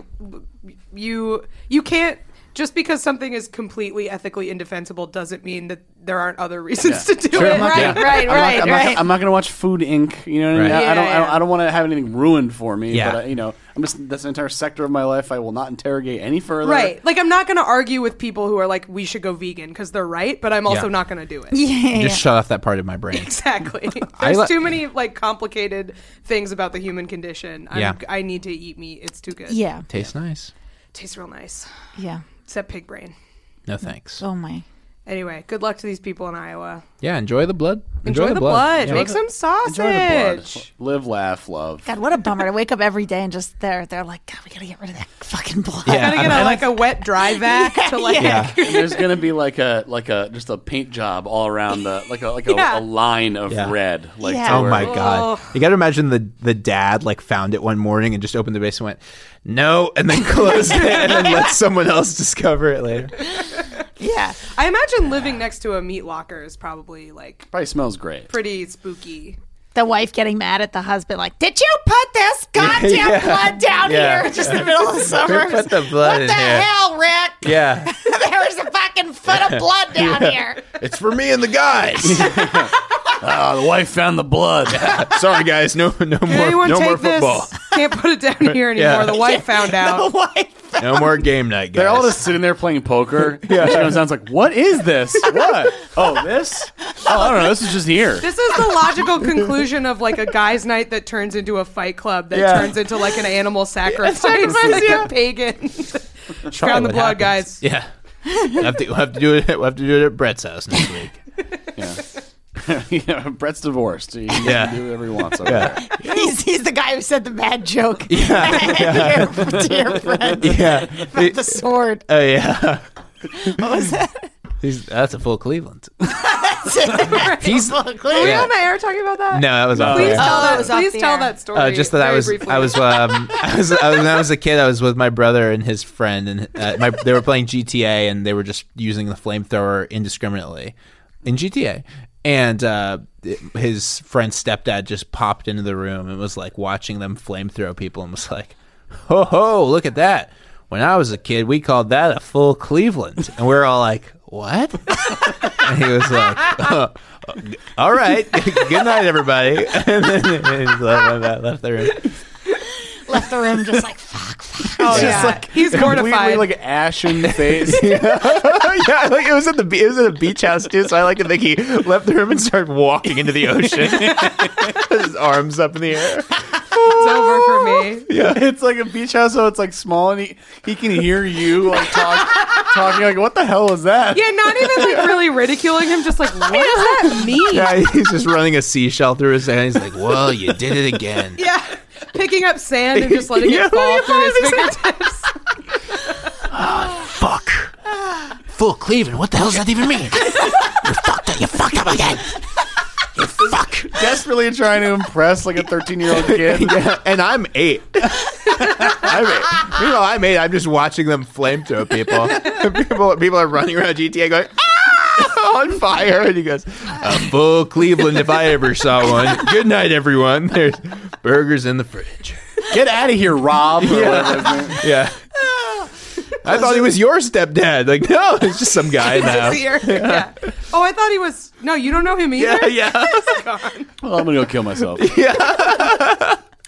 Speaker 3: you you can't. Just because something is completely ethically indefensible doesn't mean that there aren't other reasons to do it.
Speaker 1: I'm not
Speaker 4: Right,
Speaker 1: gonna-
Speaker 4: right,
Speaker 1: I'm not-
Speaker 4: right,
Speaker 1: I'm not,
Speaker 4: right.
Speaker 1: I'm
Speaker 4: (laughs)
Speaker 1: not going to watch Food Inc. You know what I mean?
Speaker 2: Right.
Speaker 1: I, I don't.
Speaker 3: Yeah,
Speaker 1: I don't,
Speaker 3: yeah.
Speaker 1: I don't want to have anything ruined for me.
Speaker 2: Yeah.
Speaker 1: But I, you know, I'm just that's an entire sector of my life. I will not interrogate any further.
Speaker 3: Right. Like I'm not going to argue with people who are like we should go vegan because they're right, but I'm also
Speaker 2: Yeah.
Speaker 3: not going to do it.
Speaker 4: Yeah.
Speaker 2: just shut off that part of my brain.
Speaker 3: (laughs) Exactly.
Speaker 2: I
Speaker 3: There's
Speaker 2: li-
Speaker 3: too many like complicated things about the human condition. I'm,
Speaker 2: Yeah.
Speaker 3: I need to eat meat. It's too good.
Speaker 4: Yeah.
Speaker 2: Tastes nice.
Speaker 3: Tastes real nice.
Speaker 4: Yeah.
Speaker 3: Except pig brain.
Speaker 2: No thanks.
Speaker 4: Oh my.
Speaker 3: Anyway, good luck to these people in Iowa.
Speaker 2: Yeah, enjoy the blood.
Speaker 3: Enjoy, the blood. Make some sausage.
Speaker 1: Enjoy the blood. Live, laugh,
Speaker 4: (laughs)
Speaker 1: love.
Speaker 4: God, what a bummer to wake up every day and just there. They're like, God, we gotta get rid of that fucking blood.
Speaker 2: (laughs) Yeah.
Speaker 3: Gotta get
Speaker 2: I-
Speaker 3: a,
Speaker 2: I
Speaker 3: like a wet dry vac to like.
Speaker 2: Yeah.
Speaker 1: And there's gonna be like a like a just a paint job all around the like a like a,
Speaker 3: Yeah.
Speaker 1: a line of
Speaker 2: Yeah.
Speaker 1: red. Like
Speaker 4: Yeah.
Speaker 1: to
Speaker 2: Oh
Speaker 1: where-
Speaker 2: my god! You got to imagine the the dad like found it one morning and just opened the basement, went no, and then (laughs) closed it and then let someone else discover it later.
Speaker 4: (laughs) Yeah.
Speaker 3: I imagine living next to a meat locker is probably like
Speaker 1: Probably smells great.
Speaker 3: pretty spooky.
Speaker 4: The wife getting mad at the husband, like, did you put this goddamn
Speaker 2: (laughs) Yeah.
Speaker 4: blood down
Speaker 2: Yeah.
Speaker 4: here? (laughs) Just in the middle of summer.
Speaker 2: put the blood
Speaker 4: what
Speaker 2: in
Speaker 4: the
Speaker 2: here?"
Speaker 4: hell, Rick? (laughs)
Speaker 2: Yeah,
Speaker 4: There's a fucking foot of blood down here.
Speaker 2: it's for me and the guys.
Speaker 1: Oh, the wife found the (laughs) blood.
Speaker 2: Sorry guys, no no more
Speaker 3: Can anyone
Speaker 2: no
Speaker 3: take
Speaker 2: more
Speaker 3: this? (laughs) Oh
Speaker 2: football,
Speaker 3: Can't put it down
Speaker 2: (laughs)
Speaker 3: here anymore.
Speaker 2: Yeah.
Speaker 3: The wife found out.
Speaker 4: wife.
Speaker 2: no more game night, guys.
Speaker 1: They're all just sitting there playing poker. (laughs) yeah, she comes down, and's like, "What is (laughs) this? What? Oh, this? Oh, I don't know. This is just
Speaker 4: (laughs)
Speaker 1: here."
Speaker 3: This is the logical conclusion of like a guy's night that turns into a fight club that
Speaker 1: Yeah.
Speaker 3: turns into like an
Speaker 2: (laughs)
Speaker 3: animal sacrifice, (laughs) like a pagan. Found the
Speaker 2: what
Speaker 3: blood,
Speaker 2: happens.
Speaker 3: guys.
Speaker 2: yeah. we have to we have to do it. We have to do it at Brett's house next week.
Speaker 1: yeah, (laughs) Brett's divorced. He can
Speaker 2: Yeah.
Speaker 1: do whatever he wants. Over there.
Speaker 4: He's, he's the guy who said the bad joke. (laughs) Yeah. to your friend
Speaker 2: (laughs) yeah.
Speaker 4: about the sword.
Speaker 2: Oh yeah. (laughs) What was
Speaker 4: (laughs)
Speaker 2: that? He's, that's a full Cleveland. He's no,
Speaker 3: Were we
Speaker 2: Yeah.
Speaker 3: on the air talking about that?
Speaker 2: that was off.
Speaker 3: Please
Speaker 2: air.
Speaker 3: tell
Speaker 4: Oh, it
Speaker 3: that.
Speaker 4: was off
Speaker 3: Please
Speaker 4: the
Speaker 3: tell
Speaker 4: air.
Speaker 3: that story.
Speaker 2: Uh, just that I
Speaker 3: very
Speaker 2: was,
Speaker 3: briefly.
Speaker 2: I was,
Speaker 3: (laughs)
Speaker 2: um, I was, I was, when I was a kid, I was with my brother and his friend, and uh, my, they were playing GTA, and they were just using the flamethrower indiscriminately in GTA. And uh, it- his friend's stepdad just popped into the room and was like watching them flamethrow people, and was like, ho ho, look at that. When I was a kid, we called that a full Cleveland. And we are all like, what? (laughs) and he was like, (laughs) "Uh, all right, (laughs) good night, everybody. (laughs) and then he just left, left the room.
Speaker 4: Left the room just like fuck.
Speaker 3: Oh,
Speaker 2: just
Speaker 3: yeah.
Speaker 2: like
Speaker 3: He's
Speaker 1: Completely
Speaker 3: mortified.
Speaker 1: like ashen face.
Speaker 2: (laughs) yeah, like it was at the be- it was at a beach house too. So I like to think he left the room and started walking into the ocean, (laughs) his arms up in the air.
Speaker 3: it's over for
Speaker 2: (laughs)
Speaker 3: me.
Speaker 1: Yeah, it's like a beach house, so it's like small, and e- he, he can hear you like talk, talking like, "What the hell is that?"
Speaker 3: Yeah, not even like really ridiculing him,
Speaker 2: (laughs)
Speaker 3: just like, what does that mean?
Speaker 2: Yeah, he's just running a seashell through his hand. He's like, "Well, you did it again."
Speaker 3: Yeah. Picking up sand and just letting
Speaker 2: (laughs) Yeah,
Speaker 3: it fall
Speaker 2: what do
Speaker 3: through
Speaker 2: you
Speaker 3: his
Speaker 2: call (laughs)
Speaker 3: fingertips.
Speaker 2: Fuck. Full Cleveland. What the hell does that even mean? you fucked up. You fucked up again. You fuck.
Speaker 1: Desperately trying to impress like a thirteen year
Speaker 2: (laughs)
Speaker 1: old kid.
Speaker 2: Yeah, and I'm eight. (laughs) I'm eight. Meanwhile, I'm eight. I'm just watching them flamethrow people. (laughs) people, people are running around GTA going ah! on fire, and he goes, "A full Cleveland if I ever saw one." Good night, everyone. There's burgers in the fridge.
Speaker 1: Get out of here, Rob. or whatever his name-
Speaker 2: Yeah. I thought he was your stepdad. Like, no, it's just some
Speaker 1: (laughs)
Speaker 3: (laughs)
Speaker 2: guy now.
Speaker 3: Yeah. Oh, I thought he was. No, you don't know him either.
Speaker 2: Yeah, (laughs) yeah.
Speaker 1: Well, I'm gonna go kill
Speaker 2: (laughs)
Speaker 1: myself. Have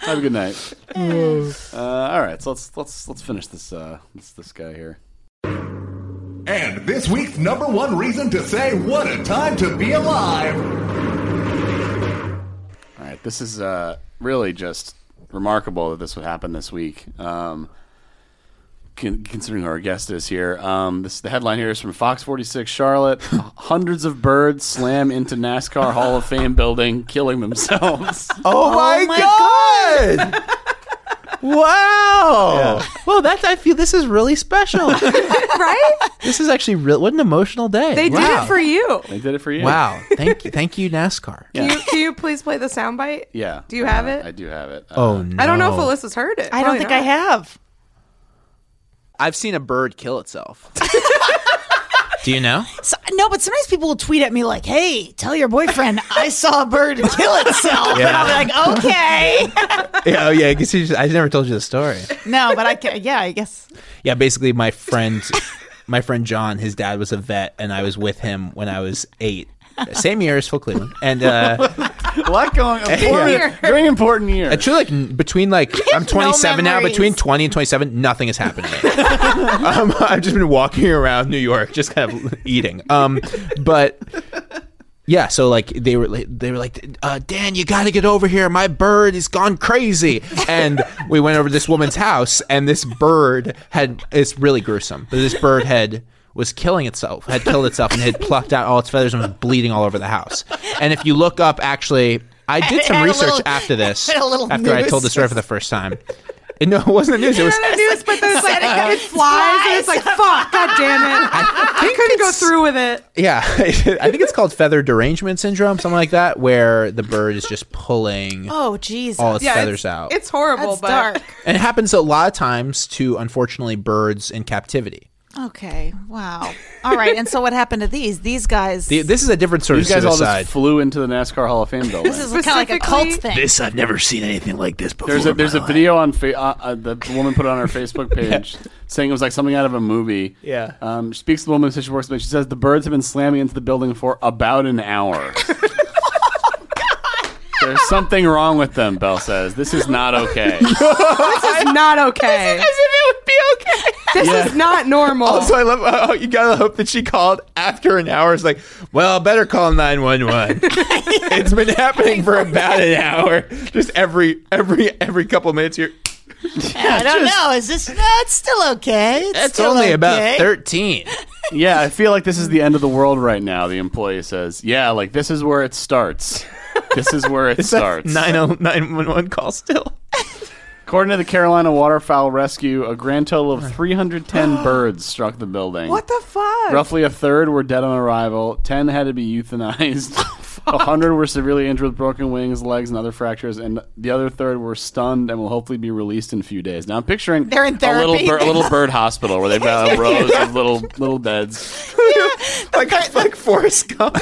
Speaker 1: a good night. Uh, all right, so let's let's let's finish this uh, this this guy here.
Speaker 5: And this week's number one reason to say what a time to be alive.
Speaker 1: All right, this is uh, really just remarkable that this would happen this week. Um, con- considering who our guest is here, um, this the headline here is from Fox 46 Charlotte. (laughs) Hundreds of birds slam into NASCAR Hall of Fame building, killing themselves.
Speaker 2: (laughs) Oh, my,
Speaker 3: Oh
Speaker 2: god! (laughs) wow. Well, that's I feel this is really special.
Speaker 3: (laughs) Right?
Speaker 2: this is actually real. What an emotional day.
Speaker 3: They did
Speaker 2: wow.
Speaker 3: it for you.
Speaker 1: they did it for you.
Speaker 2: Wow. Thank you. Thank you, NASCAR.
Speaker 3: Can you, can you please play the soundbite?
Speaker 1: Yeah.
Speaker 3: Do you have
Speaker 1: Uh,
Speaker 3: it?
Speaker 1: I do have it.
Speaker 2: Oh no.
Speaker 3: I don't know if Alyssa's heard it.
Speaker 6: I don't
Speaker 3: Probably
Speaker 6: think
Speaker 3: not.
Speaker 6: I have.
Speaker 7: I've seen a bird kill itself.
Speaker 2: (laughs) Do you
Speaker 3: (laughs)
Speaker 2: know?
Speaker 4: So, no, but sometimes people will tweet at me like, "Hey, tell your boyfriend I saw a bird kill itself," and I'll be like, "Okay." (laughs)
Speaker 2: yeah, oh yeah. Because I never told you the story.
Speaker 6: No, but I can. Yeah, I
Speaker 4: (laughs)
Speaker 6: guess.
Speaker 2: Yeah, basically my friend my friend John, his dad was a vet and I was with him when I was eight. Same year as Full Cleveland.
Speaker 3: (laughs)
Speaker 2: And uh
Speaker 1: a lot going.
Speaker 3: Oh,
Speaker 1: Important,
Speaker 2: (laughs) Yeah.
Speaker 1: Very important year.
Speaker 2: It's really like n- between like I'm 27 now.
Speaker 6: memories.
Speaker 2: Between 20 and 27, nothing is happening. um, I've just been walking around New York, just kind of eating. Um, but yeah, so like they were li- they were like, uh, Dan, you got to get over here. My bird has gone crazy. And we went over to this woman's house, and this bird had it's really gruesome. But this bird had was killing itself, had killed itself, and had plucked out all its feathers and was bleeding all over the house. And if you look up, actually. I did some
Speaker 4: Had a
Speaker 2: research
Speaker 4: little-
Speaker 2: after this.
Speaker 4: had a little
Speaker 2: after I
Speaker 4: news.
Speaker 2: told the story for the first time. And no, it wasn't the news. It was.
Speaker 4: (laughs)
Speaker 3: I knew it's, but then it's like, it flies, and it's like, fuck, god damn it. I, couldn't go
Speaker 2: it's-
Speaker 3: through with it.
Speaker 2: Yeah, (laughs) I think it's called feather derangement syndrome, something like that, where the bird is just pulling
Speaker 6: Oh, Jesus.
Speaker 2: all its
Speaker 3: Yeah,
Speaker 2: feathers
Speaker 3: it's,
Speaker 2: out.
Speaker 3: It's horrible,
Speaker 6: That's
Speaker 3: but
Speaker 6: dark.
Speaker 2: and it happens a lot of times to, unfortunately, birds in captivity.
Speaker 6: Okay. Wow. All right. And so what happened to these? These guys.
Speaker 2: The- This is a different sort
Speaker 1: These
Speaker 2: of
Speaker 1: guys all
Speaker 2: suicide.
Speaker 1: just flew into the NASCAR Hall of Fame
Speaker 2: (laughs)
Speaker 1: building.
Speaker 6: this is kind of like a cult
Speaker 3: Specifically-
Speaker 6: thing.
Speaker 7: This I've never seen anything like this before.
Speaker 1: There's a
Speaker 7: in
Speaker 1: there's
Speaker 7: my
Speaker 1: a
Speaker 7: life.
Speaker 1: video on fa- uh, uh, the woman put it
Speaker 2: (laughs)
Speaker 1: on her Facebook page saying it was like something out of a movie.
Speaker 2: Yeah.
Speaker 1: Um, she speaks to the woman who she works with. She says the birds have been slamming into the building for about an
Speaker 2: (laughs)
Speaker 1: hour.
Speaker 2: Oh
Speaker 1: There's something wrong with them, Bell says. This is not
Speaker 2: (laughs)
Speaker 1: okay.
Speaker 3: This is not okay.
Speaker 2: it would be okay.
Speaker 3: This is not normal.
Speaker 2: Also, I love. Oh, you gotta hope that she called after an hour. It's like, well, better call nine one one. It's been happening for about an hour. Just every every every couple minutes. You're.
Speaker 4: I don't know. Is this? That's still okay. It's
Speaker 2: That's
Speaker 4: still
Speaker 2: only
Speaker 4: okay.
Speaker 2: about thirteen.
Speaker 1: yeah, I feel like this is the end of the world right now. The employee says, "Yeah, like this is where it starts. This is where
Speaker 2: (laughs)
Speaker 1: it starts."
Speaker 2: Nine oh nine one one call still.
Speaker 1: According to the Carolina Waterfowl Rescue, a grand total of 310 birds struck the building.
Speaker 3: what the fuck?
Speaker 1: Roughly a third were dead on arrival. Ten had to be euthanized. A hundred were severely injured with broken wings, legs, and other fractures, and the other third were stunned and will hopefully be released in a few days. Now I'm picturing
Speaker 4: They're in
Speaker 1: a little
Speaker 4: therapy.
Speaker 1: bir- a little bird hospital where they've got rows of little little beds.
Speaker 2: (laughs) like like Forrest Gump.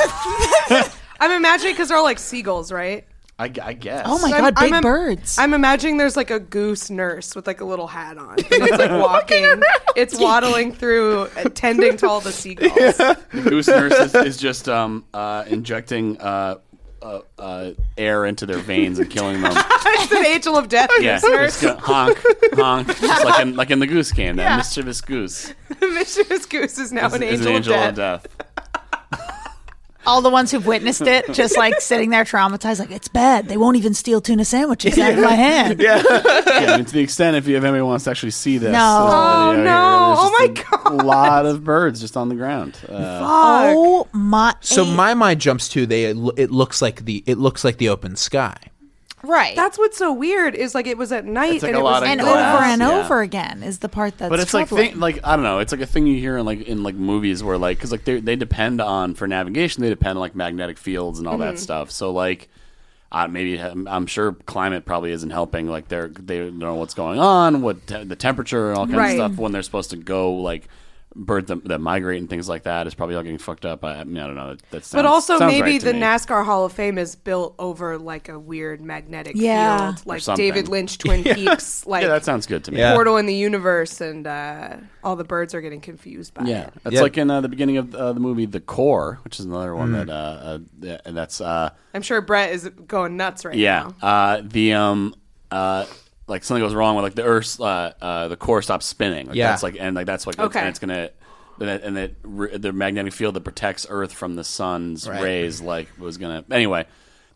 Speaker 3: I'm imagining because they're all like seagulls, right?
Speaker 1: I, g- I guess.
Speaker 4: Oh my
Speaker 3: I'm-
Speaker 4: god, big
Speaker 3: I'm, im-
Speaker 4: birds.
Speaker 3: I'm imagining there's like a goose nurse with like a little hat on. And it's
Speaker 1: (laughs)
Speaker 3: like walking. it's waddling through, attending to all the seagulls.
Speaker 1: The goose nurse is, is just um, uh, injecting uh, uh, uh, air into their veins and killing them.
Speaker 3: (laughs) it's an angel of death.
Speaker 1: yeah,
Speaker 3: Goose
Speaker 1: just
Speaker 3: nurse.
Speaker 1: go- honk, honk, just like in, like in the Goose Game, that mischievous goose
Speaker 3: (laughs) the mischievous goose is now
Speaker 1: is,
Speaker 3: an,
Speaker 1: is
Speaker 3: angel of death.
Speaker 4: All the ones who've witnessed it, just like (laughs) sitting there traumatized, like it's bad. They won't even steal tuna sandwiches out of my hand.
Speaker 1: yeah, I mean, to the extent if you have anyone who wants to actually see this, uh,
Speaker 4: No.
Speaker 3: Oh,
Speaker 1: there's a video
Speaker 3: no.
Speaker 1: here, there's
Speaker 3: Oh, my
Speaker 1: just a lot of birds just on the ground. Uh,
Speaker 4: Oh my!
Speaker 2: So my mind jumps to they. It looks like the it looks like the open sky.
Speaker 4: right,
Speaker 3: That's what's so weird is like it was at night
Speaker 1: It's like
Speaker 3: and
Speaker 1: a
Speaker 3: it
Speaker 1: lot
Speaker 3: was
Speaker 1: of
Speaker 4: and
Speaker 3: lit
Speaker 1: glass.
Speaker 3: up.
Speaker 4: over and
Speaker 1: Yeah.
Speaker 4: over again is the part that's
Speaker 1: but it's like
Speaker 4: troubling.
Speaker 1: thing, like I don't know, it's like a thing you hear in like in like movies where like because like they they depend on for navigation, they depend on like magnetic fields and all
Speaker 3: Mm-hmm.
Speaker 1: that stuff. So like. Uh, maybe I'm I'm sure climate probably isn't helping. Like they're they don't know what's going on, what te- the temperature and all kinds
Speaker 3: Right.
Speaker 1: of stuff when they're supposed to go. Like birds that, that migrate and things like that is probably all getting fucked up. I, I mean, I don't know. That, that sounds,
Speaker 3: But also
Speaker 1: sounds
Speaker 3: maybe
Speaker 1: right to
Speaker 3: the
Speaker 1: me.
Speaker 3: NASCAR Hall of Fame is built over like a weird magnetic
Speaker 4: Yeah.
Speaker 3: field, like
Speaker 1: something. (laughs)
Speaker 3: David Lynch Twin Peaks, like
Speaker 1: Yeah, that sounds good to me.
Speaker 2: Yeah.
Speaker 3: portal in the universe, and uh, all the birds are getting confused by
Speaker 1: Yeah,
Speaker 3: it.
Speaker 1: it's
Speaker 2: Yeah.
Speaker 1: like in uh, the beginning of uh, the movie The Core, which is another one
Speaker 2: Mm.
Speaker 1: that uh, uh, th- and that's uh,
Speaker 3: I'm sure Brett is going nuts right
Speaker 1: yeah
Speaker 2: Oh.
Speaker 3: now.
Speaker 1: uh, the um uh, like something goes wrong with like the Earth's uh, uh, the core stops spinning. Like,
Speaker 2: Yeah.
Speaker 1: that's like and like that's like
Speaker 3: Okay.
Speaker 1: and it's gonna and it, and it re- the magnetic field that protects Earth from the sun's
Speaker 2: Right.
Speaker 1: rays like was gonna anyway.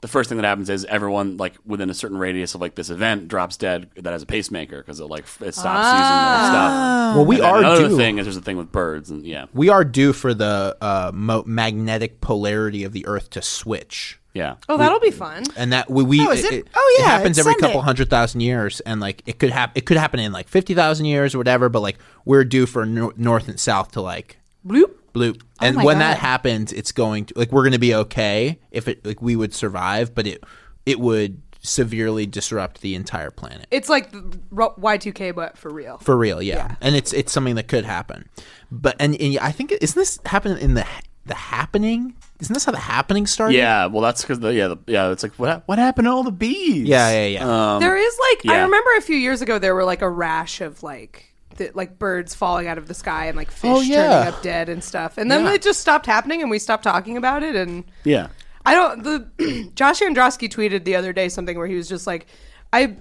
Speaker 1: The first thing that happens is everyone like within a certain radius of like this event drops dead that has a pacemaker because it like f- it stops using their stuff.
Speaker 2: Well, we
Speaker 1: And then
Speaker 2: are
Speaker 1: another
Speaker 2: due.
Speaker 1: thing is there's a thing with birds and yeah
Speaker 2: We are due for the uh, mo- magnetic polarity of the Earth to switch.
Speaker 1: yeah
Speaker 3: Oh, that'll be fun.
Speaker 2: and that we, we
Speaker 4: Oh, is it?
Speaker 6: Oh,
Speaker 2: it
Speaker 6: yeah,
Speaker 2: happens
Speaker 6: it's
Speaker 2: every
Speaker 6: Sunday.
Speaker 2: couple hundred thousand years, and like it could happen, it could happen in like fifty thousand years or whatever. But like we're due for nor- north and south to like
Speaker 3: Bloop.
Speaker 2: bloop,
Speaker 3: Oh
Speaker 2: and
Speaker 4: my
Speaker 2: when
Speaker 4: God.
Speaker 2: that happens, it's going to like we're going to be okay if it like we would survive, but it it would severely disrupt the entire planet
Speaker 3: It's like the ro- Y2K, but for real.
Speaker 2: for real. Yeah. and it's it's something that could happen, but and, and I think isn't this happening in the the happening? Isn't this how the happening started?
Speaker 1: Yeah, well, that's because the yeah, the, yeah, it's like what hap- what happened to all the bees?
Speaker 2: yeah, yeah, yeah.
Speaker 3: there is like I
Speaker 1: yeah.
Speaker 3: remember a few years ago there were like a rash of like the, like birds falling out of the sky and like fish
Speaker 2: Oh, yeah.
Speaker 3: turning up dead and stuff, and then it just stopped happening and we stopped talking about it and
Speaker 1: yeah.
Speaker 3: I don't. The (clears throat) Josh Androsky tweeted the other day something where he was just like, I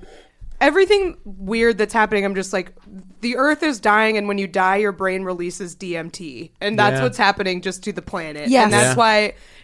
Speaker 3: everything weird that's happening. I'm just like, the Earth is dying, and when you die, your brain releases DMT, and that's
Speaker 2: Yeah.
Speaker 3: what's happening just to the planet.
Speaker 4: Yes.
Speaker 3: and that's
Speaker 2: Yeah.
Speaker 3: why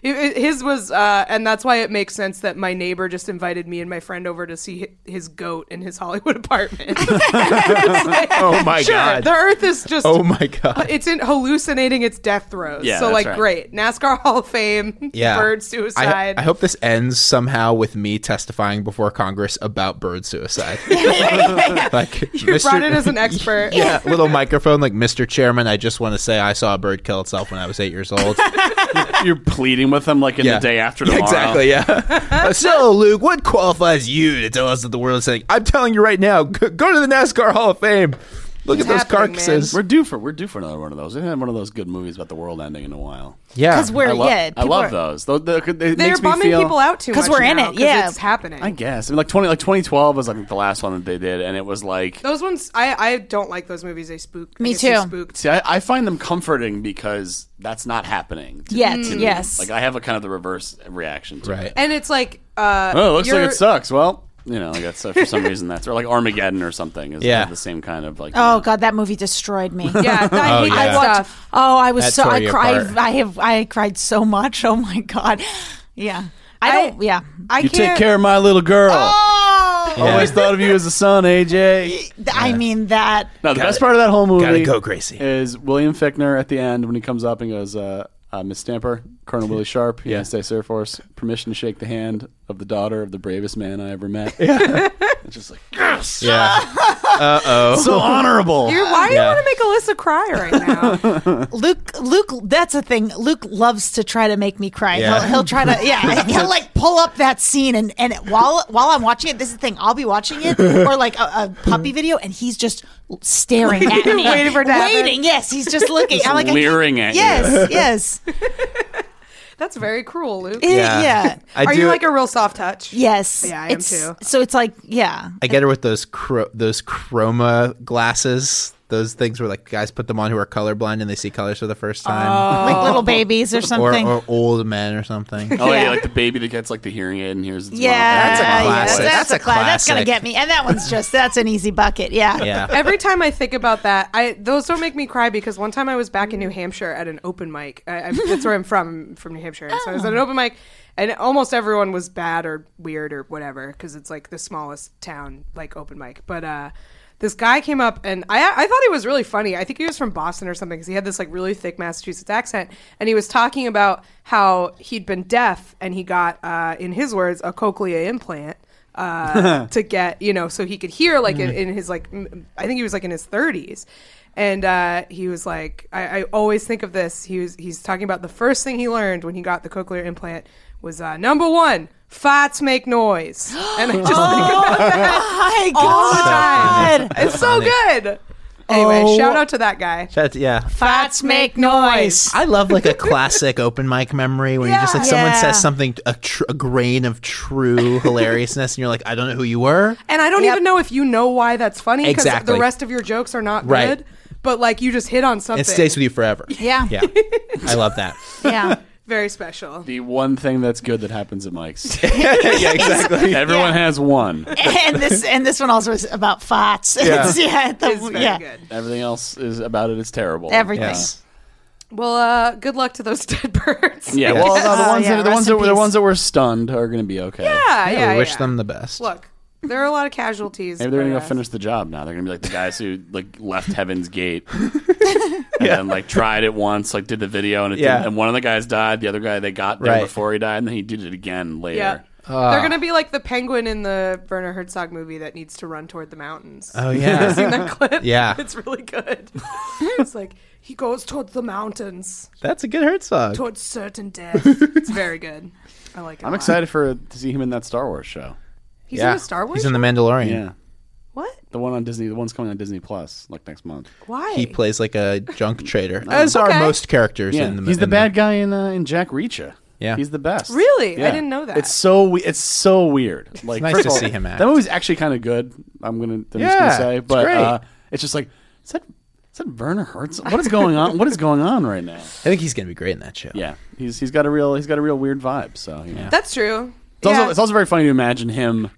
Speaker 3: it, it- his was, uh, and that's why it makes sense that my neighbor just invited me and my friend over to see hi- his goat in his (laughs) Hollywood apartment. It's like,
Speaker 2: (laughs) Oh
Speaker 3: (laughs)
Speaker 2: my
Speaker 3: sure,
Speaker 2: God.
Speaker 3: the Earth is just.
Speaker 2: oh my god.
Speaker 3: (laughs) It's in hallucinating its death throes.
Speaker 1: Yeah,
Speaker 3: so
Speaker 1: that's
Speaker 3: like
Speaker 1: right.
Speaker 3: great. NASCAR Hall of Fame, (laughs)
Speaker 2: yeah.
Speaker 3: bird
Speaker 2: I-
Speaker 3: suicide.
Speaker 2: I, hope this ends somehow with me testifying before Congress about bird
Speaker 3: (laughs)
Speaker 2: suicide. (laughs) like you
Speaker 3: brought it as an expert.
Speaker 2: (laughs)
Speaker 1: (laughs)
Speaker 2: yeah, little microphone like Mr. Chairman, I just want to say I saw a bird kill itself when I was 8 years
Speaker 1: (laughs)
Speaker 2: old.
Speaker 1: You're pleading with them like in
Speaker 2: yeah.
Speaker 1: the day after tomorrow. (laughs)
Speaker 2: Exactly, yeah. Uh, so, Luke, what qualifies you to tell us that the world is saying, I'm telling you right now, go, go to the NASCAR Hall of Fame. Look at those
Speaker 3: happening, man.
Speaker 2: carcasses.
Speaker 1: We're due for we're due for another one of those. We haven't had one of those good movies about the world ending in a while.
Speaker 2: Yeah.
Speaker 4: because we're
Speaker 1: I, lo-
Speaker 4: yeah,
Speaker 1: I
Speaker 4: people
Speaker 1: love
Speaker 4: are-
Speaker 1: those. Those they- they- it
Speaker 3: They're
Speaker 1: makes me
Speaker 3: bumming
Speaker 1: feel-
Speaker 3: people out too much
Speaker 4: 'Cause we're in
Speaker 3: now,
Speaker 4: it, yeah.
Speaker 3: it's happening.
Speaker 1: I guess. I mean, like twenty like 2012 was like the last one that they did, and it was like.
Speaker 3: those ones, I, I don't like those movies. They spook.
Speaker 4: Me
Speaker 3: they get so
Speaker 4: too.
Speaker 3: Spooked.
Speaker 1: See, I, I find them comforting because that's not happening. to-
Speaker 4: Yeah,
Speaker 1: to me.
Speaker 4: yes.
Speaker 1: Like I have a kind of the reverse reaction to
Speaker 2: Right.
Speaker 1: it.
Speaker 3: And it's like, uh,
Speaker 1: Oh, it looks like
Speaker 3: you're-
Speaker 1: it sucks. Well, you know, like that's for some reason that's or like Armageddon or something is
Speaker 2: Yeah.
Speaker 1: the same kind of like. you
Speaker 4: Oh
Speaker 1: know.
Speaker 4: god, that movie destroyed
Speaker 1: (laughs)
Speaker 4: me.
Speaker 3: Yeah, I hate that
Speaker 2: yeah.
Speaker 3: stuff.
Speaker 4: Oh, I was
Speaker 2: That
Speaker 4: so
Speaker 2: tore
Speaker 4: I
Speaker 2: you
Speaker 4: cried.
Speaker 2: apart.
Speaker 4: I have I cried so much. Oh my god. Yeah. I
Speaker 3: I-
Speaker 4: don't. yeah.
Speaker 3: I
Speaker 1: You take
Speaker 3: can't.
Speaker 1: care of my little girl.
Speaker 4: Oh.
Speaker 1: Always thought of you
Speaker 2: (laughs)
Speaker 1: as a son, AJ.
Speaker 4: I mean that.
Speaker 1: No, the best part of that whole movie
Speaker 2: Gotta go, Gracie.
Speaker 1: is William Fickner at the end when he comes up and goes, uh, uh, Miss Stamper, Colonel Willie Sharp, yeah. United States Air Force, permission to shake the hand of the daughter of the bravest man I ever met. (laughs) it's just like, yes,
Speaker 3: (laughs)
Speaker 2: yeah.
Speaker 1: so honorable.
Speaker 3: Dude, why do you
Speaker 2: Yeah.
Speaker 3: want to make Alyssa cry right now?
Speaker 4: Luke, Luke, that's a thing. Luke loves to try to make me cry.
Speaker 2: Yeah.
Speaker 4: He'll, he'll try to,
Speaker 1: (laughs)
Speaker 4: yeah, he'll like pull up that scene and and while while I'm watching it, this is the thing. I'll be watching it or like a, a puppy video, and he's just staring at me,
Speaker 3: Waiting for it to happen.
Speaker 4: Waiting, yes, he's just looking. I'm like, I can't-
Speaker 1: leering at you.
Speaker 4: yes, yes.
Speaker 3: That's very cruel, Luke.
Speaker 2: (laughs) Yeah.
Speaker 4: yeah.
Speaker 2: I
Speaker 3: Are
Speaker 2: do.
Speaker 3: you like a real soft touch?
Speaker 4: Yes.
Speaker 3: (laughs) Yeah, I am
Speaker 4: It's-
Speaker 3: too.
Speaker 4: So it's like, yeah.
Speaker 2: I get her with those chro- those chroma glasses. Those things where like guys put them on who are colorblind and they see colors for the first
Speaker 3: Oh.
Speaker 2: time,
Speaker 4: Like little babies or
Speaker 2: or,
Speaker 4: something.
Speaker 2: or old men or something.
Speaker 1: Oh yeah.
Speaker 4: Yeah.
Speaker 1: like the baby that gets like the hearing aid and hears. Its
Speaker 4: yeah,
Speaker 1: mouth.
Speaker 4: yeah,
Speaker 2: classic. That's a
Speaker 4: cla- That's gonna get
Speaker 2: classic.
Speaker 4: me, and that one's just that's an easy bucket. Yeah, (laughs)
Speaker 2: Yeah,
Speaker 3: (laughs) Every time I think about that, I those don't make me cry because one time I was back in New Hampshire at an open mic. I, I, that's where I'm from, I'm from New Hampshire. So I was at an open mic, and almost everyone was bad or weird or whatever because it's like the smallest town like open mic. But uh, this guy came up, and I I thought he was really funny. I think he was from Boston or something because he had this like really thick Massachusetts accent, and he was talking about how he'd been deaf and he got, uh, in his words, a cochlea implant
Speaker 2: (laughs)
Speaker 3: uh, to get you know so he could hear like
Speaker 2: Mm.
Speaker 3: in, in his like m- i think he was like in his 30s and uh, he was like I, I always think of this he was he's talking about the first thing he learned when he got the cochlear implant was uh, number one farts make noise
Speaker 2: (gasps)
Speaker 3: and i just
Speaker 2: Oh,
Speaker 3: think about that
Speaker 4: Oh my
Speaker 3: all the
Speaker 4: God.
Speaker 3: time it's so good anyway
Speaker 2: Oh.
Speaker 3: shout out to that guy
Speaker 2: That's- yeah.
Speaker 4: Fats make noise.
Speaker 2: I love like a classic open mic memory where you just like someone
Speaker 4: Yeah.
Speaker 2: says something a, tr- a grain of true hilariousness and you're like I don't know who you were.
Speaker 3: and i don't even know if you know why that's funny because
Speaker 2: Exactly.
Speaker 3: the rest of your jokes are not
Speaker 2: Right.
Speaker 3: good but like you just hit on something
Speaker 2: It stays with you forever.
Speaker 4: Yeah,
Speaker 2: Yeah. I love that.
Speaker 4: yeah.
Speaker 3: very special
Speaker 1: The one thing that's good that happens at Mike's.
Speaker 2: (laughs) yeah, exactly.
Speaker 1: Everyone has one.
Speaker 4: (laughs) and this and this one also is about farts.
Speaker 2: Yeah.
Speaker 4: It's- (laughs) yeah, the-
Speaker 3: It's very
Speaker 4: yeah.
Speaker 3: good
Speaker 1: Everything else is about it. It's terrible.
Speaker 4: everything.
Speaker 2: Yes.
Speaker 3: Well, uh, good luck to those (laughs) dead birds.
Speaker 1: Yeah.
Speaker 2: Yes.
Speaker 1: Well, no, the
Speaker 4: Oh,
Speaker 1: ones
Speaker 4: yeah,
Speaker 1: that the
Speaker 4: rest
Speaker 1: ones
Speaker 4: in
Speaker 1: that were the
Speaker 4: peace.
Speaker 1: ones that were stunned are going to be okay.
Speaker 3: yeah, yeah.
Speaker 2: we wish
Speaker 3: yeah.
Speaker 2: them the best.
Speaker 3: Look, there are a lot of casualties.
Speaker 1: Maybe they're gonna go
Speaker 3: but, uh,
Speaker 1: finish the job now. They're gonna be like the guys who like left Heaven's
Speaker 2: (laughs)
Speaker 1: Gate and then like tried it once, like did the video and it
Speaker 2: Yeah.
Speaker 1: didn't, and one of the guys died, the other guy they got there
Speaker 2: Right.
Speaker 1: before he died, and then he did it again later.
Speaker 3: Yeah.
Speaker 2: Ah.
Speaker 3: they're gonna be like the penguin in the Werner Herzog movie that needs to run toward the mountains.
Speaker 2: Oh yeah.
Speaker 3: Seen (laughs) that clip?
Speaker 2: Yeah.
Speaker 3: it's really good. (laughs) it's like he goes towards the mountains,
Speaker 2: That's a good Herzog.
Speaker 3: towards certain death. it's very good. I like it.
Speaker 1: I'm excited for to see him in that Star Wars show.
Speaker 3: He's in a Star Wars.
Speaker 2: He's in The Mandalorian.
Speaker 1: Yeah,
Speaker 3: what?
Speaker 1: the one on Disney, the one's coming on Disney Plus like next month.
Speaker 3: Why?
Speaker 2: He plays like a junk trader, as are
Speaker 3: Okay.
Speaker 2: most characters in the
Speaker 1: he's
Speaker 2: in
Speaker 1: the bad guy in uh, in Jack Reacher.
Speaker 2: Yeah.
Speaker 1: he's the best.
Speaker 3: Really? I
Speaker 1: Yeah.
Speaker 3: didn't know that.
Speaker 1: It's so we- it's so weird. Like
Speaker 2: nice
Speaker 1: first
Speaker 2: to
Speaker 1: of all,
Speaker 2: see him act.
Speaker 1: That movie's actually kind of good. I'm gonna I'm just
Speaker 2: Yeah,
Speaker 1: gonna say,
Speaker 2: it's
Speaker 1: but
Speaker 2: great.
Speaker 1: Uh, it's just like is that is that Werner Herzog? What is going on? what is going on right now?
Speaker 2: I think he's gonna be great in that show.
Speaker 1: Yeah, he's he's got a real he's got a real weird vibe. So you know.
Speaker 3: That's true.
Speaker 1: It's,
Speaker 3: yeah.
Speaker 1: also, it's also very funny to imagine him,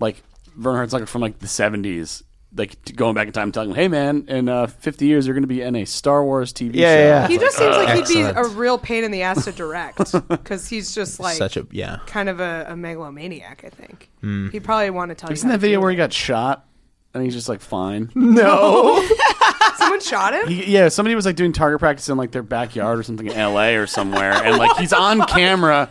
Speaker 1: like Werner Herzog from like the '70s, like t- going back in time and telling him, "Hey, man, in uh, 50 years you're going to be in a Star Wars TV
Speaker 2: Yeah,
Speaker 1: show."
Speaker 2: yeah, yeah.
Speaker 3: he
Speaker 1: It's like,
Speaker 3: just seems like he'd be a
Speaker 2: Excellent.
Speaker 3: real pain in the ass to
Speaker 2: (laughs)
Speaker 3: direct because he's just like
Speaker 2: Such a yeah.
Speaker 3: kind of a, a megalomaniac, I think. He'd probably want to tell
Speaker 1: Isn't
Speaker 3: you. how
Speaker 1: that
Speaker 3: to
Speaker 1: video
Speaker 3: do
Speaker 1: where
Speaker 3: it.
Speaker 1: he got shot and he's just like fine?
Speaker 3: someone shot him?
Speaker 1: He- yeah, somebody was like doing target practice in like their backyard or something in LA or somewhere, and like he's on camera,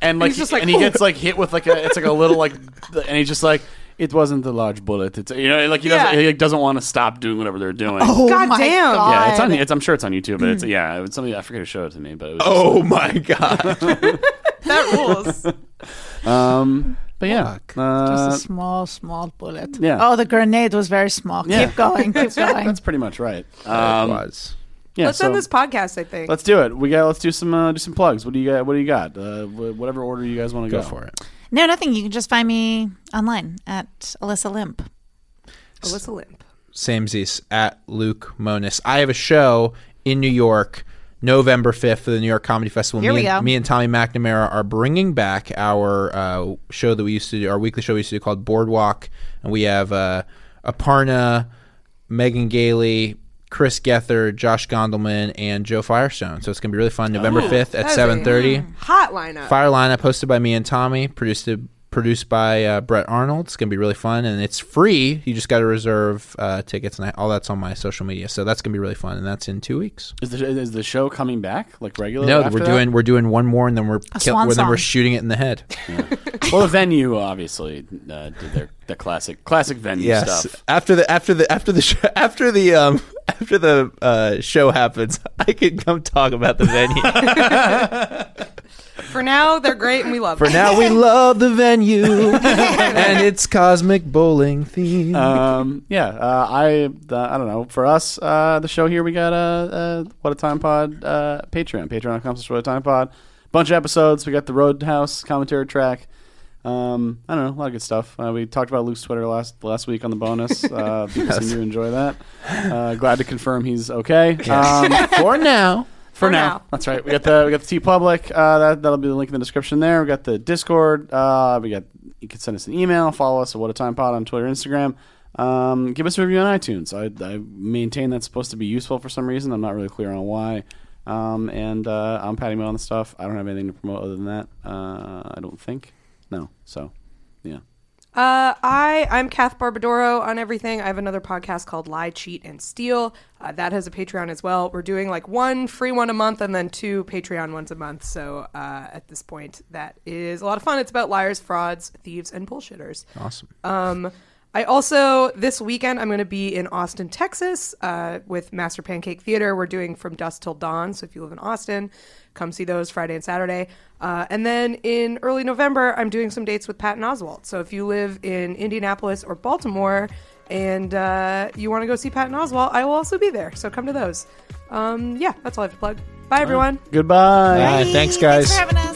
Speaker 1: and like,
Speaker 3: He's just
Speaker 1: he-
Speaker 3: like,
Speaker 1: and he gets like hit with like a it's like a little like, and he's just like. It wasn't the large bullet. It's you know, like he doesn't.
Speaker 3: Yeah.
Speaker 1: He like, doesn't want to stop doing whatever they're doing.
Speaker 4: Oh,
Speaker 3: God damn.
Speaker 1: yeah, it's on. It's, I'm sure it's on YouTube, but it's yeah. It's somebody I forget who showed it to me, but it was just-
Speaker 2: Oh my god.
Speaker 3: That rules.
Speaker 1: um, but yeah, uh,
Speaker 4: Just a small, small bullet.
Speaker 1: yeah.
Speaker 4: Oh, the grenade was very small.
Speaker 1: Yeah.
Speaker 4: Keep going. Keep going.
Speaker 1: that's pretty much right. Um,
Speaker 2: was.
Speaker 1: (laughs) yeah,
Speaker 3: Let's
Speaker 1: so
Speaker 3: end this podcast, I think.
Speaker 1: let's do it. We got. Let's do some. Uh, do some plugs. What do you got? What do you got? Uh, wh- whatever order you guys want to go,
Speaker 2: Go for it.
Speaker 4: No, nothing. You can just find me online at Alyssa Limp.
Speaker 3: Alyssa Oh, Limp.
Speaker 2: Samesies at Luke Monis. I have a show in New York, November 5th for the New York Comedy Festival.
Speaker 4: Here
Speaker 2: me,
Speaker 4: we
Speaker 2: and,
Speaker 4: go.
Speaker 2: me and Tommy McNamara are bringing back our uh, show that we used to do, our weekly show we used to do called Boardwalk. And we have uh, Aparna, Megan Gailey, Chris Gether, Josh Gondelman, and Joe Firestone. So it's going to be really fun. November
Speaker 4: Oh,
Speaker 2: 5th at
Speaker 3: That's
Speaker 2: 7.30.
Speaker 3: Hot lineup.
Speaker 2: Fire lineup hosted by me and Tommy, produced produced by uh, Brett Arnold. It's gonna be really fun, and it's free. You just got to reserve uh, tickets, and I, all that's on my social media. So that's gonna be really fun, and that's in two weeks.
Speaker 1: Is the is the show coming back like regularly?
Speaker 2: No,
Speaker 1: Oh, after
Speaker 2: we're
Speaker 1: that?
Speaker 2: doing we're doing one more, and then we're kill,
Speaker 4: swan
Speaker 2: well, then we're
Speaker 4: song.
Speaker 2: shooting it in the head.
Speaker 1: well. The venue obviously uh, did their the classic classic venue
Speaker 2: (laughs) yes,
Speaker 1: stuff.
Speaker 2: after the after the after the show, (laughs) after the um after the uh, show happens, (laughs) I can come talk about the venue.
Speaker 1: (laughs)
Speaker 3: For now, they're great and we love
Speaker 2: For
Speaker 3: them.
Speaker 2: now, we love the venue,
Speaker 1: (laughs)
Speaker 2: and it's cosmic bowling theme.
Speaker 1: um, yeah, uh, I uh, I don't know. For us, uh, the show here, we got a uh, uh, What a Time Pod uh, Patreon, patreon.com slash What a Time Pod.
Speaker 8: bunch of episodes. We got the Roadhouse commentary track. Um, I don't know, a lot of good stuff. Uh, we talked about Luke's Twitter last last week on the bonus. Uh, people seem to enjoy that. Uh, glad to confirm he's okay. Um,
Speaker 2: For now.
Speaker 8: for now. That's right. We got the we got the T Public. Uh, that that'll be the link in the description. There. We got the Discord. Uh, we got you can send us an email. Follow us at What a Time Pod on Twitter, Instagram. Um, give us a review on iTunes. I, I maintain that's supposed to be useful for some reason. I'm not really clear on why. Um, and uh, I'm patting me on the stuff. I don't have anything to promote other than that. Uh, I don't think. No. So, yeah.
Speaker 3: Uh, I I'm Kath Barbadoro on everything. I have another podcast called Lie, Cheat, and Steal. Uh, that has a Patreon as well. We're doing like one free one a month and then two Patreon ones a month. So uh, at this point, that is a lot of fun. It's about liars, frauds, thieves, and bullshitters.
Speaker 2: Awesome.
Speaker 3: Um, I also this weekend I'm going to be in Austin, Texas, uh, with Master Pancake Theater. We're doing From Dusk Till Dawn, so if you live in Austin, come see those Friday and Saturday. Uh, and then in early November, I'm doing some dates with Patton Oswalt. So if you live in Indianapolis or Baltimore and uh, you want to go see Patton Oswalt, I will also be there. So come to those. Um, yeah, that's all I have to plug. Bye everyone.
Speaker 8: Goodbye.
Speaker 2: All right, thanks, guys.
Speaker 4: Thanks for having us.